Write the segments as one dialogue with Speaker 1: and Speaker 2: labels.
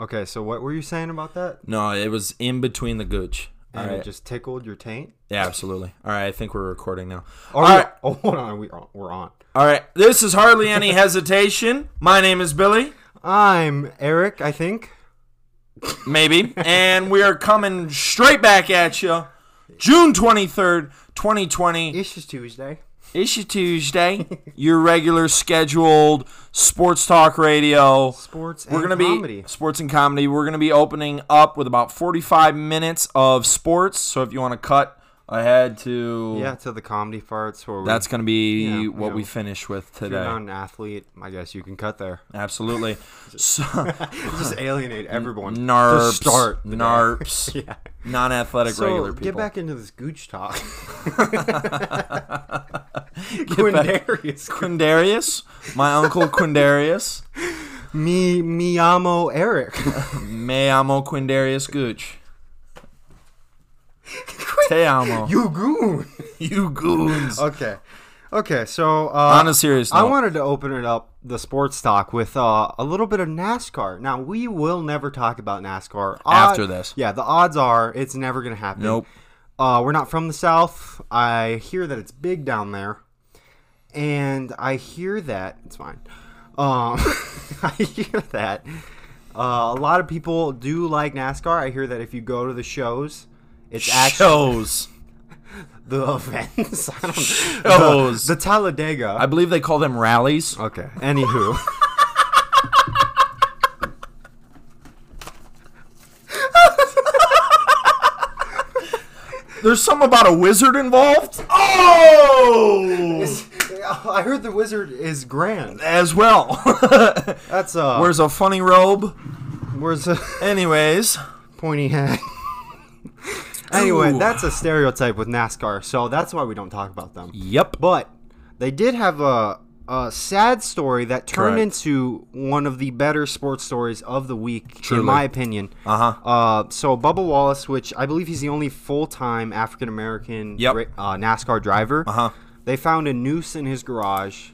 Speaker 1: Okay, so what were you saying about that?
Speaker 2: No, it was in between the gooch. All
Speaker 1: And
Speaker 2: right.
Speaker 1: it just tickled your taint?
Speaker 2: yeah, absolutely. All right, I think we're recording now.
Speaker 1: Oh,
Speaker 2: All
Speaker 1: we-
Speaker 2: right.
Speaker 1: oh hold on. We are, we're on.
Speaker 2: All right. This is hardly any hesitation. My name is Billy,
Speaker 1: I'm Eric, I think.
Speaker 2: maybe, and we are coming straight back at you. June 23rd, 2020.
Speaker 1: It's just Tuesday.
Speaker 2: Issue Tuesday. Your regular scheduled sports talk radio.
Speaker 1: Sports
Speaker 2: we're
Speaker 1: and
Speaker 2: gonna
Speaker 1: comedy.
Speaker 2: be sports and comedy. We're gonna be opening up with about forty-five minutes of sports. So if you want to cut ahead to,
Speaker 1: yeah, to the comedy parts where we-
Speaker 2: that's gonna be
Speaker 1: Yeah,
Speaker 2: what
Speaker 1: yeah.
Speaker 2: we finish with
Speaker 1: if you're
Speaker 2: today.
Speaker 1: not an athlete, I guess you can cut there.
Speaker 2: Absolutely. so,
Speaker 1: Just alienate everyone. to
Speaker 2: narps,
Speaker 1: start. the day.
Speaker 2: narps,
Speaker 1: Yeah.
Speaker 2: non-athletic regular
Speaker 1: So
Speaker 2: people.
Speaker 1: get back into this gooch talk. Quindarius.
Speaker 2: Quindarius, my uncle Quindarius,
Speaker 1: Me, me amo Eric.
Speaker 2: me amo Quindarius Gooch. Te amo.
Speaker 1: you goon.
Speaker 2: You goons.
Speaker 1: Okay. Okay, so uh,
Speaker 2: On a serious
Speaker 1: I
Speaker 2: note.
Speaker 1: wanted to open it up the sports talk with uh, a little bit of NASCAR. Now we will never talk about NASCAR
Speaker 2: After this.
Speaker 1: Yeah, the odds are it's never going to happen.
Speaker 2: Nope.
Speaker 1: Uh, we're not from the South. I hear that it's big down there, and I hear that it's fine. Um, I hear that uh, a lot of people do like NASCAR. I hear that if you go to the shows, it's actually
Speaker 2: Shows.
Speaker 1: the events. I don't,
Speaker 2: Shows.
Speaker 1: The, the Talladega.
Speaker 2: I believe they call them rallies.
Speaker 1: Okay. Anywho.
Speaker 2: There's some about a wizard involved. Oh,
Speaker 1: I heard the wizard is grand.
Speaker 2: as well.
Speaker 1: That's uh
Speaker 2: Wears a funny robe.
Speaker 1: where's a
Speaker 2: Anyways,
Speaker 1: pointy head. anyway,
Speaker 2: Ooh.
Speaker 1: that's a stereotype with NASCAR, so that's why we don't talk about them.
Speaker 2: yep.
Speaker 1: But they did have a a sad story that turned
Speaker 2: Correct.
Speaker 1: into one of the better sports stories of the week,
Speaker 2: Truly.
Speaker 1: in my opinion.
Speaker 2: Uh huh.
Speaker 1: Uh, so Bubba Wallace, which I believe he's the only full-time African American
Speaker 2: Yep.
Speaker 1: uh, NASCAR driver.
Speaker 2: Uh huh.
Speaker 1: They found a noose in his garage.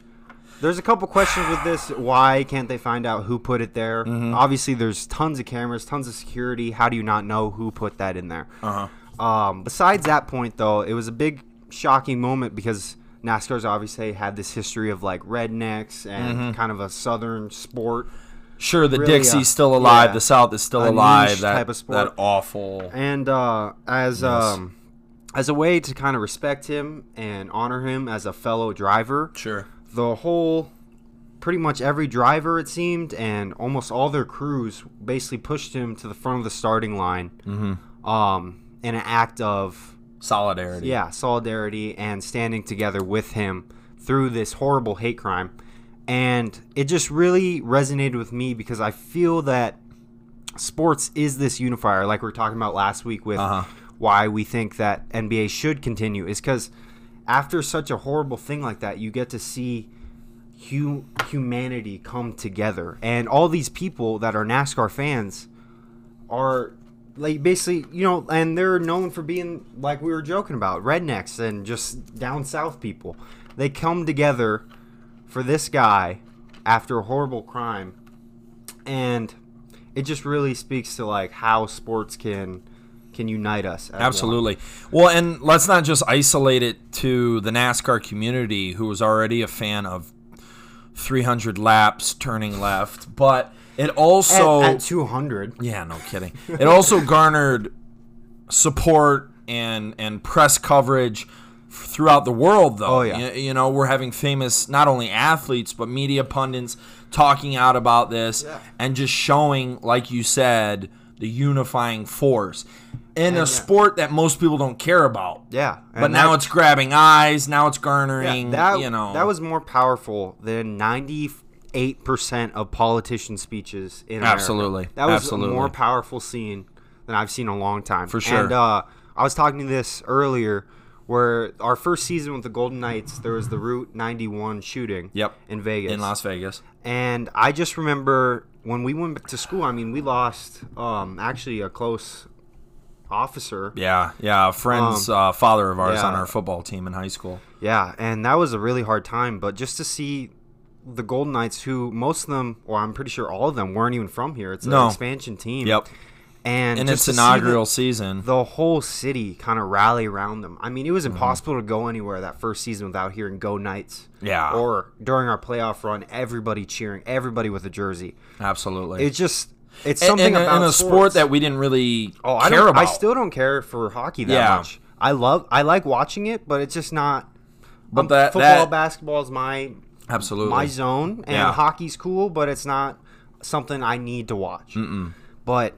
Speaker 1: There's a couple questions with this. Why can't they find out who put it there? Obviously, there's tons of cameras, tons of security. How do you not know who put that in there?
Speaker 2: Uh huh.
Speaker 1: Um, besides that point, though, it was a big shocking moment because NASCAR's obviously had this history of like rednecks and kind of a southern sport.
Speaker 2: Sure, the
Speaker 1: Really, uh,
Speaker 2: Dixie's still alive.
Speaker 1: yeah.
Speaker 2: The South is still
Speaker 1: A
Speaker 2: alive.
Speaker 1: niche
Speaker 2: That
Speaker 1: type of sport.
Speaker 2: that awful.
Speaker 1: and uh, as um, as a way to kind of respect him and honor him as a fellow driver.
Speaker 2: Sure.
Speaker 1: The whole, pretty much every driver it seemed, and almost all their crews basically pushed him to the front of the starting line, um, in an act of
Speaker 2: Solidarity.
Speaker 1: yeah solidarity and standing together with him through this horrible hate crime. And it just really resonated with me because I feel that sports is this unifier, like we were talking about last week with why we think that NBA should continue, is because after such a horrible thing like that, you get to see hu- humanity come together, and all these people that are NASCAR fans are like basically, you know, and they're known for being like we were joking about rednecks and just down south people. They come together for this guy after a horrible crime and it just really speaks to like how sports can can unite us as
Speaker 2: Absolutely. Well, and let's not just isolate it to the NASCAR community, who was already a fan of 300 laps turning left, but it
Speaker 1: one. At-
Speaker 2: also
Speaker 1: at, 200
Speaker 2: Yeah, no kidding. It also garnered support and and press coverage throughout the world
Speaker 1: Oh,
Speaker 2: though.
Speaker 1: yeah.
Speaker 2: Y- You, know, we're having famous not only athletes but media pundits talking out about this and just showing like you said the unifying force in a sport that most people don't care about.
Speaker 1: yeah
Speaker 2: But now it's grabbing eyes, now it's garnering,
Speaker 1: that,
Speaker 2: you know.
Speaker 1: that was more powerful than 98% of politician speeches in America.
Speaker 2: Absolutely.
Speaker 1: That was
Speaker 2: Absolutely.
Speaker 1: a more powerful scene than I've seen in a long time. For
Speaker 2: sure.
Speaker 1: And uh, I was talking to this earlier where our first season with the Golden Knights, there was the Route 91 shooting
Speaker 2: Yep.
Speaker 1: in Vegas.
Speaker 2: in Las Vegas.
Speaker 1: And I just remember when we went back to school, I mean, we lost um, actually a close officer.
Speaker 2: Yeah, yeah, a friend's uh, father of ours
Speaker 1: Um, yeah.
Speaker 2: on our football team in high school.
Speaker 1: Yeah, and that was a really hard time, but just to see the Golden Knights, who most of them, or I'm pretty sure all of them, weren't even from here. It's
Speaker 2: No.
Speaker 1: an expansion team.
Speaker 2: Yep.
Speaker 1: And
Speaker 2: In
Speaker 1: just
Speaker 2: its
Speaker 1: to see that
Speaker 2: inaugural season.
Speaker 1: the whole city kind of rally around them. I mean, it was
Speaker 2: Mm-hmm.
Speaker 1: impossible to go anywhere that first season without hearing "Go Knights."
Speaker 2: Yeah.
Speaker 1: Or during our playoff run, everybody cheering, everybody with a jersey.
Speaker 2: Absolutely.
Speaker 1: It's just it's
Speaker 2: And-
Speaker 1: something
Speaker 2: and,
Speaker 1: about
Speaker 2: and a sport
Speaker 1: sports.
Speaker 2: that we didn't really
Speaker 1: oh, I
Speaker 2: care
Speaker 1: don't,
Speaker 2: about.
Speaker 1: I still don't care for hockey that
Speaker 2: Yeah.
Speaker 1: much. I love I like watching it, but it's just not.
Speaker 2: But
Speaker 1: um,
Speaker 2: that-
Speaker 1: football,
Speaker 2: that-
Speaker 1: basketball is my
Speaker 2: absolutely.
Speaker 1: my zone, and
Speaker 2: Yeah.
Speaker 1: hockey's cool, but it's not something I need to watch. But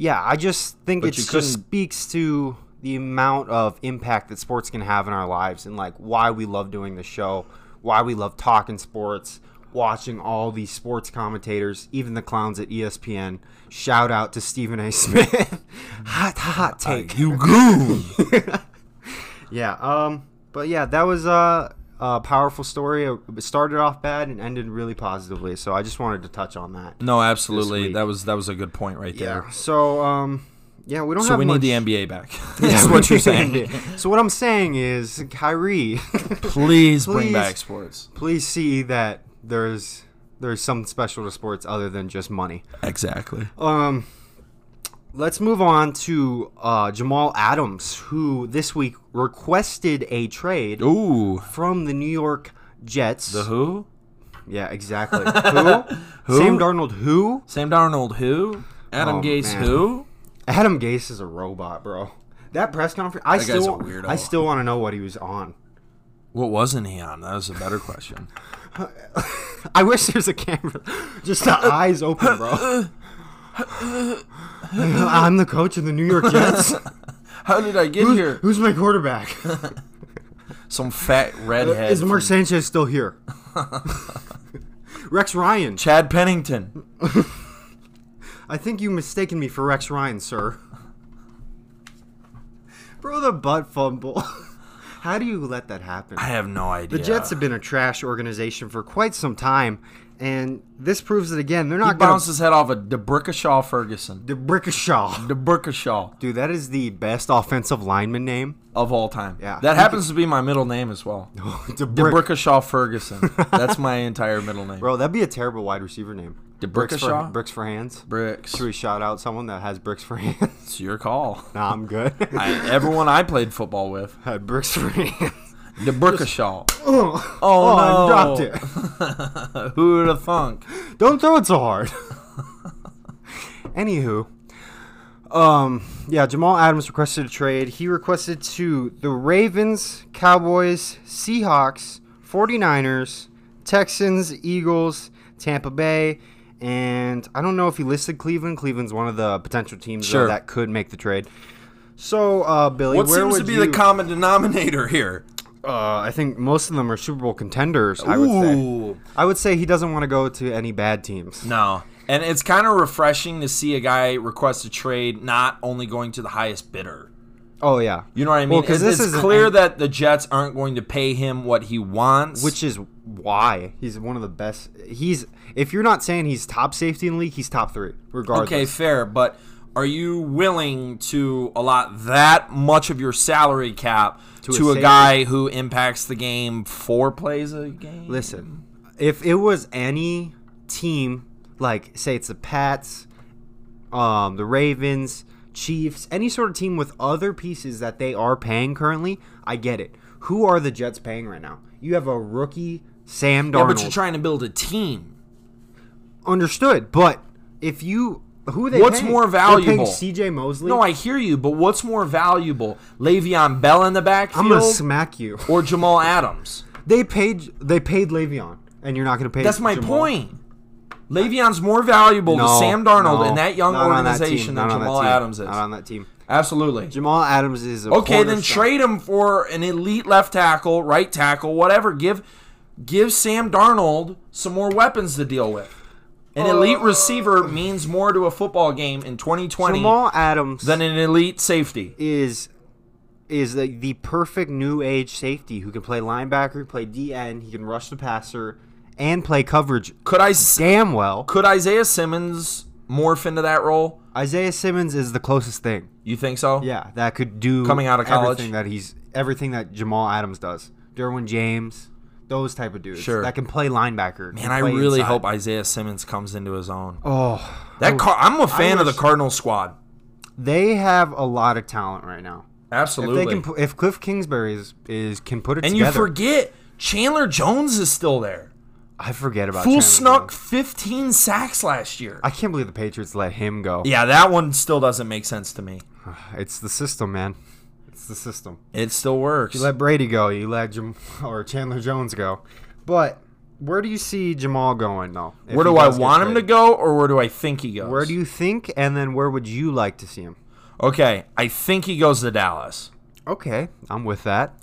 Speaker 1: yeah, I just think it
Speaker 2: you
Speaker 1: just
Speaker 2: couldn't-
Speaker 1: speaks to the amount of impact that sports can have in our lives, and like why we love doing the show, why we love talking sports, watching all these sports commentators, even the clowns at E ESPN. Shout out to Stephen A. Smith. hot, hot take.
Speaker 2: you goon.
Speaker 1: Yeah. Um. But yeah, that was a, a powerful story. It started off bad and ended really positively. So I just wanted to touch on that.
Speaker 2: no, absolutely.
Speaker 1: week.
Speaker 2: That was that was a good point right there.
Speaker 1: Yeah. So um. Yeah, we don't
Speaker 2: So
Speaker 1: have
Speaker 2: we
Speaker 1: much.
Speaker 2: need the NBA back.
Speaker 1: Yeah,
Speaker 2: That's
Speaker 1: we
Speaker 2: what you're
Speaker 1: need
Speaker 2: saying.
Speaker 1: it. So what I'm saying is, Kyrie,
Speaker 2: Please bring
Speaker 1: Please.
Speaker 2: back sports.
Speaker 1: please see that there's there's some special to sports other than just money.
Speaker 2: Exactly.
Speaker 1: Um, let's move on to uh, Jamal Adams, who this week requested a trade
Speaker 2: Ooh.
Speaker 1: from the New York Jets.
Speaker 2: Oh. The who?
Speaker 1: Yeah, exactly. who?
Speaker 2: Who?
Speaker 1: Sam Darnold who?
Speaker 2: Sam Darnold who? Adam
Speaker 1: Oh,
Speaker 2: Gase
Speaker 1: man.
Speaker 2: who?
Speaker 1: Adam Gase is a robot, bro. That press conference, I
Speaker 2: That guy's
Speaker 1: still,
Speaker 2: a weirdo.
Speaker 1: I still want to know what he was on.
Speaker 2: What wasn't he on? That was a better question.
Speaker 1: I wish there's a camera, just the eyes open, bro. I'm the coach of the New York Jets.
Speaker 2: How did I get here?
Speaker 1: Who's my quarterback?
Speaker 2: Some fat redhead.
Speaker 1: Is Mark Sanchez still here? Rex Ryan.
Speaker 2: Chad Pennington.
Speaker 1: I think you mistaken me for Rex Ryan, sir. Bro, the butt fumble. How do you let that happen?
Speaker 2: I have no idea.
Speaker 1: The Jets have been a trash organization for quite some time, and this proves it again. They're
Speaker 2: He
Speaker 1: not going
Speaker 2: bounced
Speaker 1: to
Speaker 2: his head off a DeBrickashaw Ferguson.
Speaker 1: the Brickashaw.
Speaker 2: DeBrickashaw
Speaker 1: Dude, that is the best offensive lineman name.
Speaker 2: of all time.
Speaker 1: Yeah.
Speaker 2: That happens to be my middle name as well.
Speaker 1: DeBrick.
Speaker 2: DeBrickashaw Ferguson. That's my entire middle name.
Speaker 1: Bro, that'd be a terrible wide receiver name. Bricks for,
Speaker 2: DeBrickashaw?
Speaker 1: bricks for hands.
Speaker 2: Bricks.
Speaker 1: Should we shout out someone that has bricks for hands?
Speaker 2: It's your call.
Speaker 1: nah, I'm good.
Speaker 2: I, everyone I played football with.
Speaker 1: had bricks for hands.
Speaker 2: DeBrickashaw.
Speaker 1: oh,
Speaker 2: Oh,
Speaker 1: I
Speaker 2: no.
Speaker 1: dropped it.
Speaker 2: Who would have thunk?
Speaker 1: Don't throw it so hard. Anywho, um, yeah, Jamal Adams requested a trade. He requested to the Ravens, Cowboys, Seahawks, 49ers, Texans, Eagles, Tampa Bay, and I don't know if he listed Cleveland. Cleveland's one of the potential teams though,
Speaker 2: Sure.
Speaker 1: that could make the trade. So, uh, Billy,
Speaker 2: What
Speaker 1: where
Speaker 2: seems to
Speaker 1: would
Speaker 2: be
Speaker 1: you,
Speaker 2: the common denominator here?
Speaker 1: uh, I think most of them are Super Bowl contenders. I would say. I would say he doesn't want to go to any bad teams.
Speaker 2: No. And it's kind of refreshing to see a guy request a trade not only going to the highest bidder.
Speaker 1: Oh yeah,
Speaker 2: You know what I mean?
Speaker 1: Well, 'cause
Speaker 2: It's-
Speaker 1: this
Speaker 2: it's
Speaker 1: is an-
Speaker 2: clear that the Jets aren't going to pay him what he wants.
Speaker 1: which is why he's one of the best. He's if you're not saying he's top safety in the league, he's top three regardless.
Speaker 2: okay, fair, but are you willing to allot that much of your salary cap to,
Speaker 1: a
Speaker 2: a,
Speaker 1: safety.
Speaker 2: guy who impacts the game four plays a game?
Speaker 1: Listen, if it was any team, like say it's the Pats, um, the Ravens, Chiefs, any sort of team with other pieces that they are paying currently, I get it. Who are the Jets paying right now? You have a rookie Sam
Speaker 2: Yeah,
Speaker 1: Darnold.
Speaker 2: but you're trying to build a team.
Speaker 1: Understood, but if you who are they
Speaker 2: What's
Speaker 1: paying?
Speaker 2: more
Speaker 1: They're paying
Speaker 2: valuable?
Speaker 1: C.J. Mosley.
Speaker 2: No, I hear you, but what's more valuable, Le'Veon Bell in the backfield
Speaker 1: I'm gonna smack you.
Speaker 2: or Jamal Adams?
Speaker 1: They paid they paid Le'Veon, and you're not gonna pay.
Speaker 2: That's my
Speaker 1: Jamal.
Speaker 2: point. Le'Veon's more valuable to
Speaker 1: No,
Speaker 2: Sam Darnold
Speaker 1: no,
Speaker 2: in that young
Speaker 1: not on that
Speaker 2: organization
Speaker 1: team,
Speaker 2: than
Speaker 1: not on that
Speaker 2: Jamal
Speaker 1: team,
Speaker 2: Adams is.
Speaker 1: Not on that team.
Speaker 2: Absolutely.
Speaker 1: Jamal Adams is a
Speaker 2: Okay, then
Speaker 1: cornerstone.
Speaker 2: trade him for an elite left tackle, right tackle, whatever. Give give Sam Darnold some more weapons to deal with. An
Speaker 1: Uh,
Speaker 2: elite receiver means more to a football game in 2020
Speaker 1: Jamal Adams
Speaker 2: than an elite safety.
Speaker 1: is is the, the perfect new age safety who can play linebacker, play DN, he can rush the passer, and play coverage
Speaker 2: Could I s-
Speaker 1: damn well.
Speaker 2: could Isaiah Simmons morph into that role?
Speaker 1: Isaiah Simmons is the closest thing.
Speaker 2: You think so?
Speaker 1: Yeah, that could do
Speaker 2: Coming out of college?
Speaker 1: everything that he's everything that Jamal Adams does. Derwin James, those type of dudes
Speaker 2: Sure.
Speaker 1: that can play linebacker.
Speaker 2: Man, I really hope Isaiah Simmons comes into his own.
Speaker 1: Oh,
Speaker 2: That car, I'm a fan of the
Speaker 1: wish-
Speaker 2: Cardinal squad.
Speaker 1: they have a lot of talent right now. If
Speaker 2: Absolutely.
Speaker 1: they can, pu- if Cliff Kingsbury is, is can put it
Speaker 2: and you
Speaker 1: together,
Speaker 2: forget Chandler Jones is still there.
Speaker 1: I forget about
Speaker 2: Fool
Speaker 1: Chandler
Speaker 2: snuck
Speaker 1: Jones.
Speaker 2: 15 sacks last year.
Speaker 1: I can't believe the Patriots let him go.
Speaker 2: yeah, that one still doesn't make sense to me.
Speaker 1: It's the system, man. It's the system.
Speaker 2: It still works.
Speaker 1: You let Brady go. You let Jam- or Chandler Jones go. But where do you see Jamal going though? if
Speaker 2: where
Speaker 1: he
Speaker 2: do I
Speaker 1: does get
Speaker 2: want him to
Speaker 1: traded?
Speaker 2: go or where do I think he goes?
Speaker 1: Where do you think? And then where would you like to see him?
Speaker 2: Okay, I think he goes to Dallas.
Speaker 1: Okay, I'm with that.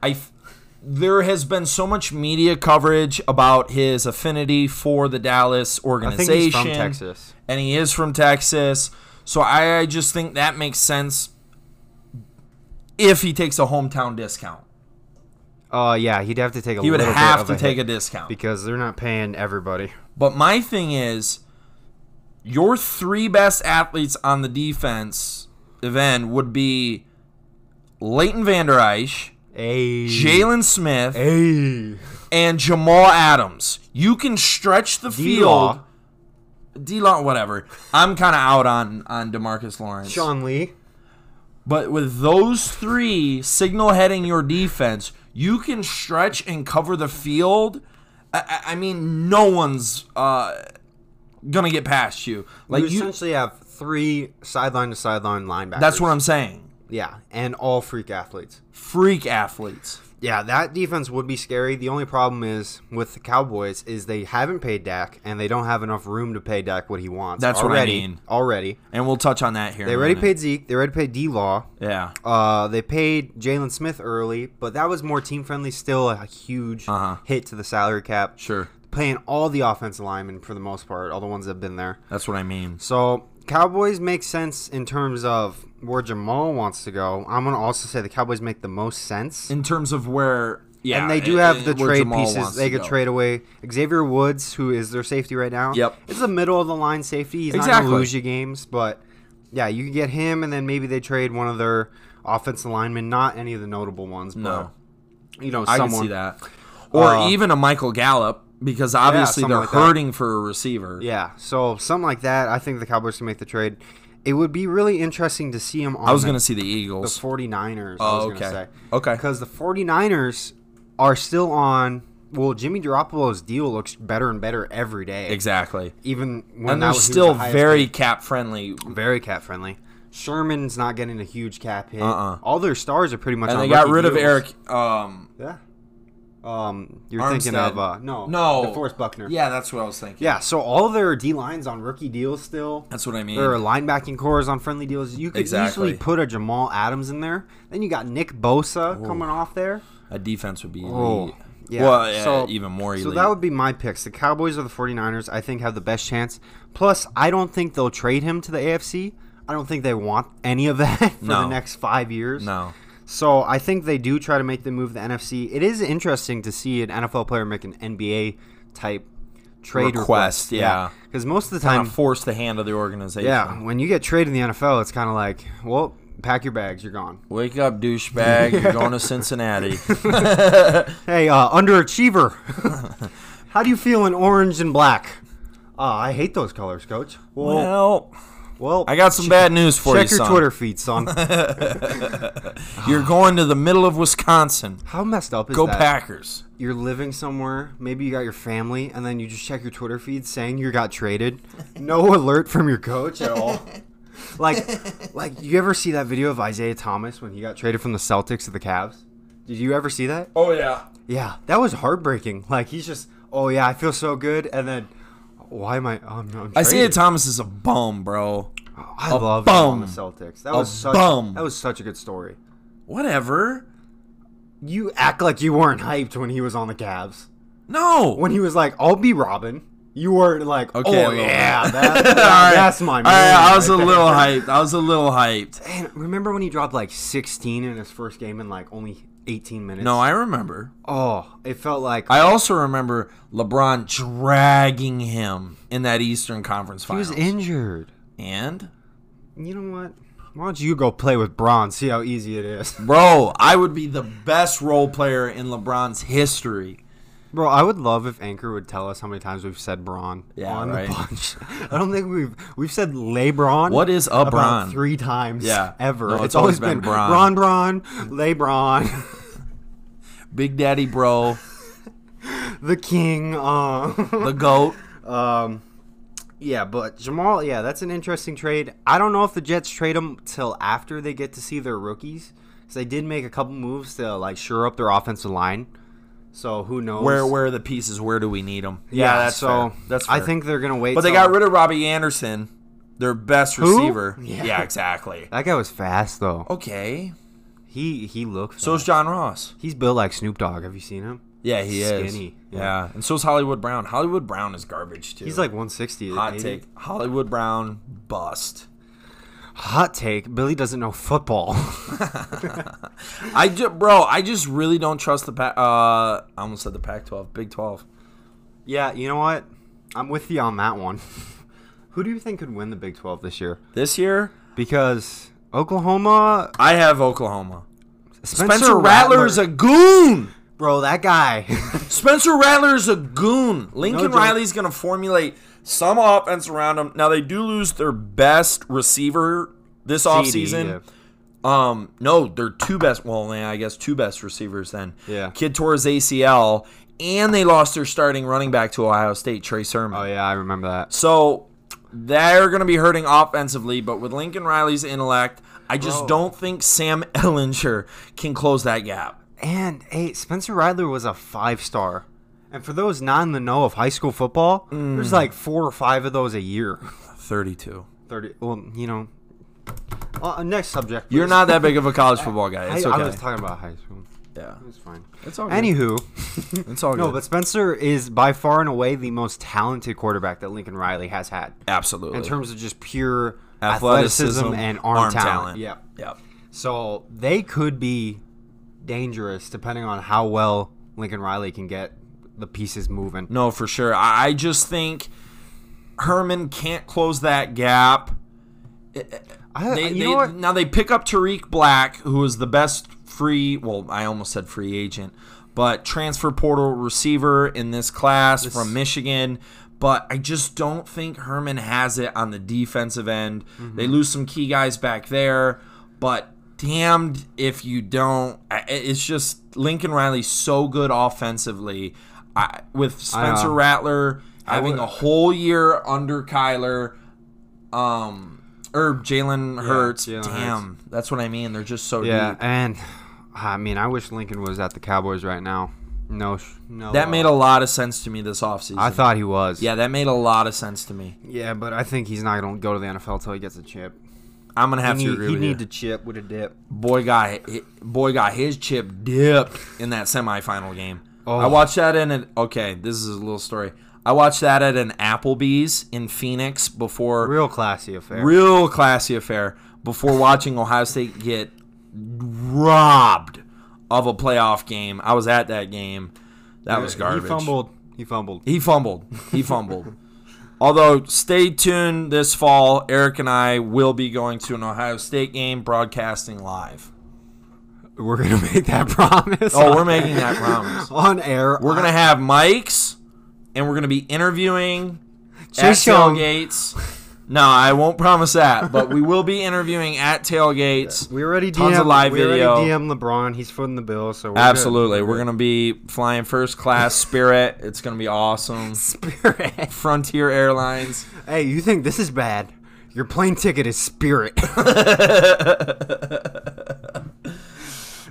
Speaker 2: I th- there has been so much media coverage about his affinity for the Dallas
Speaker 1: I
Speaker 2: organization.
Speaker 1: think he's from Texas.
Speaker 2: and he is from Texas. So I, I just think that makes sense if he takes a hometown discount.
Speaker 1: Uh, yeah, he'd have to take a.
Speaker 2: He would
Speaker 1: little bit
Speaker 2: have
Speaker 1: of
Speaker 2: to
Speaker 1: a
Speaker 2: take
Speaker 1: hit
Speaker 2: a discount.
Speaker 1: because they're not paying everybody.
Speaker 2: But my thing is, your three best athletes on the defense event would be Leighton Vander Eich,
Speaker 1: Hey,
Speaker 2: Jalen Smith,
Speaker 1: hey,
Speaker 2: and Jamal Adams. You can stretch the
Speaker 1: D-Law.
Speaker 2: field. D Law, whatever. I'm kind of out on on Demarcus Lawrence.
Speaker 1: Sean Lee.
Speaker 2: But with those three signal heading your defense, you can stretch and cover the field. I, I I mean, no one's uh, gonna get past you.
Speaker 1: You,
Speaker 2: Like you,
Speaker 1: essentially have three sideline to sideline linebackers.
Speaker 2: that's what I'm saying.
Speaker 1: Yeah, and all freak athletes.
Speaker 2: Freak athletes.
Speaker 1: Yeah, that defense would be scary. The only problem is with the Cowboys is they haven't paid Dak and they don't have enough room to pay Dak what he wants.
Speaker 2: That's what I
Speaker 1: already,
Speaker 2: mean.
Speaker 1: Already,
Speaker 2: And we'll touch on that here.
Speaker 1: they
Speaker 2: in a
Speaker 1: already
Speaker 2: minute.
Speaker 1: paid Zeke. They already paid D Law.
Speaker 2: Yeah.
Speaker 1: Uh, they paid Jalen Smith early, but that was more team friendly. Still a huge
Speaker 2: Uh-huh.
Speaker 1: hit to the salary cap.
Speaker 2: Sure.
Speaker 1: Paying all the offensive linemen for the most part, all the ones that have been there.
Speaker 2: That's what I mean.
Speaker 1: So Cowboys make sense in terms of where Jamal wants to go. I'm gonna also say the Cowboys make the most sense.
Speaker 2: In terms of where, yeah,
Speaker 1: and they do
Speaker 2: it-
Speaker 1: have
Speaker 2: it-
Speaker 1: the
Speaker 2: where
Speaker 1: trade
Speaker 2: Jamal
Speaker 1: pieces.
Speaker 2: wants
Speaker 1: They
Speaker 2: to
Speaker 1: could
Speaker 2: go.
Speaker 1: trade away Xavier Woods, who is their safety right now.
Speaker 2: Yep.
Speaker 1: it's a middle of the line safety. He's not
Speaker 2: Exactly.
Speaker 1: gonna lose you games, but yeah, you can get him, and then maybe they trade one of their offensive linemen. Not any of the notable ones,
Speaker 2: No.
Speaker 1: but you know
Speaker 2: I
Speaker 1: someone.
Speaker 2: can see that. Or
Speaker 1: Uh,
Speaker 2: even a Michael Gallup, because obviously
Speaker 1: something
Speaker 2: they're
Speaker 1: like that.
Speaker 2: hurting for a receiver.
Speaker 1: Yeah, so something like that. I think the Cowboys can make the trade. It would be really interesting to see him on
Speaker 2: I was
Speaker 1: the
Speaker 2: going to see the
Speaker 1: the
Speaker 2: Eagles.
Speaker 1: 49ers. I
Speaker 2: Oh,
Speaker 1: was
Speaker 2: okay.
Speaker 1: Gonna say.
Speaker 2: Okay.
Speaker 1: Because the 49ers are still on. Well, Jimmy Garoppolo's deal looks better and better every day.
Speaker 2: Exactly.
Speaker 1: Even when
Speaker 2: And
Speaker 1: that
Speaker 2: they're
Speaker 1: was- he was
Speaker 2: still
Speaker 1: the highest
Speaker 2: very cap friendly.
Speaker 1: paid- very cap friendly. Sherman's not getting a huge cap hit.
Speaker 2: Uh-uh.
Speaker 1: All their stars are pretty much.
Speaker 2: And
Speaker 1: on
Speaker 2: they got
Speaker 1: rookie
Speaker 2: rid of
Speaker 1: deals.
Speaker 2: Eric. Um,
Speaker 1: Yeah. Um, you're thinking
Speaker 2: Armstead.
Speaker 1: of uh, no,
Speaker 2: No.
Speaker 1: DeForest Buckner.
Speaker 2: yeah, that's what I was thinking.
Speaker 1: Yeah, so all their D lines on rookie deals still.
Speaker 2: That's what I mean.
Speaker 1: There are linebacking cores on friendly deals. You could
Speaker 2: Exactly.
Speaker 1: easily put a Jamal Adams in there. Then you got Nick Bosa coming off there.
Speaker 2: A defense would be elite.
Speaker 1: Oh, yeah.
Speaker 2: Well, yeah,
Speaker 1: So-
Speaker 2: even more elite.
Speaker 1: So that would be my picks. The Cowboys or the 49ers, I think, have the best chance. Plus, I don't think they'll trade him to the AFC. I don't think they want any of that for
Speaker 2: No.
Speaker 1: the next five years.
Speaker 2: no.
Speaker 1: So I think they do try to make the move to the NFC. It is interesting to see an NFL player make an NBA type trade
Speaker 2: Request,
Speaker 1: request.
Speaker 2: yeah.
Speaker 1: Because most of the
Speaker 2: Kind
Speaker 1: time,
Speaker 2: of force the hand of the organization.
Speaker 1: yeah, when you get traded in the NFL, it's kind of like, well, pack your bags, you're gone.
Speaker 2: Wake up, douchebag. You're going to Cincinnati.
Speaker 1: Hey, uh, underachiever. How do you feel in orange and black? Uh, I hate those colors, coach. Well,
Speaker 2: well,
Speaker 1: well
Speaker 2: I got some bad news for
Speaker 1: check
Speaker 2: you,
Speaker 1: your
Speaker 2: son.
Speaker 1: Twitter feed, son.
Speaker 2: You're going to the middle of Wisconsin.
Speaker 1: How messed up is
Speaker 2: Go
Speaker 1: that?
Speaker 2: Packers.
Speaker 1: You're living somewhere, maybe you got your family, and then you just check your Twitter feed saying you got traded. No alert from your coach at all. Like, like you ever see that video of Isaiah Thomas when he got traded from the Celtics to the Cavs? Did you ever see that?
Speaker 2: Oh yeah.
Speaker 1: Yeah, that was heartbreaking. Like he's just, oh yeah, I feel so good, and then why am I? Oh, no, I'm
Speaker 2: Isaiah
Speaker 1: traded.
Speaker 2: Thomas is a bum, bro.
Speaker 1: I
Speaker 2: a
Speaker 1: love him
Speaker 2: bum.
Speaker 1: on the Celtics. That was such,
Speaker 2: bum.
Speaker 1: That was such a good story.
Speaker 2: Whatever.
Speaker 1: You act like you weren't hyped when he was on the Cavs.
Speaker 2: No.
Speaker 1: When he was like, "I'll be Robin," you were like,
Speaker 2: Okay, a
Speaker 1: "Oh
Speaker 2: little
Speaker 1: yeah,
Speaker 2: bit.
Speaker 1: that,
Speaker 2: All right.
Speaker 1: that's my man."
Speaker 2: All right, I was
Speaker 1: right
Speaker 2: a
Speaker 1: there."
Speaker 2: little hyped. I was a little hyped.
Speaker 1: And remember when he dropped like 16 in his first game in like only 18 minutes?
Speaker 2: No, I remember.
Speaker 1: oh, it felt like
Speaker 2: I also remember LeBron dragging him in that Eastern Conference
Speaker 1: he
Speaker 2: Finals.
Speaker 1: was injured.
Speaker 2: and
Speaker 1: You know what? Why don't you go play with Braun? See how easy it is.
Speaker 2: bro, I would be the best role player in LeBron's history.
Speaker 1: Bro, I would love if Anchor would tell us how many times we've said Braun
Speaker 2: Yeah,
Speaker 1: on
Speaker 2: right.
Speaker 1: the bunch. I don't think we've we've said LeBron.
Speaker 2: What is a
Speaker 1: about
Speaker 2: Bron?
Speaker 1: Three times.
Speaker 2: Yeah.
Speaker 1: ever.
Speaker 2: No,
Speaker 1: it's, always been, Bron.
Speaker 2: Bron.
Speaker 1: Bron LeBron,
Speaker 2: Big Daddy Bro,
Speaker 1: the King. Uh,
Speaker 2: the GOAT.
Speaker 1: um, yeah, but Jamal. Yeah, that's an interesting trade. I don't know if the Jets trade him till after they get to see their rookies, because they did make a couple moves to like shore up their offensive line. So who knows?
Speaker 2: Where where are the pieces? Where do we need them?
Speaker 1: Yeah, so
Speaker 2: fair. that's.
Speaker 1: I
Speaker 2: fair.
Speaker 1: think they're gonna wait.
Speaker 2: but they
Speaker 1: till-
Speaker 2: got rid of Robbie Anderson, their best receiver.
Speaker 1: Yeah.
Speaker 2: exactly.
Speaker 1: That guy was fast though.
Speaker 2: Okay,
Speaker 1: He he looks.
Speaker 2: so is John Ross.
Speaker 1: he's built like Snoop Dogg. Have you seen him?
Speaker 2: Yeah, he is.
Speaker 1: Skinny.
Speaker 2: Yeah, and so is Hollywood Brown. Hollywood Brown is garbage too.
Speaker 1: He's like 160.
Speaker 2: hot
Speaker 1: 80.
Speaker 2: take. Hollywood Brown bust.
Speaker 1: Hot take. Billy doesn't know football.
Speaker 2: I just, bro, I just really don't trust the Pac. Uh, I almost said the Pac-12, Big 12.
Speaker 1: yeah, you know what? I'm with you on that one. Who do you think could win the Big 12 this year?
Speaker 2: This year,
Speaker 1: Because Oklahoma
Speaker 2: I have Oklahoma.
Speaker 1: Spencer,
Speaker 2: Spencer, Rattler is a goon.
Speaker 1: bro. That guy.
Speaker 2: Spencer Rattler is a goon. Lincoln
Speaker 1: joke.
Speaker 2: Riley's going to formulate some offense around him. Now they do lose their best receiver this offseason.
Speaker 1: yeah.
Speaker 2: Um, no, they're two best. Well, yeah, I guess two best receivers then.
Speaker 1: Yeah.
Speaker 2: Kid Torres ACL, and they lost their starting running back to Ohio State, Trey Sermon.
Speaker 1: Oh yeah, I remember that.
Speaker 2: So they're going to be hurting offensively, but with Lincoln Riley's intellect, I just
Speaker 1: Bro.
Speaker 2: don't think Sam Ellinger can close that gap.
Speaker 1: And hey, Spencer Rattler was a five star. And for those not in the know of high school football, there's like four or five of those a year.
Speaker 2: 32.
Speaker 1: 30 well you know uh, next subject
Speaker 2: You're
Speaker 1: please.
Speaker 2: not that big of a college football guy. It's
Speaker 1: I,
Speaker 2: okay.
Speaker 1: I was talking about high school
Speaker 2: yeah.
Speaker 1: it's fine
Speaker 2: It's all good.
Speaker 1: anywho
Speaker 2: it's all good.
Speaker 1: no but spencer is by far and away the most talented quarterback that lincoln riley has had
Speaker 2: Absolutely.
Speaker 1: in terms of just pure athleticism,
Speaker 2: Athleticism,
Speaker 1: and arm, talent. yeah
Speaker 2: Yep.
Speaker 1: so they could be dangerous depending on how well lincoln riley can get the pieces moving
Speaker 2: No, for sure. I, I just think Herman can't close that gap.
Speaker 1: I,
Speaker 2: They,
Speaker 1: you
Speaker 2: they,
Speaker 1: know what
Speaker 2: Now they pick up Tariq Black, who is the best free. Well, I almost said free agent, but transfer portal receiver in this class from Michigan. But I just don't think Herman has it on the defensive end.
Speaker 1: Mm-hmm.
Speaker 2: They lose some key guys back there, but damned if you don't. I- It's just Lincoln Riley's so good offensively. I, with Spencer
Speaker 1: uh,
Speaker 2: Rattler having
Speaker 1: would-
Speaker 2: a whole year under Kyler, um or Jalen Hurts.
Speaker 1: Jalen
Speaker 2: Damn, that's what I mean. They're just so
Speaker 1: Yeah,
Speaker 2: deep.
Speaker 1: and I mean, I wish Lincoln was at the Cowboys right now. No, sh- no.
Speaker 2: That
Speaker 1: uh,
Speaker 2: made a lot of sense to me this offseason.
Speaker 1: I thought he was.
Speaker 2: yeah, that made a lot of sense to me.
Speaker 1: yeah, but I think he's not gonna go to the NFL till he gets a chip.
Speaker 2: I'm gonna have
Speaker 1: he
Speaker 2: to agree
Speaker 1: he
Speaker 2: with
Speaker 1: need
Speaker 2: you.
Speaker 1: to chip with a dip.
Speaker 2: boy got hi- boy got his chip dipped in that semifinal game.
Speaker 1: Oh.
Speaker 2: I watched that in an okay. This is a little story. I watched that at an Applebee's in Phoenix before
Speaker 1: Real classy affair.
Speaker 2: real classy affair before watching Ohio State get robbed of a playoff game. I was at that game. That was garbage.
Speaker 1: He fumbled. He fumbled.
Speaker 2: He fumbled. He fumbled. Although, stay tuned this fall. Eric and I will be going to an Ohio State game broadcasting live.
Speaker 1: We're gonna make that promise.
Speaker 2: Oh, we're making that promise.
Speaker 1: on air.
Speaker 2: We're going to have mics and we're going to be interviewing at
Speaker 1: Just show 'em.
Speaker 2: tailgates. No, I won't promise that, but we will be interviewing at tailgates.
Speaker 1: We already
Speaker 2: Tons
Speaker 1: DM.
Speaker 2: of live
Speaker 1: we already
Speaker 2: video.
Speaker 1: DM LeBron. He's footing the bill. So we're good.
Speaker 2: Absolutely. We're going to be flying first class Spirit. It's going to be awesome.
Speaker 1: Spirit.
Speaker 2: Frontier Airlines.
Speaker 1: hey, you think this is bad? Your plane ticket is Spirit. that's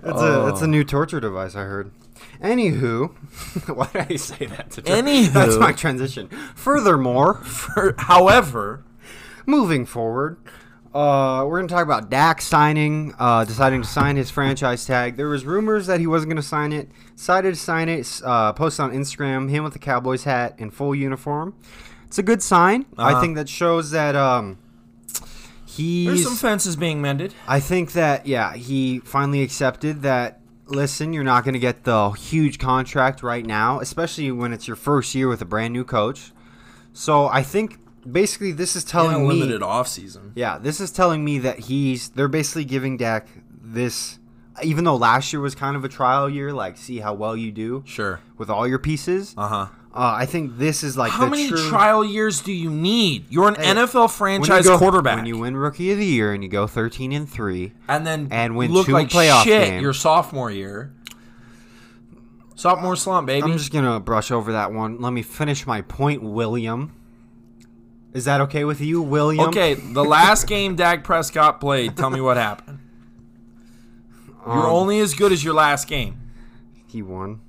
Speaker 1: a
Speaker 2: Oh.
Speaker 1: that's a new torture device I heard. Anywho, why did I say that? To tra-
Speaker 2: Anywho.
Speaker 1: that's my transition. Furthermore,
Speaker 2: However,
Speaker 1: moving forward, uh, we're gonna talk about Dak signing, uh, deciding to sign his franchise tag. There was rumors that he wasn't gonna sign it. Decided to sign it. s- Uh, posted on Instagram him with the Cowboys hat in full uniform. It's a good sign. I think that shows that um,
Speaker 2: there's some
Speaker 1: he's.
Speaker 2: fences being mended.
Speaker 1: I think that yeah, he finally accepted that. Listen, you're not gonna get the huge contract right now, especially when it's your first year with a brand new coach. So I think basically this is
Speaker 2: In
Speaker 1: telling
Speaker 2: a
Speaker 1: me
Speaker 2: limited offseason.
Speaker 1: yeah, this is telling me that he's they're basically giving Dak this even though last year was kind of a trial year, like see how well you do
Speaker 2: Sure.
Speaker 1: with all your pieces. Uh,
Speaker 2: Uh huh.
Speaker 1: I think this is like
Speaker 2: How
Speaker 1: the
Speaker 2: many
Speaker 1: true-
Speaker 2: trial years do you need? You're an
Speaker 1: Hey,
Speaker 2: NFL
Speaker 1: when you
Speaker 2: franchise
Speaker 1: go-
Speaker 2: quarterback,
Speaker 1: when you win Rookie of the Year and you go thirteen and three.
Speaker 2: and then
Speaker 1: and win
Speaker 2: look
Speaker 1: two
Speaker 2: like
Speaker 1: playoff
Speaker 2: shit
Speaker 1: games.
Speaker 2: your sophomore year. Sophomore slump, baby.
Speaker 1: I'm just gonna brush over that one. Let me finish my point, William. Is that okay with you, William?
Speaker 2: okay, the last game Dak Prescott played, tell me what happened. You're
Speaker 1: Um,
Speaker 2: only as good as your last game.
Speaker 1: He won.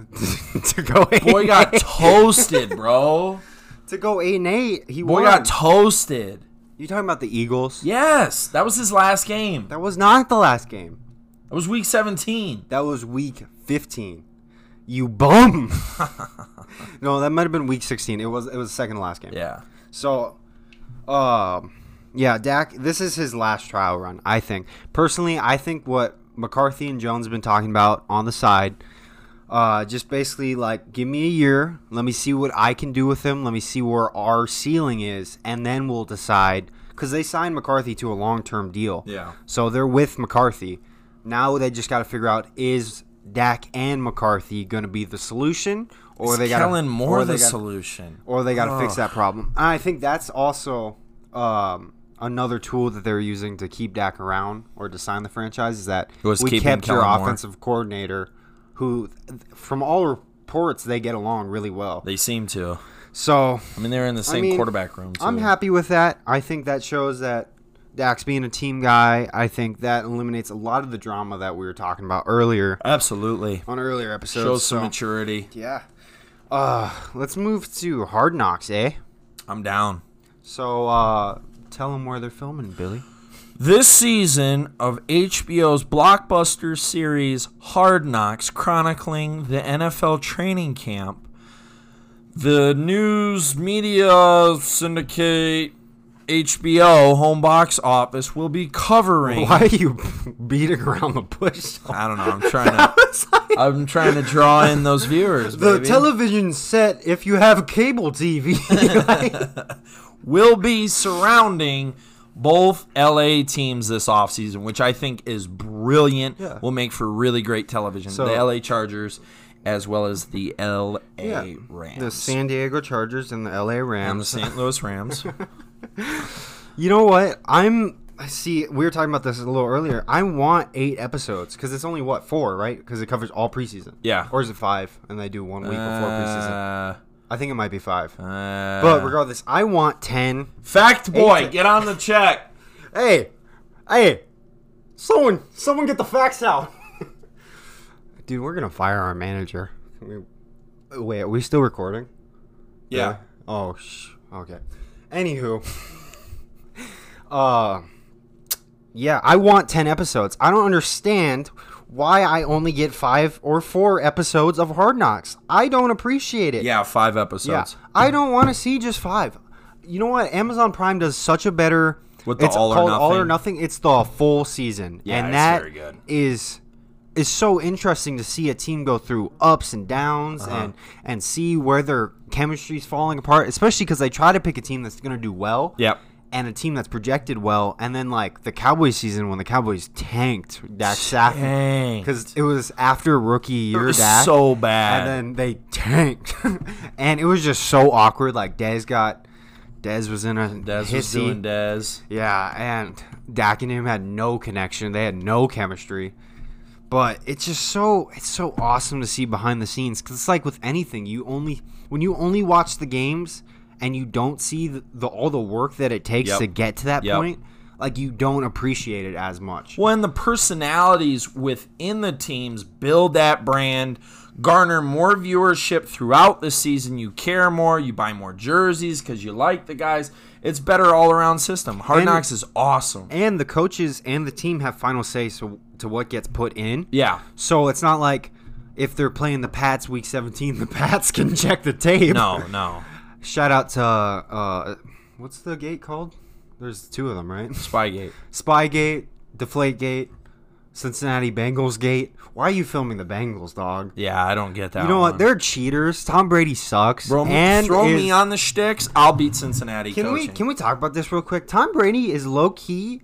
Speaker 1: to go eight,
Speaker 2: Boy got toasted, bro.
Speaker 1: to go eight and eight. He
Speaker 2: Boy
Speaker 1: won.
Speaker 2: got toasted.
Speaker 1: you talking about the Eagles?
Speaker 2: Yes, that was his last game.
Speaker 1: That was not the last game.
Speaker 2: That was week 17.
Speaker 1: That was week 15. You bum. no, that might have been week 16. It was it was the second to last game.
Speaker 2: Yeah.
Speaker 1: So, um, yeah, Dak. This is his last trial run, I think. Personally, I think what McCarthy and Jones have been talking about on the side, uh, just basically like, give me a year, let me see what I can do with him, let me see where our ceiling is, and then we'll decide. Because they signed McCarthy to a long-term deal.
Speaker 2: Yeah.
Speaker 1: So they're with McCarthy. Now they just got to figure out is Dak and McCarthy going to be the solution, or they got
Speaker 2: Kellen Moore
Speaker 1: or
Speaker 2: the
Speaker 1: they gotta-
Speaker 2: solution.
Speaker 1: or they got to fix that problem. And I think that's also um, another tool that they're using to keep Dak around or to sign the franchise is that
Speaker 2: was
Speaker 1: we
Speaker 2: keeping
Speaker 1: kept your
Speaker 2: Kellen Moore.
Speaker 1: offensive coordinator, who, from all reports, they get along really well.
Speaker 2: They seem to.
Speaker 1: So
Speaker 2: I mean, they're in the same
Speaker 1: mean,
Speaker 2: quarterback room. Too.
Speaker 1: I'm happy with that. I think that shows that Dak's being a team guy. I think that eliminates a lot of the drama that we were talking about earlier
Speaker 2: Absolutely.
Speaker 1: on earlier episodes.
Speaker 2: Shows some
Speaker 1: so,
Speaker 2: maturity.
Speaker 1: yeah. Uh, let's move to Hard Knocks, eh?
Speaker 2: I'm down.
Speaker 1: So uh, tell them where they're filming, Billy.
Speaker 2: This season of HBO's blockbuster series Hard Knocks, chronicling the NFL training camp, the news media syndicate HBO home box office will be covering.
Speaker 1: Why do you beat around the bush?
Speaker 2: I don't know. I'm trying to. I'm trying to draw in those viewers.
Speaker 1: The
Speaker 2: baby.
Speaker 1: television set, if you have cable TV,
Speaker 2: will be surrounding both LA teams this offseason, which I think is brilliant.
Speaker 1: Yeah.
Speaker 2: Will make for really great television.
Speaker 1: So-
Speaker 2: the LA Chargers as well as the LA
Speaker 1: Yeah.
Speaker 2: Rams.
Speaker 1: the San Diego Chargers and the LA
Speaker 2: and the
Speaker 1: Rams.
Speaker 2: St. Louis Rams.
Speaker 1: You know what? I'm. See, we were talking about this a little earlier. I want eight episodes because it's only what four, right? Because it covers all preseason.
Speaker 2: Yeah.
Speaker 1: Or is it five? And they do one week before preseason.
Speaker 2: Uh,
Speaker 1: I think it might be five.
Speaker 2: uh,
Speaker 1: but regardless, I want ten.
Speaker 2: fact boy,
Speaker 1: Eight-
Speaker 2: get on the check.
Speaker 1: Hey, hey, someone, someone get the facts out. Dude, we're gonna fire our manager. We- Wait, are we still recording?
Speaker 2: Yeah.
Speaker 1: Oh, sh- okay. Anywho, uh, yeah, I want ten episodes. I don't understand why I only get five or four episodes of Hard Knocks. I don't appreciate it.
Speaker 2: Yeah, five
Speaker 1: Yeah,
Speaker 2: episodes.
Speaker 1: I don't want to see just five. You know what? Amazon Prime does such a better.
Speaker 2: With the
Speaker 1: it's
Speaker 2: all or
Speaker 1: called all or
Speaker 2: nothing.
Speaker 1: nothing. It's the full season,
Speaker 2: Yeah,
Speaker 1: and
Speaker 2: it's
Speaker 1: that
Speaker 2: very good.
Speaker 1: is is so interesting to see a team go through ups and downs
Speaker 2: Uh-huh.
Speaker 1: and and see where their chemistry's falling apart. Especially because they try to pick a team that's going to do well.
Speaker 2: Yep.
Speaker 1: And a team that's projected well, and then like the Cowboys season when the Cowboys tanked Dak Stafford
Speaker 2: Dang.
Speaker 1: because it was after rookie year.
Speaker 2: It's
Speaker 1: Dak
Speaker 2: so
Speaker 1: and
Speaker 2: bad.
Speaker 1: then they tanked, and it was just so awkward. Like Dez got, Dez was in a
Speaker 2: Dez
Speaker 1: hissy,
Speaker 2: was doing Dez.
Speaker 1: yeah, and Dak and him had no connection. They had no chemistry, but it's just so it's so awesome to see behind the scenes because it's like with anything, you only when you only watch the games and you don't see the, the all the work that it takes
Speaker 2: Yep.
Speaker 1: to get to that
Speaker 2: Yep.
Speaker 1: point, like you don't appreciate it as much.
Speaker 2: when the personalities within the teams build that brand garner more viewership throughout the season you care more you buy more jerseys because you like the guys it's better all around system hard
Speaker 1: And-
Speaker 2: knocks is awesome
Speaker 1: And the coaches and the team have final say so to what gets put in.
Speaker 2: yeah
Speaker 1: So it's not like if they're playing the Pats week 17, the Pats can check the tape.
Speaker 2: no no
Speaker 1: Shout out to, uh, what's the gate called? There's two of them, right?
Speaker 2: spygate
Speaker 1: Spygate, Deflategate, Cincinnati Bengals Gate. Why are you filming the Bengals, dog?
Speaker 2: yeah i don't get that
Speaker 1: You know what?
Speaker 2: one.
Speaker 1: They're cheaters. Tom Brady sucks.
Speaker 2: throw, me-
Speaker 1: and
Speaker 2: throw
Speaker 1: is-
Speaker 2: me on the shticks i'll beat cincinnati
Speaker 1: Can we
Speaker 2: coaching.
Speaker 1: can we talk about this real quick? Tom Brady is low key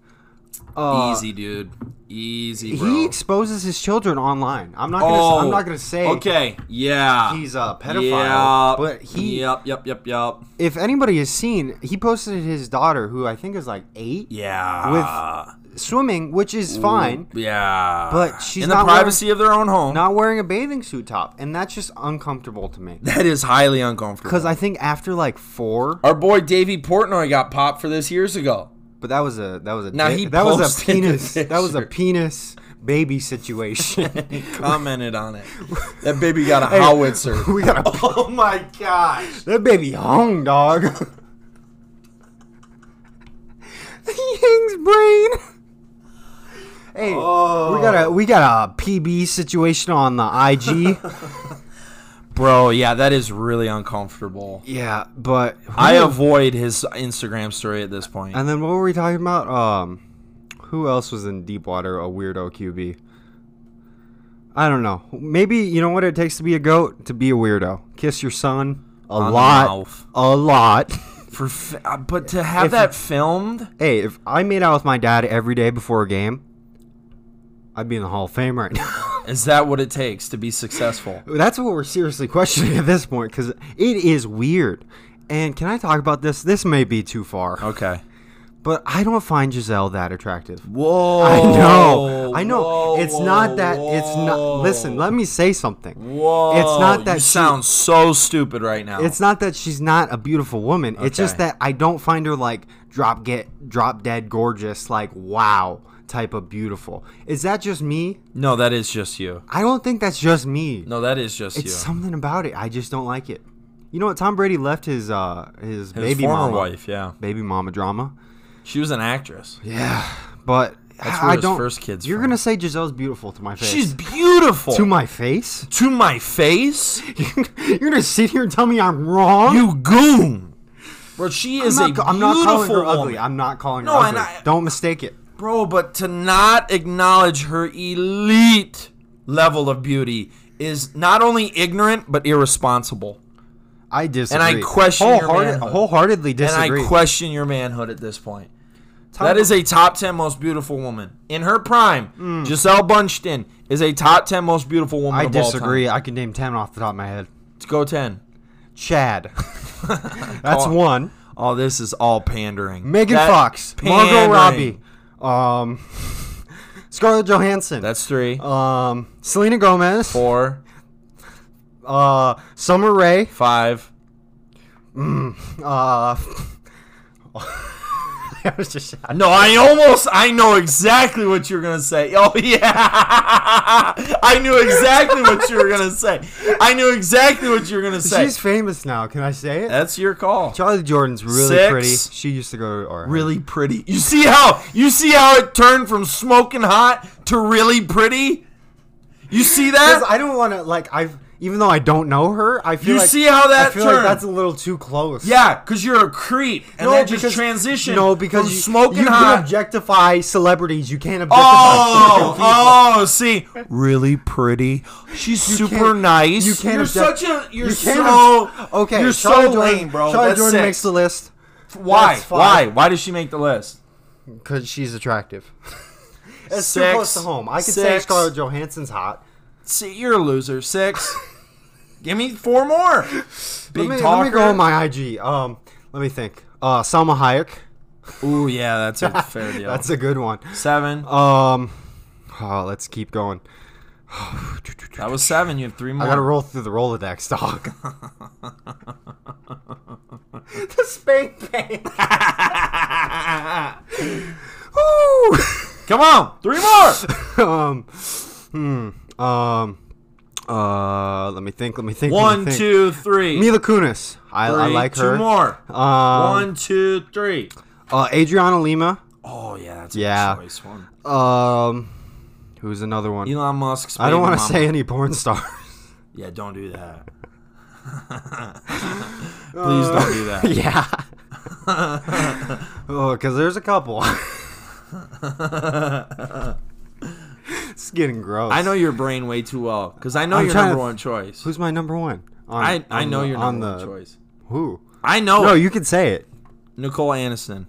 Speaker 1: Uh,
Speaker 2: Easy, dude. Easy, bro. Oh,
Speaker 1: He exposes his children online. I'm not. Gonna, I'm not going to say
Speaker 2: Okay. Yeah.
Speaker 1: he's a pedophile,
Speaker 2: Yep.
Speaker 1: but he.
Speaker 2: Yep. Yep. Yep. Yep.
Speaker 1: If anybody has seen, he posted his daughter, who I think is like eight,
Speaker 2: Yeah.
Speaker 1: swimming, which is fine,
Speaker 2: Yeah.
Speaker 1: But she's
Speaker 2: in the
Speaker 1: not
Speaker 2: privacy of their own home.
Speaker 1: not wearing a bathing suit top, and that's just uncomfortable to me.
Speaker 2: That is highly uncomfortable.
Speaker 1: Because I think after like four,
Speaker 2: Our boy Davey Portnoy got popped for this years ago.
Speaker 1: but that was a that was a
Speaker 2: Now
Speaker 1: di-
Speaker 2: he
Speaker 1: that was a
Speaker 2: posted the
Speaker 1: penis that was a
Speaker 2: picture.
Speaker 1: penis baby situation.
Speaker 2: Commented on it. That baby got a howitzer.
Speaker 1: we got a
Speaker 2: oh my gosh.
Speaker 1: That baby hung, dog. Yang's brain. Hey, we got a we got a PB situation on the IG.
Speaker 2: Bro, yeah, that is really uncomfortable.
Speaker 1: yeah, but
Speaker 2: I avoid his Instagram story at this point.
Speaker 1: And then what were we talking about? Um, who else was in deep water? A weirdo QB. I don't know. Maybe you know what it takes to be a goat to be a weirdo. Kiss your son a
Speaker 2: the
Speaker 1: lot,
Speaker 2: mouth.
Speaker 1: a lot.
Speaker 2: For fi- uh, but to have
Speaker 1: If-
Speaker 2: that filmed,
Speaker 1: Hey, if I made out with my dad every day before a game, I'd be in the Hall of Fame right now.
Speaker 2: is that what it takes to be successful?
Speaker 1: That's what we're seriously questioning at this point because it is weird. And can I talk about this? This may be too far,
Speaker 2: Okay.
Speaker 1: but I don't find Giselle that attractive.
Speaker 2: Whoa.
Speaker 1: I know, I know.
Speaker 2: whoa,
Speaker 1: it's not that. It's not.
Speaker 2: whoa.
Speaker 1: Listen, let me say something.
Speaker 2: Whoa.
Speaker 1: It's not that
Speaker 2: you
Speaker 1: she-
Speaker 2: sound so stupid right now.
Speaker 1: It's not that she's not a beautiful woman. It's just
Speaker 2: Okay.
Speaker 1: that I don't find her like drop get drop dead gorgeous, like wow type of beautiful. Is that just me?
Speaker 2: no, that is just you.
Speaker 1: I don't think that's just me.
Speaker 2: No, that is just
Speaker 1: It's
Speaker 2: you.
Speaker 1: something about it. I just don't like it. You know what? Tom Brady left his uh his,
Speaker 2: His
Speaker 1: baby
Speaker 2: former
Speaker 1: mama,
Speaker 2: wife, yeah.
Speaker 1: baby mama drama.
Speaker 2: She was an actress.
Speaker 1: Yeah, but
Speaker 2: That's
Speaker 1: I,
Speaker 2: where
Speaker 1: I
Speaker 2: his
Speaker 1: don't.
Speaker 2: first kid's
Speaker 1: you're
Speaker 2: from.
Speaker 1: gonna say Giselle's beautiful to my face?
Speaker 2: She's beautiful.
Speaker 1: to my face.
Speaker 2: to my face?
Speaker 1: you're gonna sit here and tell me I'm wrong?
Speaker 2: You goon. Bro, she is
Speaker 1: I'm, not,
Speaker 2: a
Speaker 1: ca- I'm not calling
Speaker 2: beautiful
Speaker 1: her
Speaker 2: woman.
Speaker 1: ugly. I'm not calling
Speaker 2: No,
Speaker 1: her
Speaker 2: and
Speaker 1: ugly.
Speaker 2: I-
Speaker 1: don't mistake it.
Speaker 2: Bro, but to not acknowledge her elite level of beauty is not only ignorant but irresponsible.
Speaker 1: I disagree.
Speaker 2: question your
Speaker 1: Wholehearted-
Speaker 2: manhood.
Speaker 1: wholeheartedly disagree.
Speaker 2: And I question your manhood at this point.
Speaker 1: Tom-
Speaker 2: that is a top 10 most beautiful woman. In her prime, Giselle Bunchton is a top 10 most beautiful woman
Speaker 1: I
Speaker 2: of all time.
Speaker 1: disagree. I can name ten off the top of my head.
Speaker 2: Go 10.
Speaker 1: Chad. That's
Speaker 2: Oh.
Speaker 1: one.
Speaker 2: Oh, this is all pandering.
Speaker 1: Megan
Speaker 2: That-
Speaker 1: Fox,
Speaker 2: pandering.
Speaker 1: Margot Robbie, um, Scarlett Johansson,
Speaker 2: That's three,
Speaker 1: um, Selena Gomez,
Speaker 2: four,
Speaker 1: uh, Summer Rae,
Speaker 2: five.
Speaker 1: uh, I was just
Speaker 2: No, I almost I know exactly what you're gonna say. Oh yeah, I knew exactly what you were gonna say. I knew exactly what you were gonna say.
Speaker 1: she's famous now. Can I say it?
Speaker 2: That's your call.
Speaker 1: Charlie Jordan's really
Speaker 2: Six.
Speaker 1: pretty. She used to go to our
Speaker 2: really pretty. You see how you see how it turned from smoking hot to really pretty. You see
Speaker 1: 'Cause
Speaker 2: that?
Speaker 1: I don't want to like I've even though I don't know her. I feel
Speaker 2: You
Speaker 1: like,
Speaker 2: see how
Speaker 1: I
Speaker 2: that
Speaker 1: feel like
Speaker 2: turned?
Speaker 1: that's a little too close.
Speaker 2: yeah, because you're a creep, and that just
Speaker 1: because-
Speaker 2: transition.
Speaker 1: No, because
Speaker 2: from
Speaker 1: you,
Speaker 2: smoking
Speaker 1: you can
Speaker 2: hot.
Speaker 1: objectify celebrities. You can't objectify.
Speaker 2: Oh,
Speaker 1: certain people.
Speaker 2: oh, see, really pretty. She's super
Speaker 1: can't-
Speaker 2: nice.
Speaker 1: you can't
Speaker 2: You're
Speaker 1: object-
Speaker 2: such a. You're
Speaker 1: You can't
Speaker 2: so.
Speaker 1: obj- okay.
Speaker 2: You're
Speaker 1: Charlotte
Speaker 2: so
Speaker 1: Jordan,
Speaker 2: lame, bro.
Speaker 1: Charlotte
Speaker 2: That's
Speaker 1: Jordan
Speaker 2: six.
Speaker 1: makes the list
Speaker 2: Why?
Speaker 1: that's five.
Speaker 2: Why? Why does she make the list?
Speaker 1: because she's attractive. it's too
Speaker 2: Six.
Speaker 1: close to home. I could say
Speaker 2: Six.
Speaker 1: Scarlett Johansson's hot.
Speaker 2: See, you're a loser. Six. Give me four more. Big
Speaker 1: Let me,
Speaker 2: talker.
Speaker 1: let me go on my IG. Um, let me think. Uh, Salma Hayek.
Speaker 2: Ooh, yeah, that's a fair deal.
Speaker 1: That's a good one.
Speaker 2: seven.
Speaker 1: Um, oh, let's keep going.
Speaker 2: that was seven. You have three more.
Speaker 1: I gotta roll through the Rolodex, dog. the spank pain. Ooh.
Speaker 2: Come on, three more.
Speaker 1: um, hmm, um, uh, let me think. Let me think. let me
Speaker 2: One,
Speaker 1: think.
Speaker 2: two, three.
Speaker 1: Mila Kunis. I, I
Speaker 2: Three,
Speaker 1: like
Speaker 2: two
Speaker 1: her.
Speaker 2: more.
Speaker 1: Um,
Speaker 2: One, two, three.
Speaker 1: Uh, Adriana Lima.
Speaker 2: Oh yeah, that's a
Speaker 1: Yeah.
Speaker 2: good choice one.
Speaker 1: Um, who's another one?
Speaker 2: Elon Musk's.
Speaker 1: I don't
Speaker 2: want
Speaker 1: want to say any porn stars.
Speaker 2: Yeah, don't do that. Please don't do that.
Speaker 1: yeah. oh, because there's a couple. it's getting gross.
Speaker 2: I know your brain way too well because I know
Speaker 1: I'm
Speaker 2: your
Speaker 1: trying
Speaker 2: number
Speaker 1: to-
Speaker 2: one choice.
Speaker 1: Who's my number one? On,
Speaker 2: I I
Speaker 1: on
Speaker 2: know
Speaker 1: the-
Speaker 2: your
Speaker 1: on
Speaker 2: number Oh.
Speaker 1: the-
Speaker 2: one choice.
Speaker 1: Who?
Speaker 2: I know
Speaker 1: No,
Speaker 2: it.
Speaker 1: you can say it.
Speaker 2: Nicole Aniston.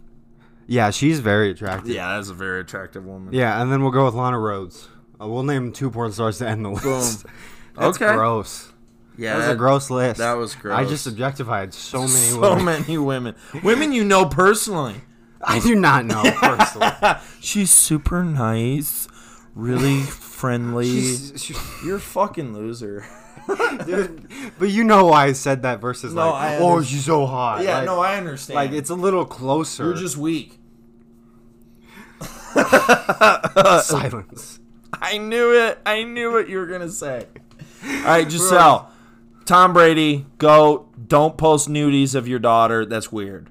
Speaker 1: Yeah, she's very attractive.
Speaker 2: Yeah, that's a very attractive woman.
Speaker 1: Yeah, and then we'll go with Lana Rhodes. Uh, we'll name two porn stars to end the list. That's
Speaker 2: Okay.
Speaker 1: gross.
Speaker 2: Yeah,
Speaker 1: That was a gross list.
Speaker 2: that was
Speaker 1: I
Speaker 2: gross.
Speaker 1: just objectified so many
Speaker 2: so
Speaker 1: women.
Speaker 2: many women. Women you know personally.
Speaker 1: I do not know, personally.
Speaker 2: She's super nice, really friendly.
Speaker 1: She's- she-
Speaker 2: You're a fucking loser.
Speaker 1: dude, but you know why I said that versus
Speaker 2: No,
Speaker 1: like,
Speaker 2: I
Speaker 1: oh,
Speaker 2: under-
Speaker 1: she's so hot.
Speaker 2: Yeah,
Speaker 1: like,
Speaker 2: no, I understand.
Speaker 1: like it's a little closer.
Speaker 2: you're just weak.
Speaker 1: Uh, silence.
Speaker 2: I knew it. I knew what you were gonna say. All right, Giselle, Tom Brady, go. Don't post nudies of your daughter. That's weird.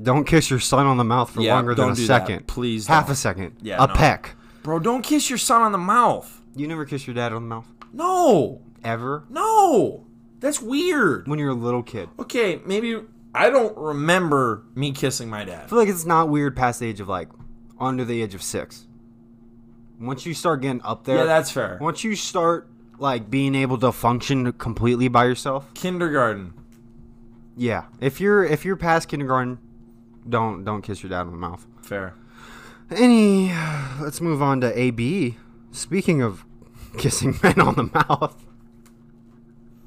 Speaker 1: Don't kiss your son on the mouth for
Speaker 2: Yeah,
Speaker 1: longer than
Speaker 2: don't
Speaker 1: a
Speaker 2: do that.
Speaker 1: second.
Speaker 2: Please
Speaker 1: half
Speaker 2: don't.
Speaker 1: a second.
Speaker 2: Yeah,
Speaker 1: a
Speaker 2: no.
Speaker 1: peck.
Speaker 2: Bro, don't kiss your son on the mouth.
Speaker 1: You never kiss your dad on the mouth
Speaker 2: No,
Speaker 1: ever.
Speaker 2: no, that's weird.
Speaker 1: When you're a little kid,
Speaker 2: Okay, maybe I don't remember me kissing my
Speaker 1: I
Speaker 2: dad.
Speaker 1: feel like it's not weird past the age of like under the age of six. Once you start getting up there,
Speaker 2: Yeah, that's fair.
Speaker 1: once you start like being able to function completely by yourself.
Speaker 2: Kindergarten.
Speaker 1: Yeah, if you're if you're past kindergarten, don't don't kiss your dad on the mouth.
Speaker 2: Fair.
Speaker 1: Any, let's move on to AB. Speaking of kissing men on the mouth,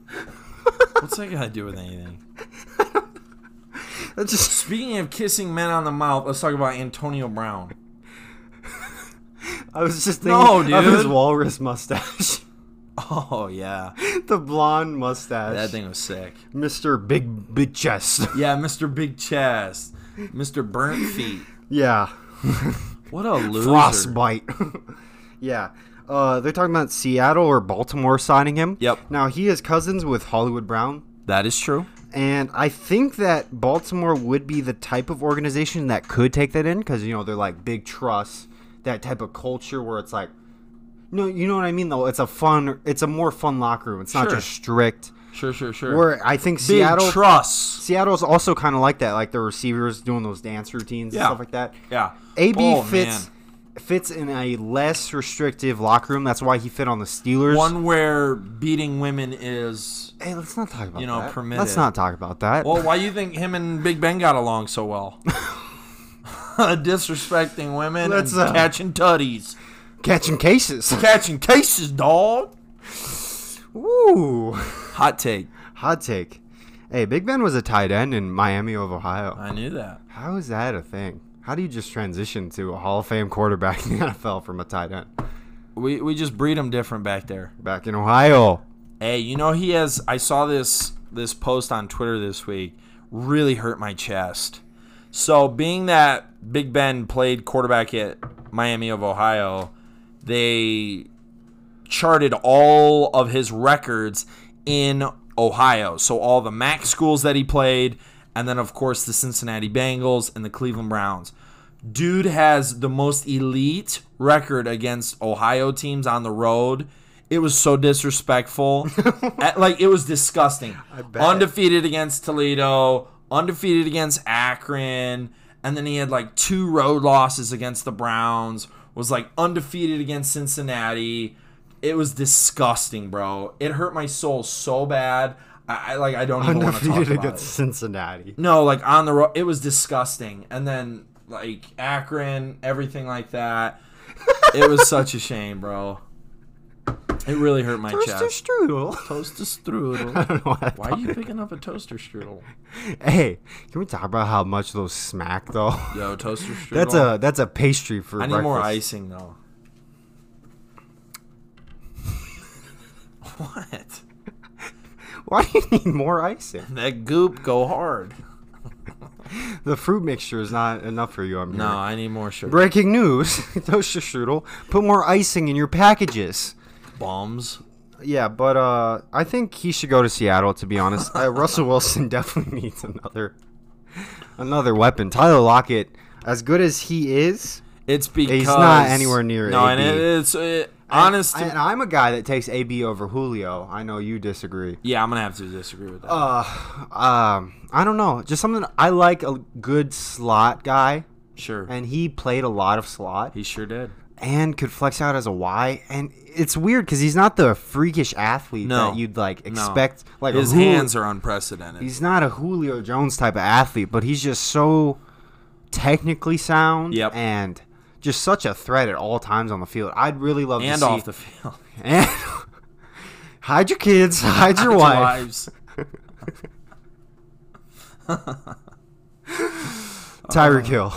Speaker 2: What's that got to do with anything?
Speaker 1: that's just
Speaker 2: Speaking of kissing men on the mouth, let's talk about Antonio Brown.
Speaker 1: I was just thinking
Speaker 2: No,
Speaker 1: of his
Speaker 2: dude.
Speaker 1: walrus mustache,
Speaker 2: Oh yeah,
Speaker 1: the blonde mustache.
Speaker 2: that thing was sick.
Speaker 1: Mr. Big Big Chest.
Speaker 2: Yeah, Mr. Big Chest, Mr. Burnt Feet.
Speaker 1: yeah,
Speaker 2: What a loser!
Speaker 1: frostbite. yeah, uh, they're talking about Seattle or Baltimore signing him.
Speaker 2: Yep.
Speaker 1: Now he is cousins with Hollywood Brown,
Speaker 2: That is true.
Speaker 1: And I think that Baltimore would be the type of organization that could take that in because, you know, they're like big trusts, that type of culture where it's like, no, you know what I mean, though? It's a fun, it's a more fun locker room. It's not
Speaker 2: Sure.
Speaker 1: just strict.
Speaker 2: Sure, sure, sure.
Speaker 1: Where I think
Speaker 2: Big
Speaker 1: Seattle,
Speaker 2: truss.
Speaker 1: Seattle's also kind of like that, like the receivers doing those dance routines
Speaker 2: Yeah.
Speaker 1: and stuff like that.
Speaker 2: Yeah.
Speaker 1: AB
Speaker 2: Oh,
Speaker 1: fits.
Speaker 2: man.
Speaker 1: Fits in a less restrictive locker room. That's why he fit on the Steelers.
Speaker 2: One where beating women is.
Speaker 1: hey, let's not talk about
Speaker 2: You know,
Speaker 1: that. Let's
Speaker 2: permitted.
Speaker 1: not talk about that.
Speaker 2: Well, why you think him and Big Ben got along so well? Disrespecting women
Speaker 1: Let's,
Speaker 2: and
Speaker 1: uh,
Speaker 2: catching tutties,
Speaker 1: Catching cases.
Speaker 2: catching cases, dog.
Speaker 1: Woo.
Speaker 2: Hot take.
Speaker 1: Hot take. Hey, Big Ben was a tight end in Miami of Ohio.
Speaker 2: I knew that.
Speaker 1: How is that a thing? How do you just transition to a Hall of Fame quarterback in the NFL from a tight end?
Speaker 2: We we just breed them different back there.
Speaker 1: Back in Ohio.
Speaker 2: Hey, you know he has. I saw this this post on Twitter this week. Really hurt my chest. So being that Big Ben played quarterback at Miami of Ohio, they charted all of his records in Ohio. So all the MAC schools that he played, and then of course the Cincinnati Bengals and the Cleveland Browns. Dude has the most elite record against Ohio teams on the road. It was so disrespectful. At- like it was disgusting.
Speaker 1: bet.
Speaker 2: Undefeated against Toledo, undefeated against Akron, and then he had like two road losses against the Browns, was like undefeated against Cincinnati. It was disgusting, bro. It hurt my soul so bad. I, I like I don't even want to talk
Speaker 1: Undefeated
Speaker 2: about
Speaker 1: against
Speaker 2: it.
Speaker 1: Cincinnati.
Speaker 2: No, like on the road, it was disgusting. And then like Akron, everything like that. it was such a shame, bro. It really hurt my chest.
Speaker 1: Strudel.
Speaker 2: Toaster
Speaker 1: I
Speaker 2: strudel.
Speaker 1: don't know why I
Speaker 2: Why are you picking up a toaster strudel?
Speaker 1: thought- Hey, can we talk about how much those smack though?
Speaker 2: Yo, toaster strudel.
Speaker 1: That's a that's a pastry for
Speaker 2: I need
Speaker 1: breakfast.
Speaker 2: more icing though. what?
Speaker 1: Why do you need more icing?
Speaker 2: That goop go hard.
Speaker 1: The fruit mixture is not enough for you. I'm
Speaker 2: No,
Speaker 1: hearing.
Speaker 2: I need more sugar.
Speaker 1: Breaking news: Toaster Strudel, put more icing in your packages.
Speaker 2: Bombs.
Speaker 1: Yeah, but uh, I think he should go to Seattle. To be honest, uh, Russell Wilson definitely needs another another weapon. Tyler Lockett, as good as he is,
Speaker 2: It's because
Speaker 1: not anywhere near
Speaker 2: No, and
Speaker 1: AB.
Speaker 2: it, it's it, honest.
Speaker 1: and I'm a guy that takes AB over Julio. I know you disagree.
Speaker 2: yeah, I'm gonna have to disagree with that.
Speaker 1: Uh, um, I don't know. Just something I like a good slot guy,
Speaker 2: sure,
Speaker 1: and he played a lot of slot
Speaker 2: he sure did.
Speaker 1: and could flex out as a Y. And it's weird because he's not the freakish athlete
Speaker 2: No.
Speaker 1: that you'd like expect. Like a
Speaker 2: His
Speaker 1: Jul-
Speaker 2: hands are unprecedented.
Speaker 1: he's not a Julio Jones type of athlete, but he's just so technically sound
Speaker 2: Yep.
Speaker 1: and just such a threat at all times on the field. I'd really love to
Speaker 2: and
Speaker 1: see
Speaker 2: off the field.
Speaker 1: and hide your kids, hide your
Speaker 2: Two
Speaker 1: wife.
Speaker 2: wives. Uh-huh.
Speaker 1: Tyreek Hill,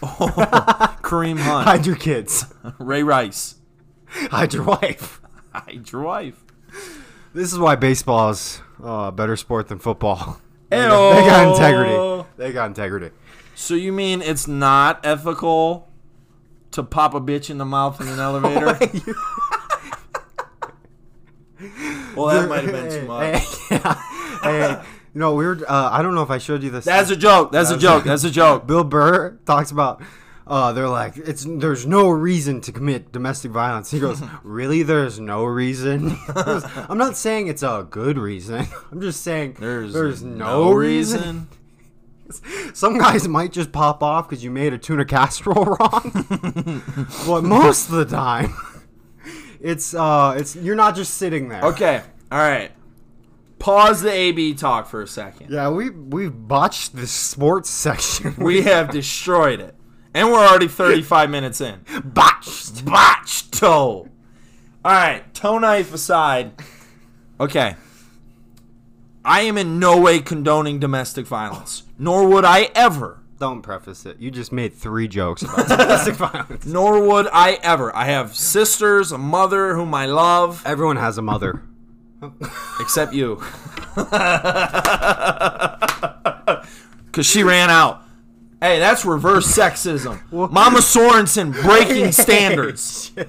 Speaker 2: Kareem Hunt,
Speaker 1: hide your kids,
Speaker 2: Oh, Ray Rice,
Speaker 1: hide your wife.
Speaker 2: hide your wife.
Speaker 1: This is why baseball is uh, a better sport than football. They got- they got integrity. They got integrity.
Speaker 2: So you mean it's not ethical to pop a bitch in the mouth in an elevator? well, that might have been too much.
Speaker 1: Hey, no, we were. Uh, I don't know if I showed you this.
Speaker 2: That's a joke. That's a joke. That's a joke.
Speaker 1: Bill Burr talks about. Uh, they're like, it's there's no reason to commit domestic violence. He goes, really? There's no reason. He goes, I'm not saying it's a good reason. I'm just saying
Speaker 2: There's,
Speaker 1: no, reason. Some guys might just pop off because you made a tuna casserole wrong. but most of the time, it's uh, it's you're not just sitting there.
Speaker 2: Okay. All right. Pause the AB talk for a second.
Speaker 1: Yeah, we we botched the sports section.
Speaker 2: We have destroyed it. And we're already 35 minutes in.
Speaker 1: botched.
Speaker 2: Botch toe. All right, toe knife aside. Okay. I am in no way condoning domestic violence, nor would I ever.
Speaker 1: Don't preface it. You just made three jokes about domestic violence.
Speaker 2: Nor would I ever. I have sisters, a mother whom I love,
Speaker 1: Everyone has a mother.
Speaker 2: except you. Because she ran out. Hey, that's reverse sexism. Mama Sorensen breaking standards.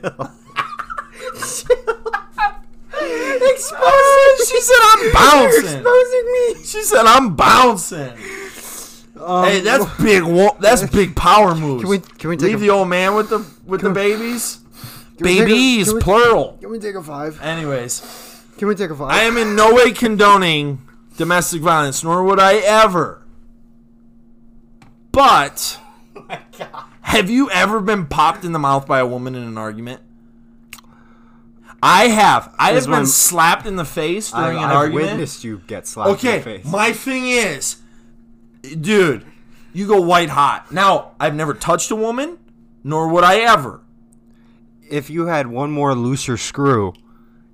Speaker 1: Exposing.
Speaker 2: She said, I'm bouncing.
Speaker 1: Exposing me. Um,
Speaker 2: She said, "I'm bouncing." hey, that's big. Wa- that's big power moves.
Speaker 1: Can we- can we take
Speaker 2: leave
Speaker 1: a-
Speaker 2: the old man with the with the babies?
Speaker 1: we take a-
Speaker 2: Babies,
Speaker 1: can we-
Speaker 2: plural.
Speaker 1: Can we take a five?
Speaker 2: Anyways,
Speaker 1: Can we take a five?
Speaker 2: I am in no way condoning domestic violence, nor would I ever. But have you ever been popped in the mouth by a woman in an argument? I have. I have
Speaker 1: Is when-
Speaker 2: been slapped in the face
Speaker 1: I've,
Speaker 2: during an
Speaker 1: I've
Speaker 2: argument.
Speaker 1: witnessed you get slapped in
Speaker 2: Okay,
Speaker 1: the face.
Speaker 2: my thing is, dude, you go white hot. Now, I've never touched a woman, nor would I ever.
Speaker 1: if you had one more looser screw,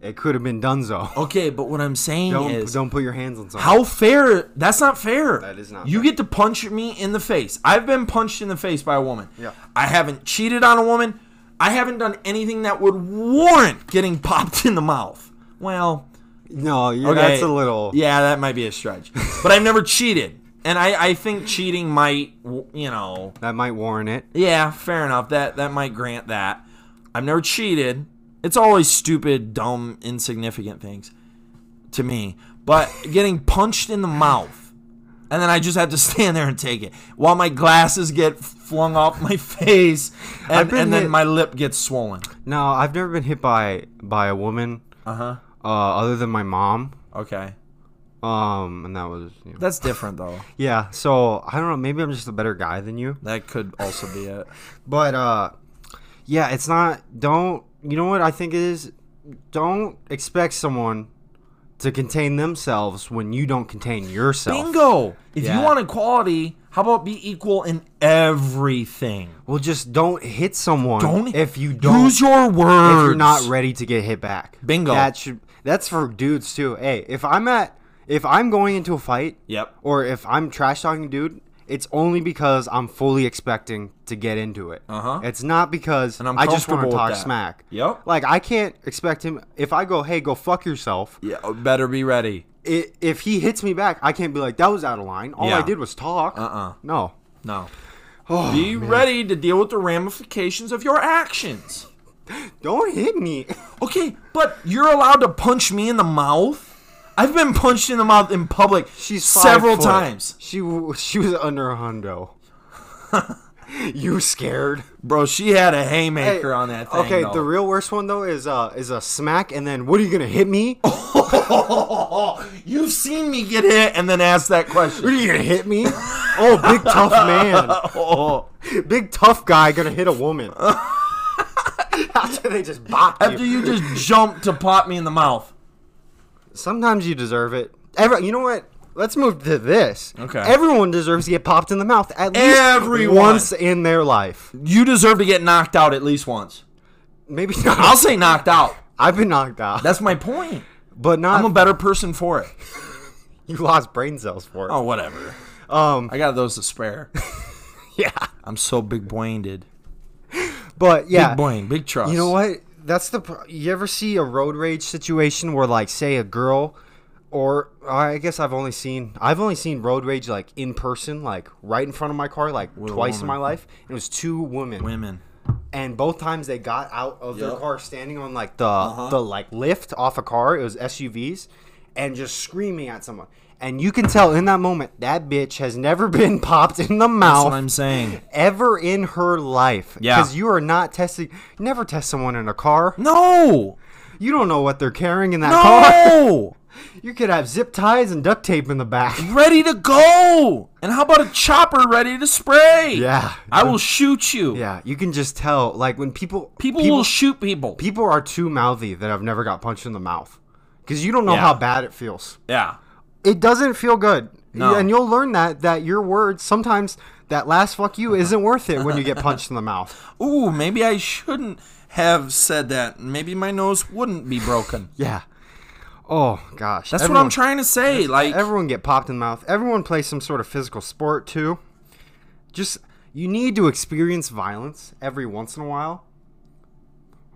Speaker 1: it could have been Dunzo.
Speaker 2: Okay, but what I'm saying
Speaker 1: Don't
Speaker 2: is,
Speaker 1: don't put your hands on someone.
Speaker 2: Oh, how fair? That's not fair.
Speaker 1: That is not
Speaker 2: You
Speaker 1: fair.
Speaker 2: get to punch me in the face. I've been punched in the face by a woman.
Speaker 1: Yeah.
Speaker 2: I haven't cheated on a woman. I haven't done anything that would warrant getting popped in the mouth. Well,
Speaker 1: No, you
Speaker 2: Okay.
Speaker 1: that's a little.
Speaker 2: Yeah, that might be a stretch. But I've never cheated. And I, I think cheating might, you know,
Speaker 1: That might warrant it.
Speaker 2: Yeah, fair enough. That that might grant that. I've never cheated. It's always stupid, dumb, insignificant things to me. But getting punched in the mouth and then I just have to stand there and take it while my glasses get flung off my face and,
Speaker 1: been
Speaker 2: and
Speaker 1: hit-
Speaker 2: then my lip gets swollen.
Speaker 1: No, I've never been hit by by a woman
Speaker 2: Uh-huh.
Speaker 1: uh, other than my mom.
Speaker 2: Okay.
Speaker 1: Um, and that was you know.
Speaker 2: That's different though.
Speaker 1: yeah. So I don't know. Maybe I'm just a better guy than you.
Speaker 2: That could also be it.
Speaker 1: But uh, yeah, it's not. Don't you know what I think it is? Don't expect someone to contain themselves when you don't contain yourself.
Speaker 2: Bingo. If
Speaker 1: Yeah.
Speaker 2: you want equality, how about be equal in everything?
Speaker 1: Well, just don't hit someone
Speaker 2: Don't
Speaker 1: if you don't
Speaker 2: use your words.
Speaker 1: if you're not ready to get hit back.
Speaker 2: Bingo.
Speaker 1: That should that's for dudes too. Hey, if I'm at if I'm going into a fight,
Speaker 2: Yep.
Speaker 1: or if I'm trash talking a dude, it's only because I'm fully expecting to get into it.
Speaker 2: Uh-huh.
Speaker 1: It's not because
Speaker 2: And I'm
Speaker 1: I just want to
Speaker 2: comfortable with
Speaker 1: talk
Speaker 2: that.
Speaker 1: smack.
Speaker 2: Yep.
Speaker 1: Like I can't expect him if I go, hey, go fuck yourself.
Speaker 2: Yeah, oh, better be ready.
Speaker 1: i if he hits me back, I can't be like that was out of line. All I
Speaker 2: Yeah.
Speaker 1: did was talk.
Speaker 2: Uh-uh.
Speaker 1: No.
Speaker 2: No.
Speaker 1: Oh,
Speaker 2: be ready to deal with the ramifications of your actions.
Speaker 1: Don't hit me.
Speaker 2: Okay, but you're allowed to punch me in the mouth. I've been punched in the mouth in public
Speaker 1: She's five
Speaker 2: several
Speaker 1: foot.
Speaker 2: times.
Speaker 1: She w- she was under a hundo. you scared?
Speaker 2: Bro, she had a haymaker on that thing.
Speaker 1: Okay,
Speaker 2: though.
Speaker 1: the real worst one though is uh is a smack, and then what are you gonna hit me? What
Speaker 2: Oh, You've seen me get hit and then ask that question.
Speaker 1: are you gonna hit me? oh, big tough man,
Speaker 2: Oh.
Speaker 1: big tough guy gonna hit a woman. After they just bop you.
Speaker 2: After you just jumped to pop me in the mouth.
Speaker 1: Sometimes you deserve it. Ever, you know what? Let's move to this.
Speaker 2: Okay.
Speaker 1: Everyone deserves to get popped in the mouth at
Speaker 2: Everyone.
Speaker 1: least once in their life.
Speaker 2: You deserve to get knocked out at least once.
Speaker 1: Maybe not.
Speaker 2: I'll say knocked out.
Speaker 1: I've been knocked out,
Speaker 2: That's my point.
Speaker 1: but not
Speaker 2: I'm a better person for it.
Speaker 1: you lost brain cells for it.
Speaker 2: Oh, whatever.
Speaker 1: Um,
Speaker 2: I got those to spare.
Speaker 1: yeah.
Speaker 2: I'm so big brained.
Speaker 1: But yeah,
Speaker 2: Big brain, big trust.
Speaker 1: You know what? That's the. Pro- you ever see a road rage situation where, like, say a girl, or I guess I've only seen I've only seen road rage like in person, like right in front of my car, like
Speaker 2: a
Speaker 1: twice in my
Speaker 2: woman.
Speaker 1: life. It was two women,
Speaker 2: Women.
Speaker 1: and both times they got out of their
Speaker 2: Yep.
Speaker 1: car, standing on like the
Speaker 2: Uh-huh.
Speaker 1: the like lift off a car. It was SUVs, and just screaming at someone. And you can tell in that moment that bitch has never been popped in the
Speaker 2: That's
Speaker 1: mouth
Speaker 2: what I'm saying.
Speaker 1: ever in her life.
Speaker 2: Yeah.
Speaker 1: Because you are not testing. Never test someone in a car.
Speaker 2: No.
Speaker 1: You don't know what they're carrying in that car.
Speaker 2: No.
Speaker 1: You could have zip ties and duct tape in the back.
Speaker 2: ready to go. And how about a chopper ready to spray?
Speaker 1: Yeah.
Speaker 2: I will shoot you.
Speaker 1: Yeah. You can just tell. Like when people
Speaker 2: People, will shoot people.
Speaker 1: people are too mouthy that I've never got punched in the mouth because you don't know
Speaker 2: Yeah.
Speaker 1: how bad it feels.
Speaker 2: Yeah.
Speaker 1: It doesn't feel good.
Speaker 2: No.
Speaker 1: And you'll learn that that your words sometimes that last fuck you isn't worth it when you get punched in the mouth.
Speaker 2: Ooh, maybe I shouldn't have said that. Maybe my nose wouldn't be broken.
Speaker 1: Yeah. Oh gosh.
Speaker 2: That's what
Speaker 1: Everyone-
Speaker 2: I'm trying to say. Like,
Speaker 1: Everyone get popped in the mouth. Everyone plays some sort of physical sport too. Just you need to experience violence every once in a while.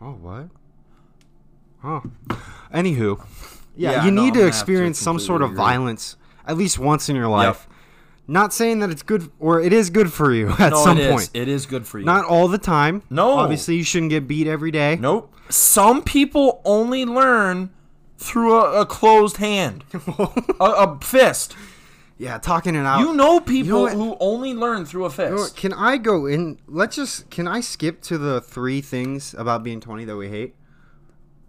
Speaker 1: Oh what? Huh. Anywho. Yeah,
Speaker 2: Yeah,
Speaker 1: you
Speaker 2: no,
Speaker 1: need to
Speaker 2: I'm gonna have to
Speaker 1: experience some sort of
Speaker 2: completely agree.
Speaker 1: violence at least once in your life. Not saying that it's good or it is good for you at
Speaker 2: no,
Speaker 1: some
Speaker 2: it is.
Speaker 1: point.
Speaker 2: It is good for you.
Speaker 1: Not all the time.
Speaker 2: No.
Speaker 1: Obviously you shouldn't get beat every day.
Speaker 2: nope. Some people only learn through a, a closed hand, a, a fist.
Speaker 1: Yeah, talking it out.
Speaker 2: You know people
Speaker 1: Uh, what?
Speaker 2: who only learn through a
Speaker 1: You know what,
Speaker 2: fist.
Speaker 1: Can I go in? Let's just. Can I skip to the three things about being 20 that we hate?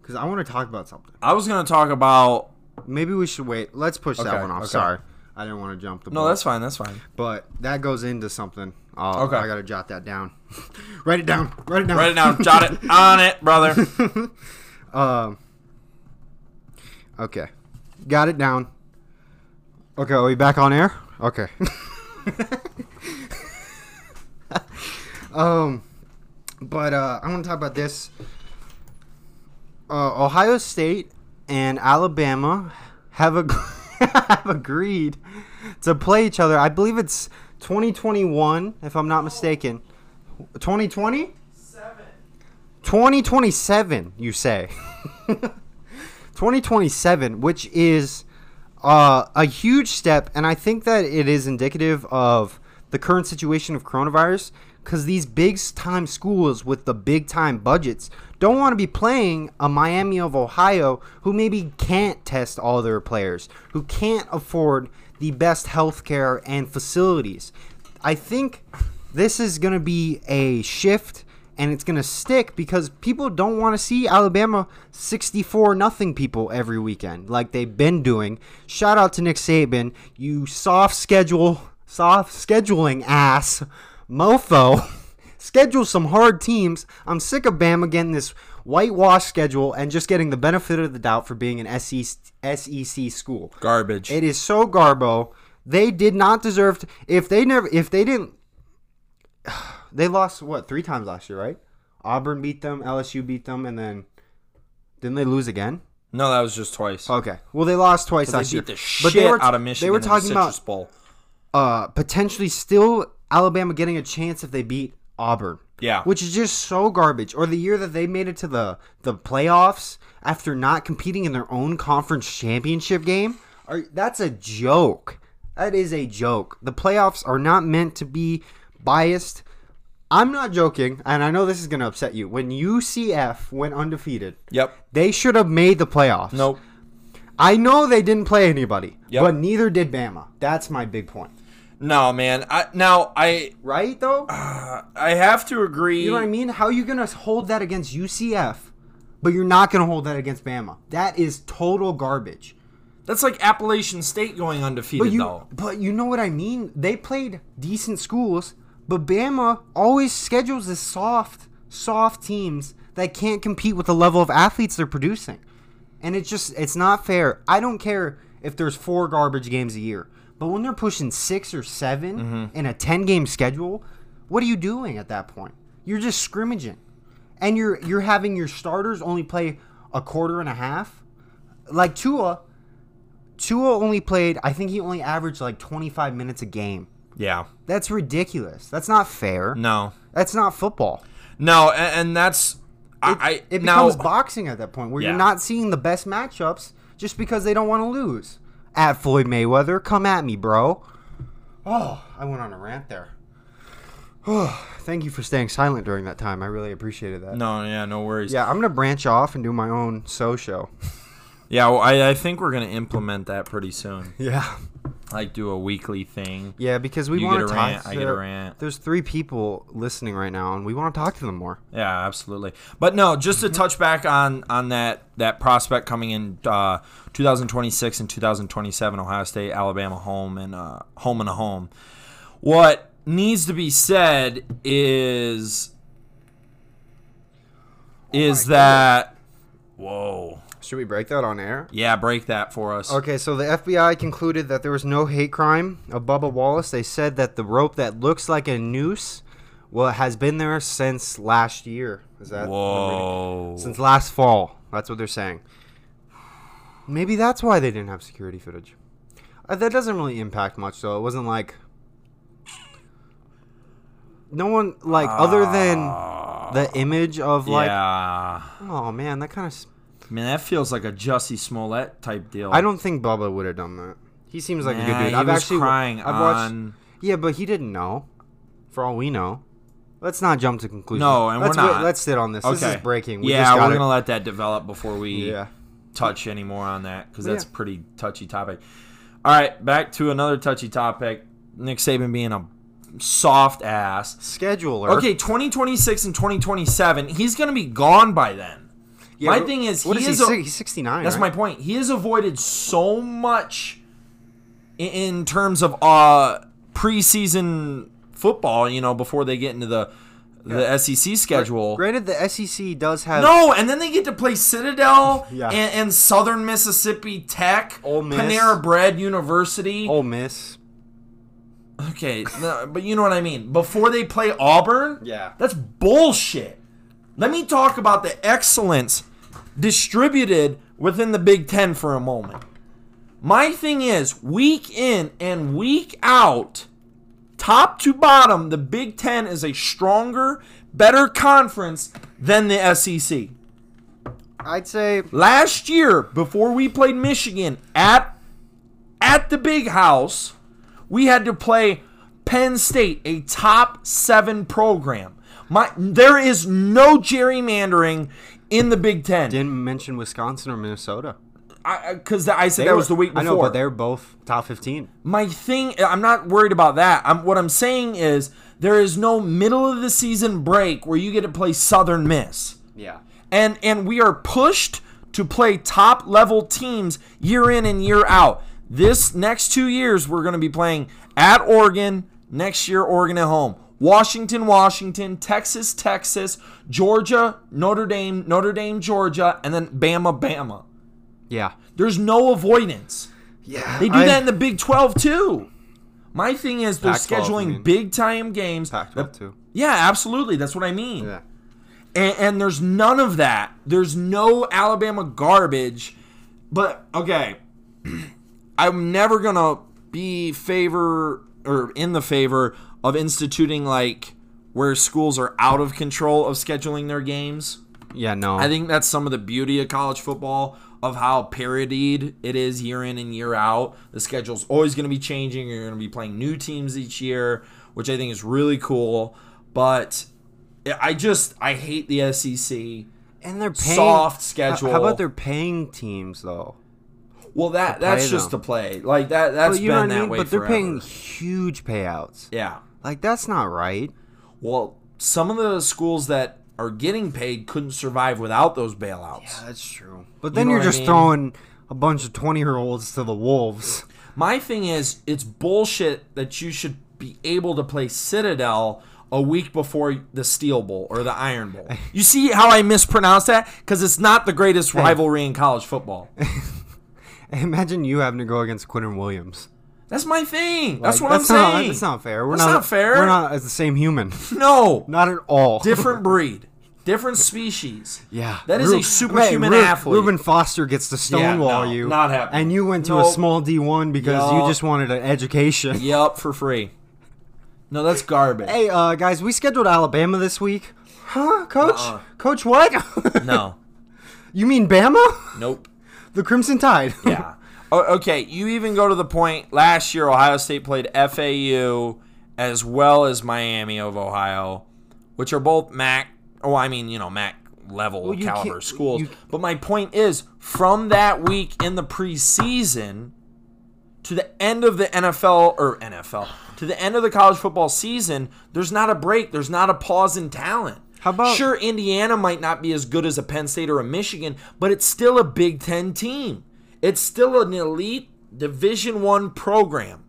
Speaker 1: Because I want to talk about something.
Speaker 2: I was gonna talk about.
Speaker 1: Maybe we should wait. Let's push that
Speaker 2: Okay,
Speaker 1: one off.
Speaker 2: okay.
Speaker 1: Sorry. I didn't want to jump the
Speaker 2: No,
Speaker 1: bullet.
Speaker 2: that's fine. That's fine.
Speaker 1: But that goes into something. Uh,
Speaker 2: Okay.
Speaker 1: I got to jot that down. Write it down. Write it down.
Speaker 2: Write it down. Jot it on it, brother.
Speaker 1: Um, okay. Got it down. Okay, are we back on air? Okay. um, but uh, I want to talk about this. Uh, Ohio State and Alabama have ag- have agreed to play each other. I believe it's 2021, if I'm not mistaken. 2020? 2027, you say. 2027, which is uh, a huge step, and I think that it is indicative of the current situation of coronavirus because these big time schools with the big time budgets don't want to be playing a Miami of Ohio who maybe can't test all their players, who can't afford the best healthcare and facilities. I think this is going to be a shift and it's going to stick because people don't want to see Alabama 64 nothing people every weekend like they've been doing. Shout out to Nick Saban, you soft schedule soft scheduling ass mofo. Schedule some hard teams. I'm sick of Bama getting this whitewash schedule and just getting the benefit of the doubt for being an E SEC, SEC school.
Speaker 2: Garbage.
Speaker 1: It is so garbo. They did not deserve to, if they never if they didn't they lost what three times last year, right? Auburn beat them, LSU beat them, and then didn't they lose again?
Speaker 2: no, that was just twice.
Speaker 1: Okay, well they lost twice
Speaker 2: they
Speaker 1: last year.
Speaker 2: beat the shit out of Michigan.
Speaker 1: They were
Speaker 2: in the
Speaker 1: talking
Speaker 2: Citrus
Speaker 1: about
Speaker 2: Bowl.
Speaker 1: uh, potentially still Alabama getting a chance if they beat Auburn.
Speaker 2: Yeah.
Speaker 1: which is just so garbage. Or the year that they made it to the the playoffs after not competing in their own conference championship game. Are, that's a joke. That is a joke. The playoffs are not meant to be biased. I'm not joking, and I know this is going to upset you. When UCF went undefeated,
Speaker 2: Yep.
Speaker 1: they should have made the playoffs.
Speaker 2: Nope.
Speaker 1: I know they didn't play anybody,
Speaker 2: Yep.
Speaker 1: but neither did Bama. That's my big point.
Speaker 2: No, man. I, now I
Speaker 1: Right though?
Speaker 2: I have to agree.
Speaker 1: You know what I mean? How are you gonna hold that against UCF, but you're not gonna hold that against Bama? That is total garbage.
Speaker 2: That's like Appalachian State going undefeated
Speaker 1: But you,
Speaker 2: though.
Speaker 1: but you know what I mean? They played decent schools, but Bama always schedules the soft, soft teams that can't compete with the level of athletes they're producing. And it's just it's not fair. I don't care if there's four garbage games a year. But when they're pushing six or 7 in a ten game schedule, what are you doing at that point? You're just scrimmaging, and you're you're having your starters only play a quarter and a half. Like Tua, Tua only played. I think he only averaged like 25 minutes a game.
Speaker 2: Yeah.
Speaker 1: That's ridiculous. That's not fair.
Speaker 2: No.
Speaker 1: That's not football.
Speaker 2: No, and, and that's I, I
Speaker 1: It
Speaker 2: now
Speaker 1: becomes boxing at that point where
Speaker 2: Yeah.
Speaker 1: you're not seeing the best matchups just because they don't want to lose. At Floyd Mayweather, come at me, bro. Oh, I went on a rant there. Thank you for staying silent during that time. I really appreciated that.
Speaker 2: No, yeah, no worries.
Speaker 1: Yeah, I'm gonna branch off and do my own so show.
Speaker 2: Yeah, well, I, I think we're gonna implement that pretty soon.
Speaker 1: Yeah.
Speaker 2: Like do a weekly thing.
Speaker 1: Yeah, because we
Speaker 2: You
Speaker 1: want to
Speaker 2: get a
Speaker 1: talk.
Speaker 2: rant,
Speaker 1: to
Speaker 2: I get a
Speaker 1: the-
Speaker 2: rant.
Speaker 1: There's three people listening right now, and we want to talk to them more.
Speaker 2: Yeah, absolutely. But no, just
Speaker 1: Mm-hmm.
Speaker 2: to touch back on on that that prospect coming in uh, 2026 and 2027, Ohio State, Alabama, home and uh, home and a home. What needs to be said is
Speaker 1: Oh
Speaker 2: is that whoa
Speaker 1: Should we break that on air?
Speaker 2: yeah break that for us
Speaker 1: Okay, so the FBI concluded that there was no hate crime of Bubba Wallace. They said that the rope that looks like a noose, well, has been there since last year. Is that
Speaker 2: whoa
Speaker 1: since last fall? That's what they're saying. Maybe that's why they didn't have security footage. Uh, that doesn't really impact much, though. It wasn't like no one like other than the image of like,
Speaker 2: yeah
Speaker 1: oh man, that kind of.
Speaker 2: I mean, that feels like a Jussie Smollett type deal.
Speaker 1: I don't think Bubba would have done that. He seems like a
Speaker 2: Nah,
Speaker 1: good dude.
Speaker 2: he
Speaker 1: I've
Speaker 2: was
Speaker 1: actually
Speaker 2: crying
Speaker 1: I've watched.
Speaker 2: on-
Speaker 1: Yeah, but he didn't know. For all we know, let's not jump to conclusions.
Speaker 2: No, and we're
Speaker 1: let's wait-
Speaker 2: not.
Speaker 1: let's sit on this. This is breaking. We
Speaker 2: yeah,
Speaker 1: just
Speaker 2: we're
Speaker 1: gotta-
Speaker 2: gonna let that develop before we
Speaker 1: Yeah.
Speaker 2: touch any more on that because that's
Speaker 1: Yeah.
Speaker 2: a pretty touchy topic. All right, back to another touchy topic. Nick Saban being a soft ass.
Speaker 1: scheduler.
Speaker 2: Okay, 2026 and 2027, he's gonna be gone by then.
Speaker 1: Yeah,
Speaker 2: my
Speaker 1: wh-
Speaker 2: thing is,
Speaker 1: what
Speaker 2: he
Speaker 1: is
Speaker 2: is
Speaker 1: he?
Speaker 2: a-
Speaker 1: si- he's sixty nine.
Speaker 2: That's my point. He has avoided so much i- in terms of uh preseason football. You know, before they get into the the SEC schedule.
Speaker 1: Granted, the SEC does have.
Speaker 2: No, and then they get to play Citadel
Speaker 1: Yeah.
Speaker 2: and, and Southern Mississippi Tech,
Speaker 1: Ole Miss. Oh.
Speaker 2: Panera Bread University.
Speaker 1: Ole Miss.
Speaker 2: Okay, no, but you know what I mean. Before they play Auburn,
Speaker 1: Yeah.
Speaker 2: that's bullshit. Let me talk about the excellence distributed within the Big Ten for a moment. My thing is, week in and week out, top to bottom, the Big Ten is a stronger, better conference than the E SEC.
Speaker 1: I'd say
Speaker 2: Last year, before we played Michigan at at the big house, we had to play Penn State, a top seven program. My there is no gerrymandering in the Big Ten.
Speaker 1: didn't mention Wisconsin or Minnesota.
Speaker 2: Because I, said
Speaker 1: They
Speaker 2: that
Speaker 1: were-
Speaker 2: was the week before.
Speaker 1: I know, but they're both top fifteen.
Speaker 2: My thing, I'm not worried about that. I'm what I'm saying is there is no middle of the season break where you get to play Southern Miss.
Speaker 1: Yeah.
Speaker 2: and and we are pushed to play top level teams year in and year out. This next two years, we're going to be playing at Oregon. Next year, Oregon at home. Washington, Washington, Texas, Texas, Georgia, Notre Dame, Notre Dame, Georgia, and then Bama, Bama.
Speaker 1: Yeah.
Speaker 2: There's no avoidance.
Speaker 1: Yeah.
Speaker 2: They do that in the Big 12 too. My thing is they're
Speaker 1: Pac-12, you mean.
Speaker 2: scheduling big time games.
Speaker 1: Pac-12 too.
Speaker 2: Yeah, absolutely. That's what I mean
Speaker 1: Yeah.
Speaker 2: and, and there's none of that. There's no Alabama garbage. But okay, I'm never gonna be favor or in the favor of instituting like where schools are out of control of scheduling their games.
Speaker 1: Yeah. No.
Speaker 2: I think that's some of the beauty of college football of how parodied it is year in and year out. The schedule's always going to be changing. You're going to be playing new teams each year, which I think is really cool. But I- I just I hate the SEC.
Speaker 1: and they're paying,
Speaker 2: soft
Speaker 1: How-
Speaker 2: schedule.
Speaker 1: How about they're paying teams though?
Speaker 2: Well, that that's
Speaker 1: play
Speaker 2: just
Speaker 1: them.
Speaker 2: to play. Like that that's
Speaker 1: But you
Speaker 2: been
Speaker 1: know what
Speaker 2: that
Speaker 1: I mean?
Speaker 2: way
Speaker 1: But they're
Speaker 2: forever.
Speaker 1: paying huge payouts.
Speaker 2: Yeah.
Speaker 1: Like that's not right.
Speaker 2: Well, some of the schools that are getting paid couldn't survive without those bailouts.
Speaker 1: That's true. But then
Speaker 2: know
Speaker 1: you are
Speaker 2: what I
Speaker 1: just
Speaker 2: mean?
Speaker 1: throwing a bunch of twenty-year-olds to the wolves.
Speaker 2: My thing is, it's bullshit that you should be able to play Citadel a week before the Steel Bowl or the Iron Bowl. You see how I mispronounce that? Because it's not the greatest rivalry in college football.
Speaker 1: Imagine you having to go against Quinton Williams.
Speaker 2: That's my thing. That's
Speaker 1: Like,
Speaker 2: what I'm
Speaker 1: not,
Speaker 2: saying.
Speaker 1: That's not fair. We're
Speaker 2: That's
Speaker 1: not,
Speaker 2: not fair.
Speaker 1: We're not as the same human.
Speaker 2: no.
Speaker 1: not at all.
Speaker 2: Different breed. Different species.
Speaker 1: Yeah,
Speaker 2: That is
Speaker 1: Ru-
Speaker 2: a superhuman
Speaker 1: Ru-
Speaker 2: athlete.
Speaker 1: Ruben Foster gets to stonewall
Speaker 2: no,
Speaker 1: you.
Speaker 2: not happening.
Speaker 1: And you went to a
Speaker 2: Nope.
Speaker 1: small D one because you
Speaker 2: Yup.
Speaker 1: just wanted an education.
Speaker 2: Yep, for free. No, that's garbage.
Speaker 1: Hey, uh, guys, we scheduled Alabama this week. Huh, coach?
Speaker 2: Uh-uh.
Speaker 1: Coach, what?
Speaker 2: No.
Speaker 1: you mean Bama?
Speaker 2: Nope.
Speaker 1: The Crimson Tide.
Speaker 2: Yeah. O- okay, you even go to the point last year Ohio State played FAU as well as Miami of Ohio, which are both MAC, oh, I mean, you know, MAC level
Speaker 1: you
Speaker 2: caliber
Speaker 1: can't-
Speaker 2: schools.
Speaker 1: you-
Speaker 2: but my point is from that week in the preseason to the end of the NFL or NFL, to the end of the college football season, there's not a break, there's not a pause in talent.
Speaker 1: How about-
Speaker 2: Sure, Indiana might not be as good as a Penn State or a Michigan, but it's still a Big Ten team. It's still an elite Division One program.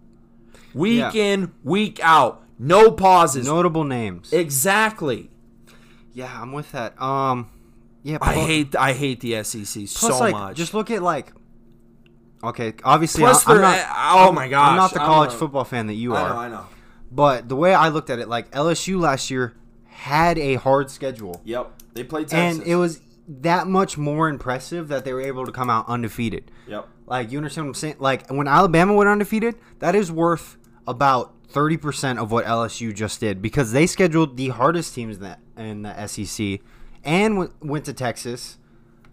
Speaker 2: Week
Speaker 1: Yeah.
Speaker 2: in, week out, no pauses.
Speaker 1: Notable names.
Speaker 2: Exactly.
Speaker 1: yeah, I'm with that. Um, yeah.
Speaker 2: I
Speaker 1: pl-
Speaker 2: hate I hate the SEC
Speaker 1: plus,
Speaker 2: so
Speaker 1: like,
Speaker 2: much.
Speaker 1: Just look at like. Okay, obviously,
Speaker 2: Plus
Speaker 1: I, am
Speaker 2: they're
Speaker 1: not.
Speaker 2: at- oh
Speaker 1: I'm-
Speaker 2: my gosh,
Speaker 1: I'm not the
Speaker 2: I'm
Speaker 1: college
Speaker 2: a-
Speaker 1: football fan that you are.
Speaker 2: know.
Speaker 1: But the way I looked at it, like LSU last year had a hard schedule.
Speaker 2: Yep, they played
Speaker 1: and it was that much more impressive that they were able to come out undefeated.
Speaker 2: yep.
Speaker 1: Like you understand what I'm saying? Like when Alabama went undefeated, that is worth about 30% of what LSU just did because they scheduled the hardest teams in the, in the SEC and w- went to Texas.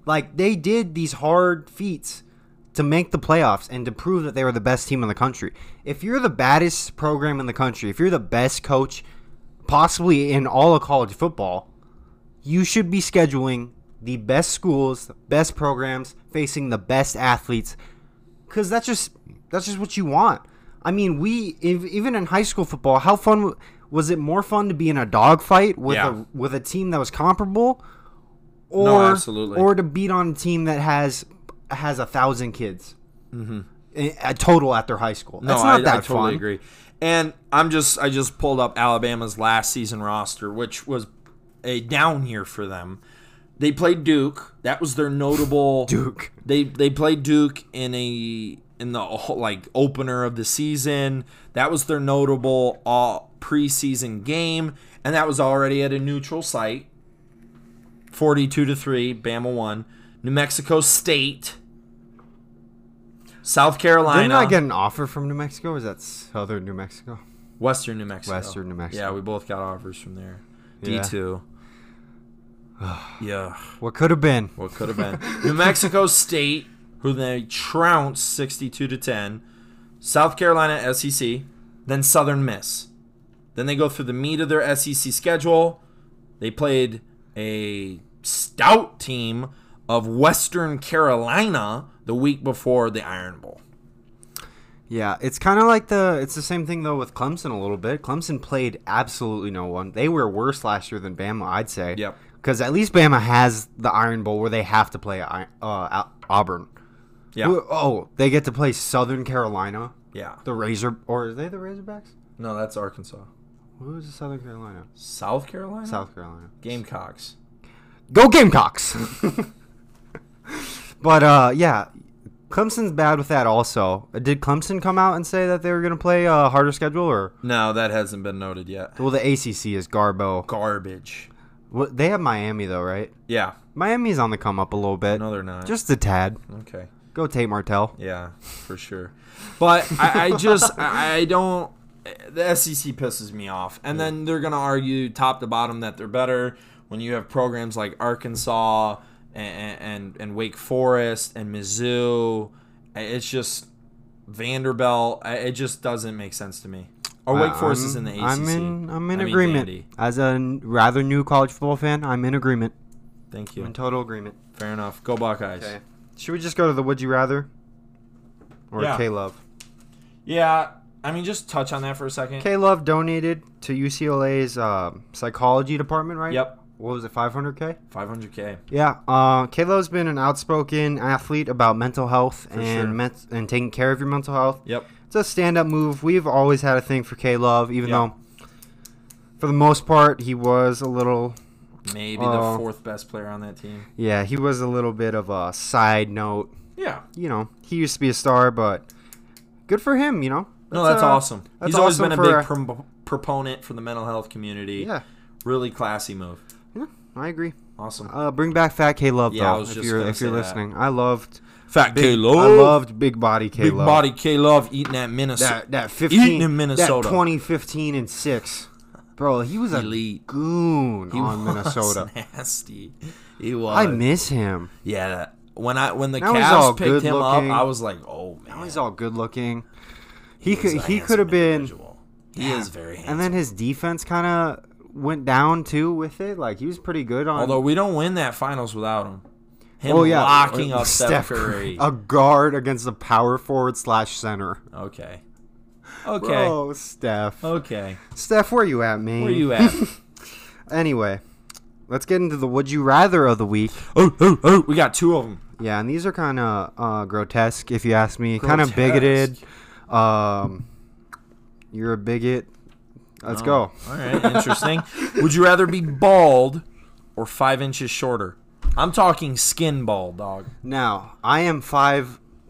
Speaker 1: Like they did these hard feats to make the playoffs and to prove that they were the best team in the country. If you're the baddest program in the country, if you're the best coach possibly in all of college football, you should be scheduling the best schools, the best programs, facing the best athletes, because that's just that's just what you want. I mean, we if, even in high school football, how fun w- was it? More fun to be in a dogfight with
Speaker 2: Yeah.
Speaker 1: a with a team that was comparable, or
Speaker 2: No, absolutely.
Speaker 1: or to beat on a team that has has a thousand kids. Mm-hmm. A total at their high school. That's
Speaker 2: no,
Speaker 1: not
Speaker 2: I,
Speaker 1: that
Speaker 2: I totally
Speaker 1: fun.
Speaker 2: agree. And I'm just I just pulled up Alabama's last season roster, which was a down year for them. They played Duke. That was their notable
Speaker 1: Duke.
Speaker 2: They they played Duke in a in the like opener of the season. That was their notable all preseason game, and that was already at a neutral site. 42 to 3, Bama won. New Mexico State. South Carolina.
Speaker 1: Didn't I get an offer from New Mexico? Is that Southern New Mexico?
Speaker 2: Western New Mexico.
Speaker 1: Western New Mexico.
Speaker 2: Yeah, we both got offers from there.
Speaker 1: Yeah.
Speaker 2: D2. yeah,
Speaker 1: What could have been?
Speaker 2: what could have been? New Mexico State, who they trounced 62 to 10. South Carolina SEC, then Southern Miss. Then they go through the meat of their SEC schedule. They played a stout team of Western Carolina the week before the Iron Bowl.
Speaker 1: Yeah, it's kind of like the it's the same thing though with Clemson a little bit. Clemson played absolutely no one. They were worse last year than Bama, I'd say.
Speaker 2: Yep.
Speaker 1: Because at least Bama has the Iron Bowl where they have to play I- uh, Au- Auburn.
Speaker 2: Yeah.
Speaker 1: Who- Oh, they get to play Southern Carolina,
Speaker 2: Yeah.
Speaker 1: the Razor, or are they the Razorbacks?
Speaker 2: No, that's Arkansas.
Speaker 1: Who is Southern Carolina?
Speaker 2: Hmm. South Carolina?
Speaker 1: South Carolina.
Speaker 2: Gamecocks.
Speaker 1: Go Gamecocks! but uh, yeah, Clemson's bad with that also. Did Clemson come out and say that they were going to play a harder schedule or?
Speaker 2: No, that hasn't been noted yet.
Speaker 1: Well, the ACC is Garbo.
Speaker 2: Garbage.
Speaker 1: Well, they have Miami though, right?
Speaker 2: Yeah.
Speaker 1: Miami's on the come up a little bit,
Speaker 2: No, they're not.
Speaker 1: just a tad.
Speaker 2: okay.
Speaker 1: Go Tate Martell.
Speaker 2: Yeah, for sure. But I, I just I, I don't. The SEC pisses me off, and then they're gonna argue top to bottom that they're better when you have programs like Arkansas and and, and Wake Forest and Mizzou. It's just Vanderbilt. I- It just doesn't make sense to me. Or Wake Forest is in the ACC.
Speaker 1: I'm in. I'm in
Speaker 2: I mean,
Speaker 1: agreement.
Speaker 2: Vandy.
Speaker 1: As a n- rather new college football fan, I'm in agreement.
Speaker 2: Thank
Speaker 1: I'm in
Speaker 2: you.
Speaker 1: total agreement.
Speaker 2: Fair enough. Go Buckeyes.
Speaker 1: Should we just go to the Would You Rather? Or
Speaker 2: Yeah.
Speaker 1: K Love.
Speaker 2: Yeah, I mean, just touch on that for a second.
Speaker 1: K Love donated to UCLA's uh, psychology department, right?
Speaker 2: Yep.
Speaker 1: What was it, 500K?
Speaker 2: 500k.
Speaker 1: Yeah, uh, Kayla's been an outspoken athlete about mental health and
Speaker 2: sure.
Speaker 1: ment- and taking care of your mental health.
Speaker 2: Yep.
Speaker 1: It's a stand up move. We've always had a thing for K Love, even
Speaker 2: Yeah.
Speaker 1: though for the most part he was a little
Speaker 2: Maybe
Speaker 1: Oh.
Speaker 2: the fourth best player on that team.
Speaker 1: yeah, he was a little bit of a side note
Speaker 2: Yeah.
Speaker 1: you know, he used to be a star, but good for him, you know.
Speaker 2: No, that's
Speaker 1: uh,
Speaker 2: awesome.
Speaker 1: that's
Speaker 2: He's always
Speaker 1: awesome
Speaker 2: been a
Speaker 1: for
Speaker 2: big
Speaker 1: a-
Speaker 2: pro- proponent for the mental health community.
Speaker 1: Yeah.
Speaker 2: Really classy move.
Speaker 1: Yeah, I agree.
Speaker 2: Awesome.
Speaker 1: Uh, bring back Fat K Love
Speaker 2: Yeah, I
Speaker 1: though.
Speaker 2: was
Speaker 1: If
Speaker 2: just
Speaker 1: you're
Speaker 2: gonna
Speaker 1: if you're
Speaker 2: say that.
Speaker 1: listening, I loved
Speaker 2: Fat
Speaker 1: big,
Speaker 2: K Love.
Speaker 1: I loved Big Body K
Speaker 2: Big
Speaker 1: Love.
Speaker 2: body K Love eating that Minnesota.
Speaker 1: that that 15
Speaker 2: Eating in Minnesota.
Speaker 1: that 2015 and 6 bro he was a
Speaker 2: Elite.
Speaker 1: goon on
Speaker 2: was
Speaker 1: Minnesota
Speaker 2: Nasty. He was.
Speaker 1: I miss him
Speaker 2: yeah. that- When I when the
Speaker 1: Now he's all
Speaker 2: Cavs picked him up,
Speaker 1: good-looking.
Speaker 2: I was like, oh man.
Speaker 1: now he's all good looking he,
Speaker 2: was
Speaker 1: could
Speaker 2: a
Speaker 1: he
Speaker 2: handsome
Speaker 1: could have been
Speaker 2: individual. He
Speaker 1: Yeah.
Speaker 2: is very handsome.
Speaker 1: and then his defense kind of went down too with it like he was pretty good on
Speaker 2: Although we don't win that finals without him. Him
Speaker 1: Um, oh yeah Uh,
Speaker 2: locking up Steph Curry.
Speaker 1: a guard against a power forward slash center
Speaker 2: Okay. Okay.
Speaker 1: oh Steph
Speaker 2: Okay.
Speaker 1: Steph where you at man
Speaker 2: Where you at?
Speaker 1: anyway let's get into the would you rather of the week
Speaker 2: oh, oh, oh. We got two of them.
Speaker 1: Yeah, and these are kind of uh, grotesque, if you ask me. Kind of bigoted. Um, you're a bigot.
Speaker 2: Oh.
Speaker 1: Let's go.
Speaker 2: All right. Interesting. Would you rather be bald or five inches shorter? I'm talking skin bald, dog.
Speaker 1: Now, I am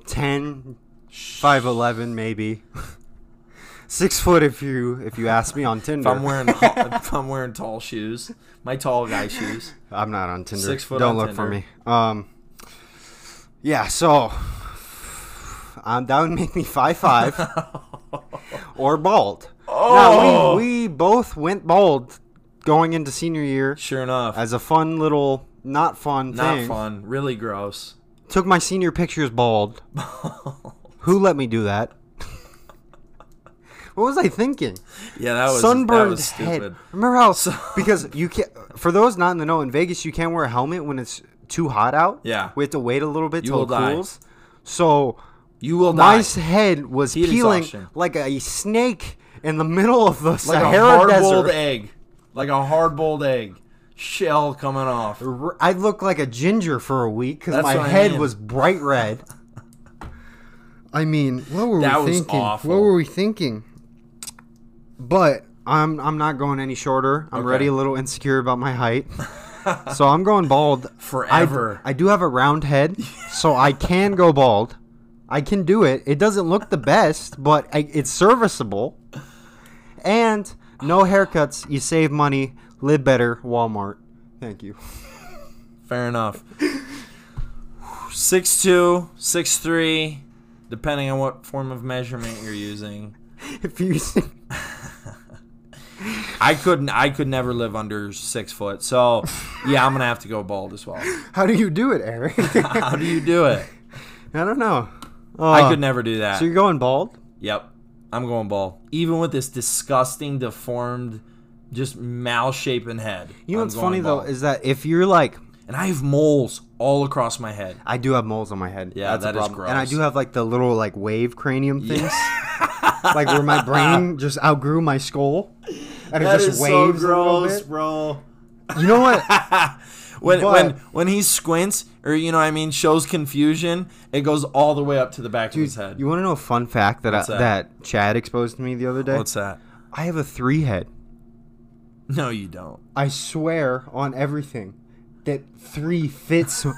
Speaker 1: 5'10", 5'11", maybe. Six foot if you if you ask me on Tinder.
Speaker 2: If I'm wearing if I'm wearing tall shoes, my tall guy shoes.
Speaker 1: I'm not on Tinder.
Speaker 2: Six foot
Speaker 1: Don't
Speaker 2: on
Speaker 1: look for me.
Speaker 2: Tinder.
Speaker 1: Um, yeah, so um, that would make me five five or bald. Now,
Speaker 2: Oh.
Speaker 1: we, we both went bald going into senior year
Speaker 2: Sure enough,
Speaker 1: as a fun little, not fun
Speaker 2: not
Speaker 1: thing.
Speaker 2: fun. Really gross.
Speaker 1: Took my senior pictures bald. Who let me do that? what was I thinking?
Speaker 2: Yeah, that was that
Speaker 1: sunburned
Speaker 2: was
Speaker 1: head.
Speaker 2: stupid.
Speaker 1: Remember how? because you can't. For those not in the know, in Vegas you can't wear a helmet when it's too hot out.
Speaker 2: Yeah.
Speaker 1: we have to wait a little bit till
Speaker 2: will
Speaker 1: it
Speaker 2: die.
Speaker 1: cools. So
Speaker 2: You will
Speaker 1: my
Speaker 2: die.
Speaker 1: s- head was
Speaker 2: Heat
Speaker 1: peeling
Speaker 2: exhaustion.
Speaker 1: like a snake in the middle of the
Speaker 2: like a
Speaker 1: Sahara
Speaker 2: hard-boiled
Speaker 1: desert.
Speaker 2: egg, like a hard-boiled egg, shell coming off.
Speaker 1: R- I looked like a ginger for a week because
Speaker 2: That's
Speaker 1: my
Speaker 2: what I
Speaker 1: head
Speaker 2: mean.
Speaker 1: was bright red. I mean, what were
Speaker 2: That
Speaker 1: we
Speaker 2: was
Speaker 1: thinking? What
Speaker 2: awful.
Speaker 1: were we thinking? But I'm I'm not going any shorter. I'm already a little insecure about my height, so I'm going bald I-
Speaker 2: Forever.
Speaker 1: I, do have a round head, so I can go bald. I can do it. It doesn't look the best, but I, it's serviceable. And no haircuts. You save money. Live better. Walmart. Thank you.
Speaker 2: Fair enough. Six two, six three, depending on what form of measurement you're using.
Speaker 1: If you see-
Speaker 2: I couldn't. I could never live under six foot. So, yeah, I'm gonna have to go bald as well.
Speaker 1: how do you do it, Eric? I
Speaker 2: How do you do it?
Speaker 1: don't know.
Speaker 2: I
Speaker 1: Uh,
Speaker 2: could never do that.
Speaker 1: So you're going bald?
Speaker 2: Yep, I'm going bald. Even with this disgusting, deformed, just malshapen head.
Speaker 1: You know what's
Speaker 2: I'm going
Speaker 1: funny
Speaker 2: bald.
Speaker 1: though is that if you're like,
Speaker 2: and I have moles all across my head.
Speaker 1: I do have moles on my head.
Speaker 2: Yeah,
Speaker 1: that's
Speaker 2: that
Speaker 1: a
Speaker 2: is
Speaker 1: problem. And I
Speaker 2: gross.
Speaker 1: do have like the little like wave cranium things, like where my brain just outgrew my skull, and it just waves a little bit.
Speaker 2: bro.
Speaker 1: You know what?
Speaker 2: When
Speaker 1: But-
Speaker 2: when when he squints or you know what I mean shows confusion, it goes all the way up to the back of his head.
Speaker 1: You want to know a fun fact that I,
Speaker 2: that?
Speaker 1: that Chad exposed to me the other day?
Speaker 2: What's that?
Speaker 1: I have a three head.
Speaker 2: No, you don't.
Speaker 1: I swear on everything that three fits, th-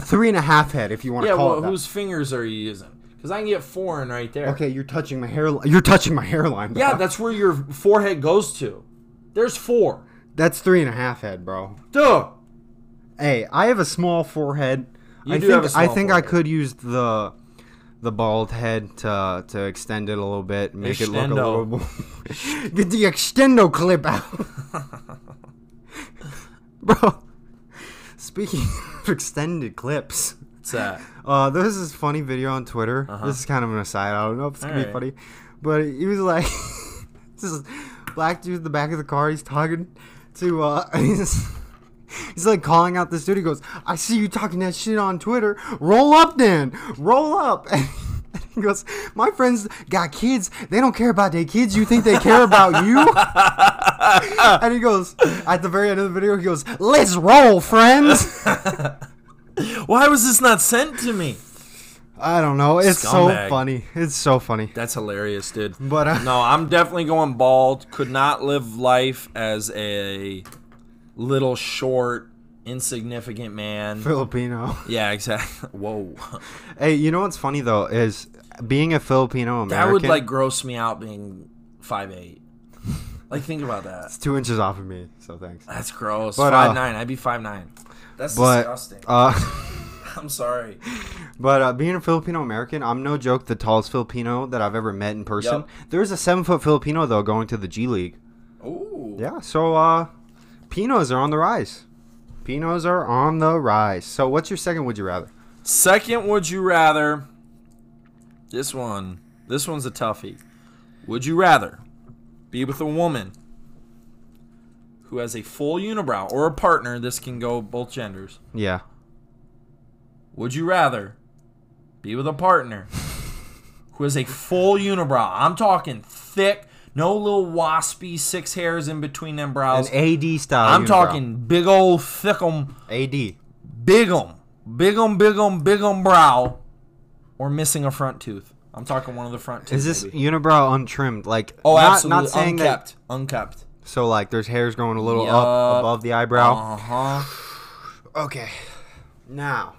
Speaker 1: three and a half head, if you want to
Speaker 2: Yeah,
Speaker 1: call it
Speaker 2: well,
Speaker 1: that.
Speaker 2: whose fingers are you using? Because I can get four in right there.
Speaker 1: Okay, you're touching my hairline. You're touching my hairline. Bro.
Speaker 2: Yeah, that's where your forehead goes to. There's four.
Speaker 1: that's three and a half head, bro.
Speaker 2: Duh.
Speaker 1: Hey, I have a small forehead.
Speaker 2: You
Speaker 1: I
Speaker 2: do
Speaker 1: think
Speaker 2: have a small
Speaker 1: I think
Speaker 2: forehead.
Speaker 1: I could use the the bald head to to extend it a little bit, make it look a
Speaker 2: Extendo.
Speaker 1: little more. Get the extendo clip out. Bro. Speaking of extended clips.
Speaker 2: What's that?
Speaker 1: Uh, there was this funny video on Twitter. This is kind of an aside. I don't know if it's gonna be
Speaker 2: Alright.
Speaker 1: funny, but he was like, this is black dude in the back of the car. He's talking to. Uh, he's, he's like calling out this dude. He goes, "I see you talking that shit on Twitter. Roll up, then. Roll up." And he goes, "My friends got kids. They don't care about their kids. You think they care about you?" and he goes, at the very end of the video, he goes, "Let's roll, friends."
Speaker 2: Why was this not sent to me?
Speaker 1: I don't know. It's so
Speaker 2: Scumbag.
Speaker 1: funny. It's so funny.
Speaker 2: That's hilarious, dude.
Speaker 1: But uh,
Speaker 2: No, I'm definitely going bald. Could not live life as a little short insignificant man.
Speaker 1: Filipino.
Speaker 2: Yeah, exactly. Whoa.
Speaker 1: Hey, you know what's funny though is being a Filipino American.
Speaker 2: That would like gross me out being five eight. Like think about that.
Speaker 1: it's two inches off of me, so thanks.
Speaker 2: That's gross.
Speaker 1: But, uh,
Speaker 2: five nine. I'd be five nine. That's
Speaker 1: But
Speaker 2: disgusting.
Speaker 1: uh,
Speaker 2: I'm sorry.
Speaker 1: but uh, being a Filipino American, I'm no joke. The tallest Filipino that I've ever met in person.
Speaker 2: Yup.
Speaker 1: There's a seven foot Filipino though going to the G League.
Speaker 2: Ooh.
Speaker 1: Yeah, so uh, Pinos are on the rise. Pinos are on the rise. So what's your second? Would you rather?
Speaker 2: Second, would you rather? This one. This one's a toughie. Would you rather be with a woman who has a full unibrow or a partner? This can go both genders.
Speaker 1: Yeah.
Speaker 2: Would you rather be with a partner who has a full unibrow? I'm talking thick, no little waspy six hairs in between them
Speaker 1: An
Speaker 2: brows.
Speaker 1: AD style.
Speaker 2: I'm
Speaker 1: unibrow.
Speaker 2: talking big old thickum,
Speaker 1: AD.
Speaker 2: bigum, bigum, bigum, bigum brow, or missing a front tooth. I'm talking one of the front teeth.
Speaker 1: Is this
Speaker 2: baby.
Speaker 1: unibrow untrimmed? Like,
Speaker 2: Oh,
Speaker 1: not,
Speaker 2: absolutely.
Speaker 1: not saying that.
Speaker 2: unkept, unkept.
Speaker 1: So, like, there's hairs going a little
Speaker 2: Yup. Uh-huh.
Speaker 1: up above the eyebrow.
Speaker 2: Uh huh.
Speaker 1: Okay. Now,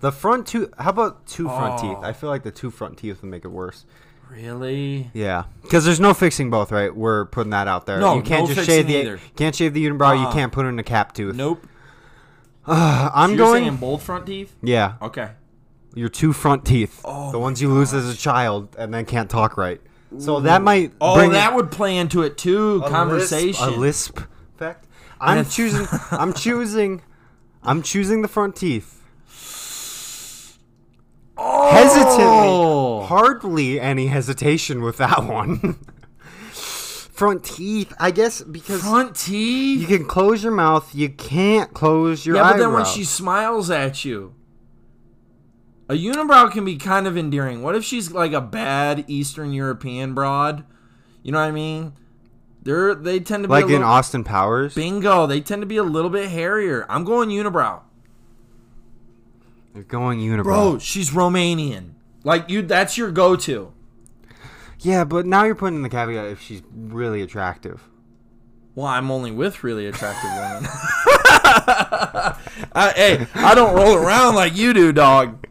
Speaker 1: the front two. How about two front
Speaker 2: Oh.
Speaker 1: teeth? I feel like the two front teeth would make it worse.
Speaker 2: Really?
Speaker 1: Yeah, because there's no fixing both, right? We're putting that out there.
Speaker 2: No,
Speaker 1: you can't
Speaker 2: no
Speaker 1: just
Speaker 2: fixing
Speaker 1: shave the
Speaker 2: either.
Speaker 1: can't shave the unibrow. You
Speaker 2: Uh-uh.
Speaker 1: can't put in a cap tooth.
Speaker 2: Nope.
Speaker 1: Uh, I'm
Speaker 2: You're
Speaker 1: going.
Speaker 2: saying both front teeth?
Speaker 1: yeah,
Speaker 2: Okay.
Speaker 1: your two front teeth,
Speaker 2: Oh
Speaker 1: the ones you lose as a child, and then can't talk right. So that might
Speaker 2: Oh,
Speaker 1: bring
Speaker 2: that would play into it too.
Speaker 1: a
Speaker 2: conversation.
Speaker 1: lisp, a lisp effect. I'm
Speaker 2: That's-
Speaker 1: choosing. I'm choosing. I'm choosing the front teeth.
Speaker 2: Oh!
Speaker 1: Hesitantly, hardly any hesitation with that one. front teeth, I guess, because
Speaker 2: Front
Speaker 1: you
Speaker 2: teeth.
Speaker 1: can close your mouth. You can't close your
Speaker 2: Yeah, but then when
Speaker 1: eyebrows.
Speaker 2: she smiles at you, a unibrow can be kind of endearing. What if she's like a bad Eastern European broad? You know what I mean? They're they tend to be
Speaker 1: like
Speaker 2: a
Speaker 1: in
Speaker 2: little,
Speaker 1: Austin Powers.
Speaker 2: bingo. They tend to be a little bit hairier. I'm going unibrow,
Speaker 1: You're going unibrow.
Speaker 2: bro. She's Romanian. Like you, that's your go-to.
Speaker 1: Yeah, but now you're putting in the caveat if she's really attractive.
Speaker 2: Well, I'm only with really attractive women. I, hey, I don't roll around like you do, dog.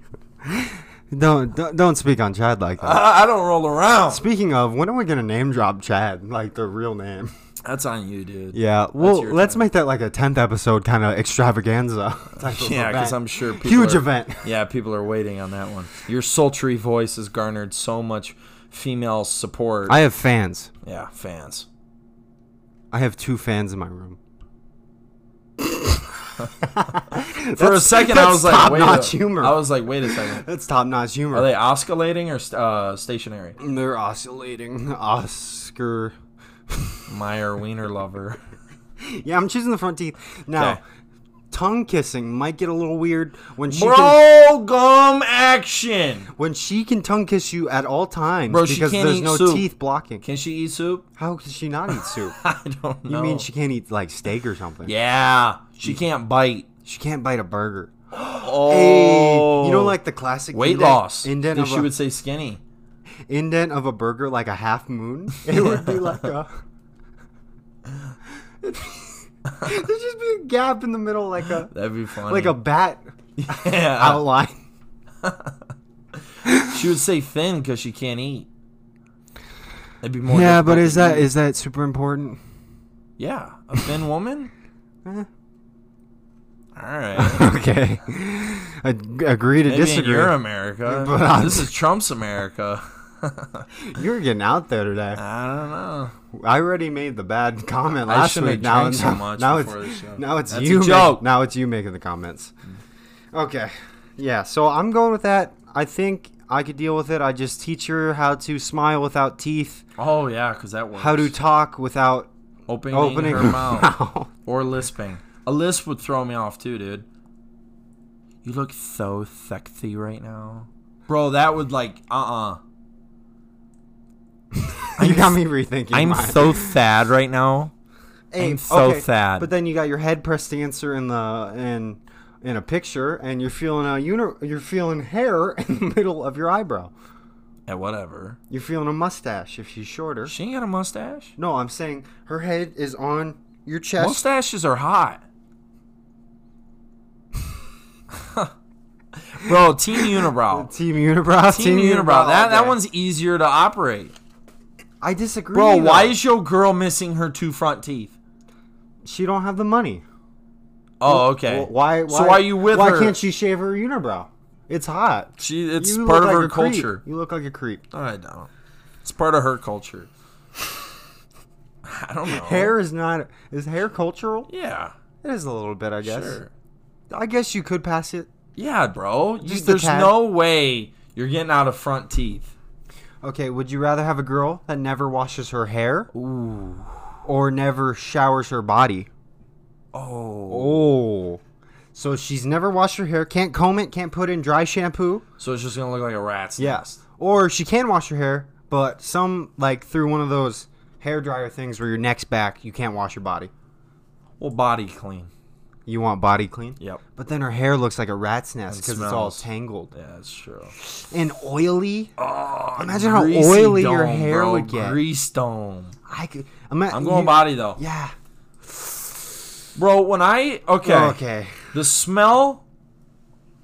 Speaker 1: Don't don't, don't speak on Chad like that.
Speaker 2: I, I don't roll around.
Speaker 1: Speaking of, when are we gonna name drop Chad? Like the real name?
Speaker 2: That's on you, dude.
Speaker 1: Yeah. Well,
Speaker 2: your
Speaker 1: let's make that like a tenth episode kind of extravaganza. Type of
Speaker 2: Yeah, because
Speaker 1: event.
Speaker 2: I'm sure people
Speaker 1: huge
Speaker 2: are-
Speaker 1: event.
Speaker 2: Yeah, people are waiting on that one. Your sultry voice has garnered so much female support.
Speaker 1: I have fans.
Speaker 2: yeah, fans.
Speaker 1: I have two fans in my room.
Speaker 2: For a second, I was like, wait.
Speaker 1: top-notch
Speaker 2: a-
Speaker 1: humor.
Speaker 2: I was like, wait a second.
Speaker 1: that's top notch humor.
Speaker 2: Are they oscillating or st- uh, stationary?
Speaker 1: They're oscillating. Oscar.
Speaker 2: Meyer Wiener lover.
Speaker 1: Yeah, I'm choosing the front teeth. Now,
Speaker 2: 'Kay.
Speaker 1: tongue kissing might get a little weird when she can,
Speaker 2: Bro, gum action.
Speaker 1: when she can tongue kiss you at all times
Speaker 2: Bro, she
Speaker 1: because
Speaker 2: can't
Speaker 1: there's
Speaker 2: eat
Speaker 1: no
Speaker 2: soup.
Speaker 1: teeth blocking.
Speaker 2: Can she eat soup?
Speaker 1: How can she not eat soup?
Speaker 2: I don't know.
Speaker 1: You mean she can't eat like steak or something?
Speaker 2: Yeah, she can't bite.
Speaker 1: She can't bite a burger.
Speaker 2: Oh,
Speaker 1: Hey, you know, like the classic
Speaker 2: weight
Speaker 1: indent,
Speaker 2: loss.
Speaker 1: indent
Speaker 2: If
Speaker 1: of
Speaker 2: she
Speaker 1: a,
Speaker 2: would say skinny.
Speaker 1: indent of a burger, like a half moon. It would be like a. There'd just be a gap in the middle, like a
Speaker 2: That'd be funny. Uh,
Speaker 1: like a bat
Speaker 2: yeah.
Speaker 1: outline.
Speaker 2: She would say thin because she can't eat. That'd be more.
Speaker 1: Yeah, but
Speaker 2: difficult
Speaker 1: is
Speaker 2: to
Speaker 1: that
Speaker 2: eat.
Speaker 1: is that super important?
Speaker 2: yeah a thin woman?
Speaker 1: Eh.
Speaker 2: All right.
Speaker 1: Okay, Ag- agree to
Speaker 2: Maybe in
Speaker 1: disagree.
Speaker 2: your America.
Speaker 1: But I'm-
Speaker 2: this is Trump's America.
Speaker 1: You're getting out there today.
Speaker 2: I don't know.
Speaker 1: I already made the bad comment
Speaker 2: I
Speaker 1: last
Speaker 2: shouldn't
Speaker 1: week.
Speaker 2: have
Speaker 1: Now,
Speaker 2: drank so
Speaker 1: now,
Speaker 2: much
Speaker 1: now
Speaker 2: before
Speaker 1: it's
Speaker 2: this show.
Speaker 1: now it's
Speaker 2: That's a
Speaker 1: you. make-
Speaker 2: joke. Mm.
Speaker 1: now it's you making the comments. Okay, yeah. So I'm going with that. I think I could deal with it. I just teach her how to smile without teeth,
Speaker 2: Oh yeah, because that works.
Speaker 1: how to talk without
Speaker 2: opening,
Speaker 1: opening
Speaker 2: her
Speaker 1: her
Speaker 2: mouth
Speaker 1: mouth.
Speaker 2: or lisping? A lisp would throw me off too, dude. You look so sexy right now, bro. That would like uh uh
Speaker 1: you got me rethinking.
Speaker 2: I'm
Speaker 1: mine.
Speaker 2: so sad right now.
Speaker 1: Hey,
Speaker 2: I'm so sad.
Speaker 1: But then you got your head pressed dancer in the in in a picture, and you're feeling a uni- you're feeling hair in the middle of your eyebrow.
Speaker 2: Yeah, whatever.
Speaker 1: You're feeling a mustache if she's shorter.
Speaker 2: She ain't got a mustache.
Speaker 1: No, I'm saying her head is on your chest.
Speaker 2: Mustaches are hot. Bro, Team Unibrow.
Speaker 1: Team Unibrow.
Speaker 2: Team, Unibrow. That, that
Speaker 1: okay.
Speaker 2: one's easier to operate.
Speaker 1: I disagree.
Speaker 2: Bro, why
Speaker 1: though.
Speaker 2: is your girl missing her two front teeth?
Speaker 1: she don't have the money?
Speaker 2: Oh, okay.
Speaker 1: Well, why, why?
Speaker 2: So why are you with
Speaker 1: Why
Speaker 2: her?
Speaker 1: can't she shave her unibrow? It's hot.
Speaker 2: She, it's
Speaker 1: You look
Speaker 2: part of
Speaker 1: like
Speaker 2: her
Speaker 1: a creep.
Speaker 2: culture.
Speaker 1: You look like a creep.
Speaker 2: I don't. It's part of her culture. I don't know.
Speaker 1: Hair is not. Is hair cultural?
Speaker 2: Yeah.
Speaker 1: It is a little bit, I guess.
Speaker 2: Sure.
Speaker 1: I guess you could pass it.
Speaker 2: Yeah, bro. You,
Speaker 1: Just a
Speaker 2: there's
Speaker 1: tad.
Speaker 2: no way you're getting out of front teeth.
Speaker 1: Okay, would you rather have a girl that never washes her hair? Ooh. Or never showers her body?
Speaker 2: Oh.
Speaker 1: Oh. So she's never washed her hair, can't comb it, can't put in dry shampoo.
Speaker 2: So it's just gonna look like a rat's nest.
Speaker 1: Or she can wash her hair, but some, like, through one of those hair dryer things where your neck's back, you can't wash your body.
Speaker 2: Well, body clean.
Speaker 1: You want body clean?
Speaker 2: Yep.
Speaker 1: But then her hair looks like a rat's nest
Speaker 2: And
Speaker 1: because it's all
Speaker 2: smells.
Speaker 1: tangled
Speaker 2: Yeah, that's true.
Speaker 1: and oily.
Speaker 2: Oh,
Speaker 1: Imagine how
Speaker 2: greasy
Speaker 1: oily your
Speaker 2: dome,
Speaker 1: hair
Speaker 2: bro.
Speaker 1: would get.
Speaker 2: Grease dome.
Speaker 1: I could. I'm, not,
Speaker 2: I'm going
Speaker 1: you-
Speaker 2: body though,
Speaker 1: Yeah.
Speaker 2: bro. When I okay,
Speaker 1: Oh, Okay.
Speaker 2: the smell.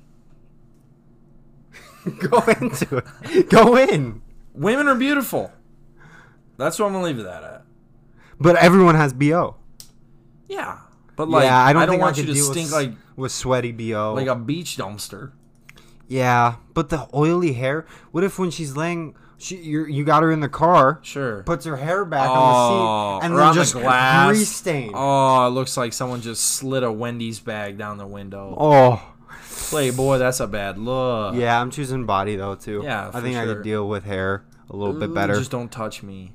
Speaker 1: Go into it. Go in.
Speaker 2: Women are beautiful. That's what I'm gonna leave it that at.
Speaker 1: But everyone has bo.
Speaker 2: Yeah, but like
Speaker 1: yeah,
Speaker 2: I don't,
Speaker 1: think
Speaker 2: want
Speaker 1: I
Speaker 2: you
Speaker 1: could
Speaker 2: to
Speaker 1: deal
Speaker 2: stink
Speaker 1: with,
Speaker 2: like
Speaker 1: s- with sweaty bo.
Speaker 2: like a beach dumpster.
Speaker 1: yeah, but the oily hair. What if when she's laying, she you're, you got her in the car,
Speaker 2: Sure.
Speaker 1: puts her hair back
Speaker 2: oh,
Speaker 1: on the seat, and
Speaker 2: or
Speaker 1: then
Speaker 2: on
Speaker 1: just
Speaker 2: the glass.
Speaker 1: grease stain. Oh.
Speaker 2: Oh, it looks like someone just slid a Wendy's bag down the window. Playboy, that's a bad look.
Speaker 1: Oh. yeah, I'm choosing body though too.
Speaker 2: Yeah,
Speaker 1: I
Speaker 2: for
Speaker 1: think I
Speaker 2: sure.
Speaker 1: could deal with hair a little bit
Speaker 2: Ooh,
Speaker 1: better. Mm.
Speaker 2: Just don't touch me.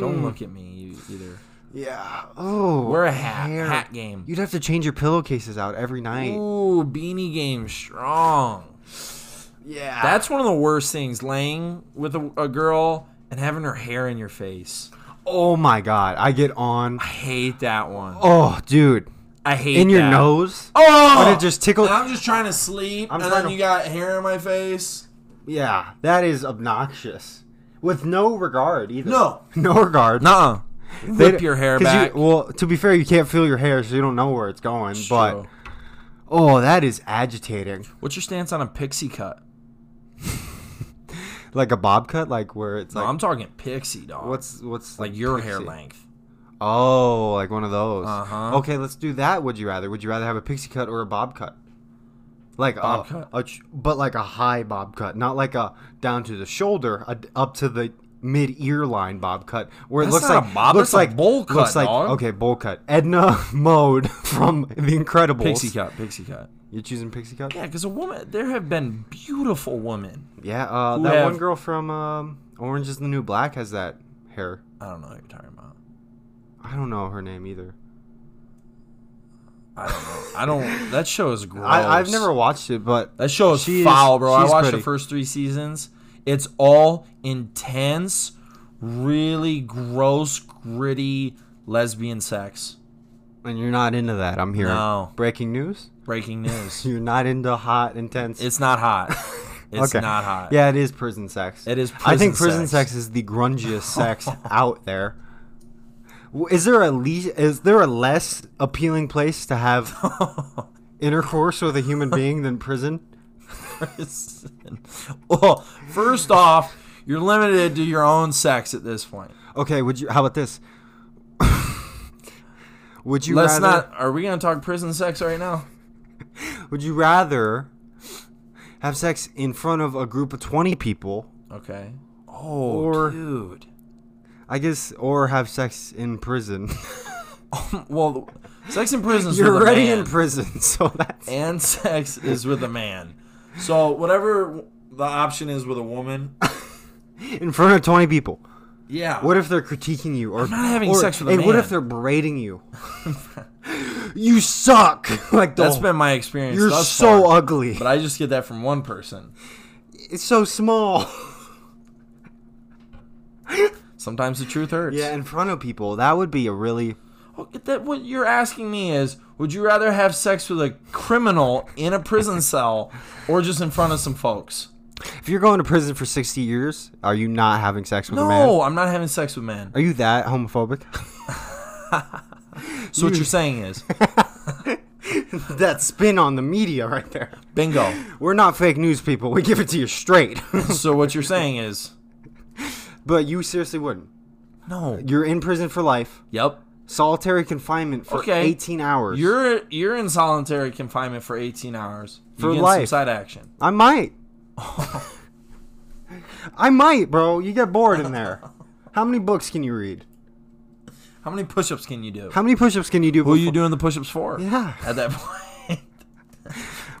Speaker 2: Don't look at me you, either.
Speaker 1: yeah. Oh,
Speaker 2: Wear a hat.
Speaker 1: hair.
Speaker 2: Hat game.
Speaker 1: You'd have to change your pillowcases out every night.
Speaker 2: Ooh, beanie game strong.
Speaker 1: Yeah.
Speaker 2: That's one of the worst things. Laying with a, a girl and having her hair in your face.
Speaker 1: oh my god, I get on.
Speaker 2: I hate that one.
Speaker 1: Oh, dude,
Speaker 2: I hate
Speaker 1: in your
Speaker 2: that.
Speaker 1: nose.
Speaker 2: Oh,
Speaker 1: But it just tickles.
Speaker 2: I'm just trying to sleep,
Speaker 1: I'm
Speaker 2: and
Speaker 1: trying
Speaker 2: then
Speaker 1: to-
Speaker 2: you got hair in my face.
Speaker 1: Yeah, that is obnoxious. With no regard either.
Speaker 2: No.
Speaker 1: no regard.
Speaker 2: Nuh-uh.
Speaker 1: They-
Speaker 2: Rip your hair
Speaker 1: 'cause you-
Speaker 2: back.
Speaker 1: well, to be fair, you can't feel your hair, so you don't know where it's going. but
Speaker 2: True.
Speaker 1: oh, that is agitating.
Speaker 2: what's your stance on a pixie cut?
Speaker 1: Like a bob cut, like where it's
Speaker 2: No,
Speaker 1: like
Speaker 2: I'm talking pixie, dog.
Speaker 1: what's what's
Speaker 2: like your hair
Speaker 1: pixie?
Speaker 2: length?
Speaker 1: Oh, like one of those.
Speaker 2: Uh-huh.
Speaker 1: Okay, let's do that. Would you rather? Would you rather have a pixie cut or a bob cut? Like
Speaker 2: Bob
Speaker 1: a,
Speaker 2: cut.
Speaker 1: a ch- but like a high bob cut, not like a down to the shoulder, a, d- up to the mid ear line bob cut, where
Speaker 2: That's
Speaker 1: it looks
Speaker 2: not
Speaker 1: like
Speaker 2: a bob,
Speaker 1: looks
Speaker 2: that's a
Speaker 1: like
Speaker 2: bowl cut,
Speaker 1: looks like
Speaker 2: dog.
Speaker 1: okay bowl cut. Edna Mode from The Incredibles.
Speaker 2: Pixie cut, pixie cut.
Speaker 1: You're choosing pixie cut.
Speaker 2: Yeah, because a woman, there have been beautiful women.
Speaker 1: Yeah, uh,
Speaker 2: Who
Speaker 1: that
Speaker 2: have-
Speaker 1: one girl from um, Orange Is the New Black has that hair.
Speaker 2: I don't know what you're talking about.
Speaker 1: I don't know her name either.
Speaker 2: I don't know. I don't. That show is gross.
Speaker 1: I, I've never watched it, but
Speaker 2: Oh, That show is
Speaker 1: She is-
Speaker 2: foul, bro. I
Speaker 1: she's
Speaker 2: watched the
Speaker 1: pretty.
Speaker 2: first three seasons. It's all intense, really gross, gritty lesbian sex.
Speaker 1: and you're not into that. I'm hearing
Speaker 2: No.
Speaker 1: breaking news.
Speaker 2: Breaking news.
Speaker 1: You're not into hot, intense.
Speaker 2: it's not hot. It's
Speaker 1: Okay.
Speaker 2: not hot.
Speaker 1: yeah, it is prison sex.
Speaker 2: It is
Speaker 1: I think
Speaker 2: prison
Speaker 1: prison
Speaker 2: sex.
Speaker 1: sex, is the grungiest sex out there. W- Is there a le- is there a less appealing place to have intercourse with a human being than prison?
Speaker 2: well, first off, you're limited to your own sex at this point.
Speaker 1: Okay, would you? How about this? would you
Speaker 2: Let's
Speaker 1: rather?
Speaker 2: not. Are we gonna talk prison sex right now?
Speaker 1: Would you rather have sex in front of a group of twenty people?
Speaker 2: Okay. Oh,
Speaker 1: Or-
Speaker 2: dude.
Speaker 1: I guess, or have sex in prison.
Speaker 2: Well, sex in prison. is
Speaker 1: You're
Speaker 2: with a
Speaker 1: already
Speaker 2: man.
Speaker 1: in prison, so that's
Speaker 2: and sex is with a man. So whatever the option is with a woman,
Speaker 1: in front of 20 people.
Speaker 2: yeah.
Speaker 1: What if they're critiquing you or
Speaker 2: not having
Speaker 1: or-
Speaker 2: sex with a
Speaker 1: and what
Speaker 2: man.
Speaker 1: if they're berating you? you suck. Like the,
Speaker 2: That's been my experience.
Speaker 1: You're
Speaker 2: thus
Speaker 1: so
Speaker 2: far,
Speaker 1: ugly.
Speaker 2: But I just get that from one person.
Speaker 1: It's so small.
Speaker 2: Sometimes the truth hurts.
Speaker 1: yeah, in front of people. That would be a really
Speaker 2: Oh, That what you're asking me is, would you rather have sex with a criminal in a prison cell or just in front of some folks?
Speaker 1: If you're going to prison for 60 years, are you not having sex with a man?
Speaker 2: No, I'm not having sex with men.
Speaker 1: Are you that homophobic?
Speaker 2: So what you're saying is,
Speaker 1: that spin on the media right there.
Speaker 2: Bingo.
Speaker 1: We're not fake news people. We give it to you straight.
Speaker 2: so what you're saying is
Speaker 1: but you seriously wouldn't.
Speaker 2: no.
Speaker 1: You're in prison for life,
Speaker 2: Yep.
Speaker 1: solitary confinement for
Speaker 2: Okay.
Speaker 1: 18 hours.
Speaker 2: You're you're in solitary confinement for 18 hours You
Speaker 1: For
Speaker 2: get Some
Speaker 1: life.
Speaker 2: side action.
Speaker 1: I might. I might, bro. You get bored in there. How many books can you read?
Speaker 2: How many push-ups can you do?
Speaker 1: How many push-ups can you do?
Speaker 2: Who are
Speaker 1: before-
Speaker 2: you doing the push-ups for?
Speaker 1: Yeah.
Speaker 2: At that point,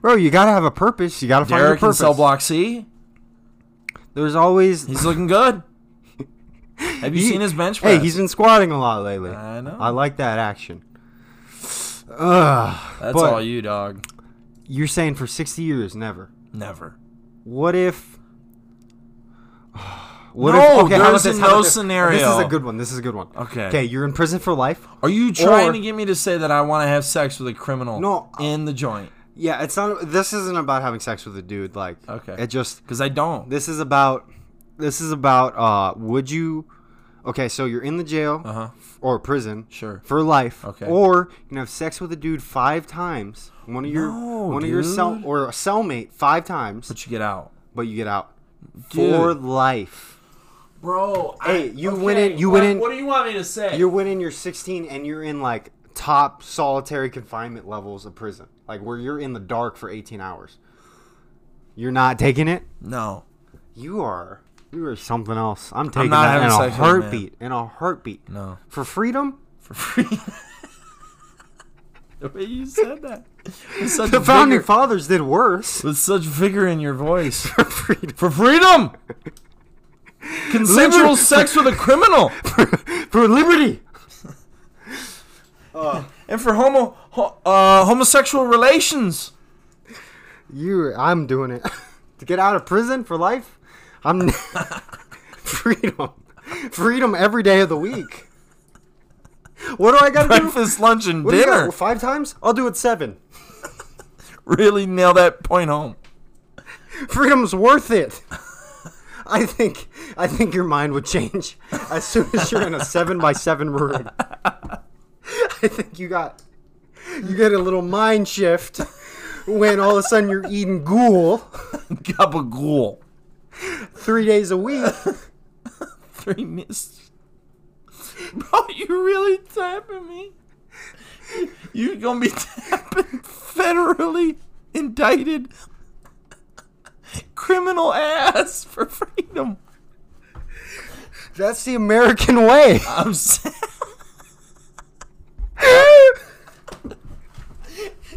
Speaker 1: Bro, you gotta have a purpose. You gotta find
Speaker 2: Derek
Speaker 1: your
Speaker 2: in
Speaker 1: purpose.
Speaker 2: cell block C.
Speaker 1: There's always.
Speaker 2: He's looking good. Have you
Speaker 1: He-
Speaker 2: seen his bench press?
Speaker 1: Hey, he's been squatting a lot lately.
Speaker 2: I know.
Speaker 1: I like that action. Ugh.
Speaker 2: That's
Speaker 1: but-
Speaker 2: all you, dog.
Speaker 1: You're saying for 60 years, never.
Speaker 2: Never.
Speaker 1: What if? What
Speaker 2: No,
Speaker 1: how about
Speaker 2: there's
Speaker 1: this,
Speaker 2: a
Speaker 1: how about
Speaker 2: no
Speaker 1: this?
Speaker 2: scenario.
Speaker 1: This is a good one. This is a good one.
Speaker 2: Okay.
Speaker 1: Okay, you're in prison for life.
Speaker 2: Are you trying
Speaker 1: Or-
Speaker 2: to get me to say that I want to have sex with a criminal?
Speaker 1: No, I-
Speaker 2: In the joint,
Speaker 1: Yeah, it's not. This isn't about having sex with a dude. Like,
Speaker 2: Okay.
Speaker 1: it just.
Speaker 2: because I don't.
Speaker 1: This is about. This is about. Uh, would you? Okay, so you're in the jail
Speaker 2: Uh-huh.
Speaker 1: or prison
Speaker 2: Sure.
Speaker 1: for life.
Speaker 2: Okay.
Speaker 1: Or you can have sex with a dude five times. One of your
Speaker 2: No,
Speaker 1: one of your cell
Speaker 2: dude.
Speaker 1: or a cellmate five times,
Speaker 2: But you get out,
Speaker 1: but you get out
Speaker 2: Dude.
Speaker 1: for life.
Speaker 2: bro.
Speaker 1: Hey, you went in- you went in-
Speaker 2: do you want me to say?
Speaker 1: You're winning your 16 and you're in like top solitary confinement levels of prison, like where you're in the dark for 18 hours. You're not taking it.
Speaker 2: no,
Speaker 1: You are. You are something else. I'm taking
Speaker 2: not
Speaker 1: that in
Speaker 2: having
Speaker 1: a
Speaker 2: sex with a man.
Speaker 1: heartbeat. In a heartbeat.
Speaker 2: no,
Speaker 1: For freedom,
Speaker 2: for free. the way you said that, with such
Speaker 1: the founding
Speaker 2: vigor,
Speaker 1: fathers did worse.
Speaker 2: with such vigor in your voice,
Speaker 1: For freedom,
Speaker 2: for freedom, consensual sex with a criminal,
Speaker 1: for liberty.
Speaker 2: and for homo ho, uh, homosexual relations.
Speaker 1: You, I'm doing it to get out of prison for life. I'm freedom, freedom every day of the week. What do I got to do?
Speaker 2: Breakfast, lunch, and
Speaker 1: What do you got?
Speaker 2: dinner.
Speaker 1: Five times? I'll do it seven.
Speaker 2: Really nail that point home.
Speaker 1: Freedom's worth it. I think I think your mind would change as soon as you're in a seven by seven room. I think you got you get a little mind shift when all of a sudden you're eating ghoul
Speaker 2: Gabagool.
Speaker 1: three days a week.
Speaker 2: Three missed. Bro, you really tapping me? You're gonna be tapping federally indicted criminal ass for freedom.
Speaker 1: That's the American way.
Speaker 2: I'm saying.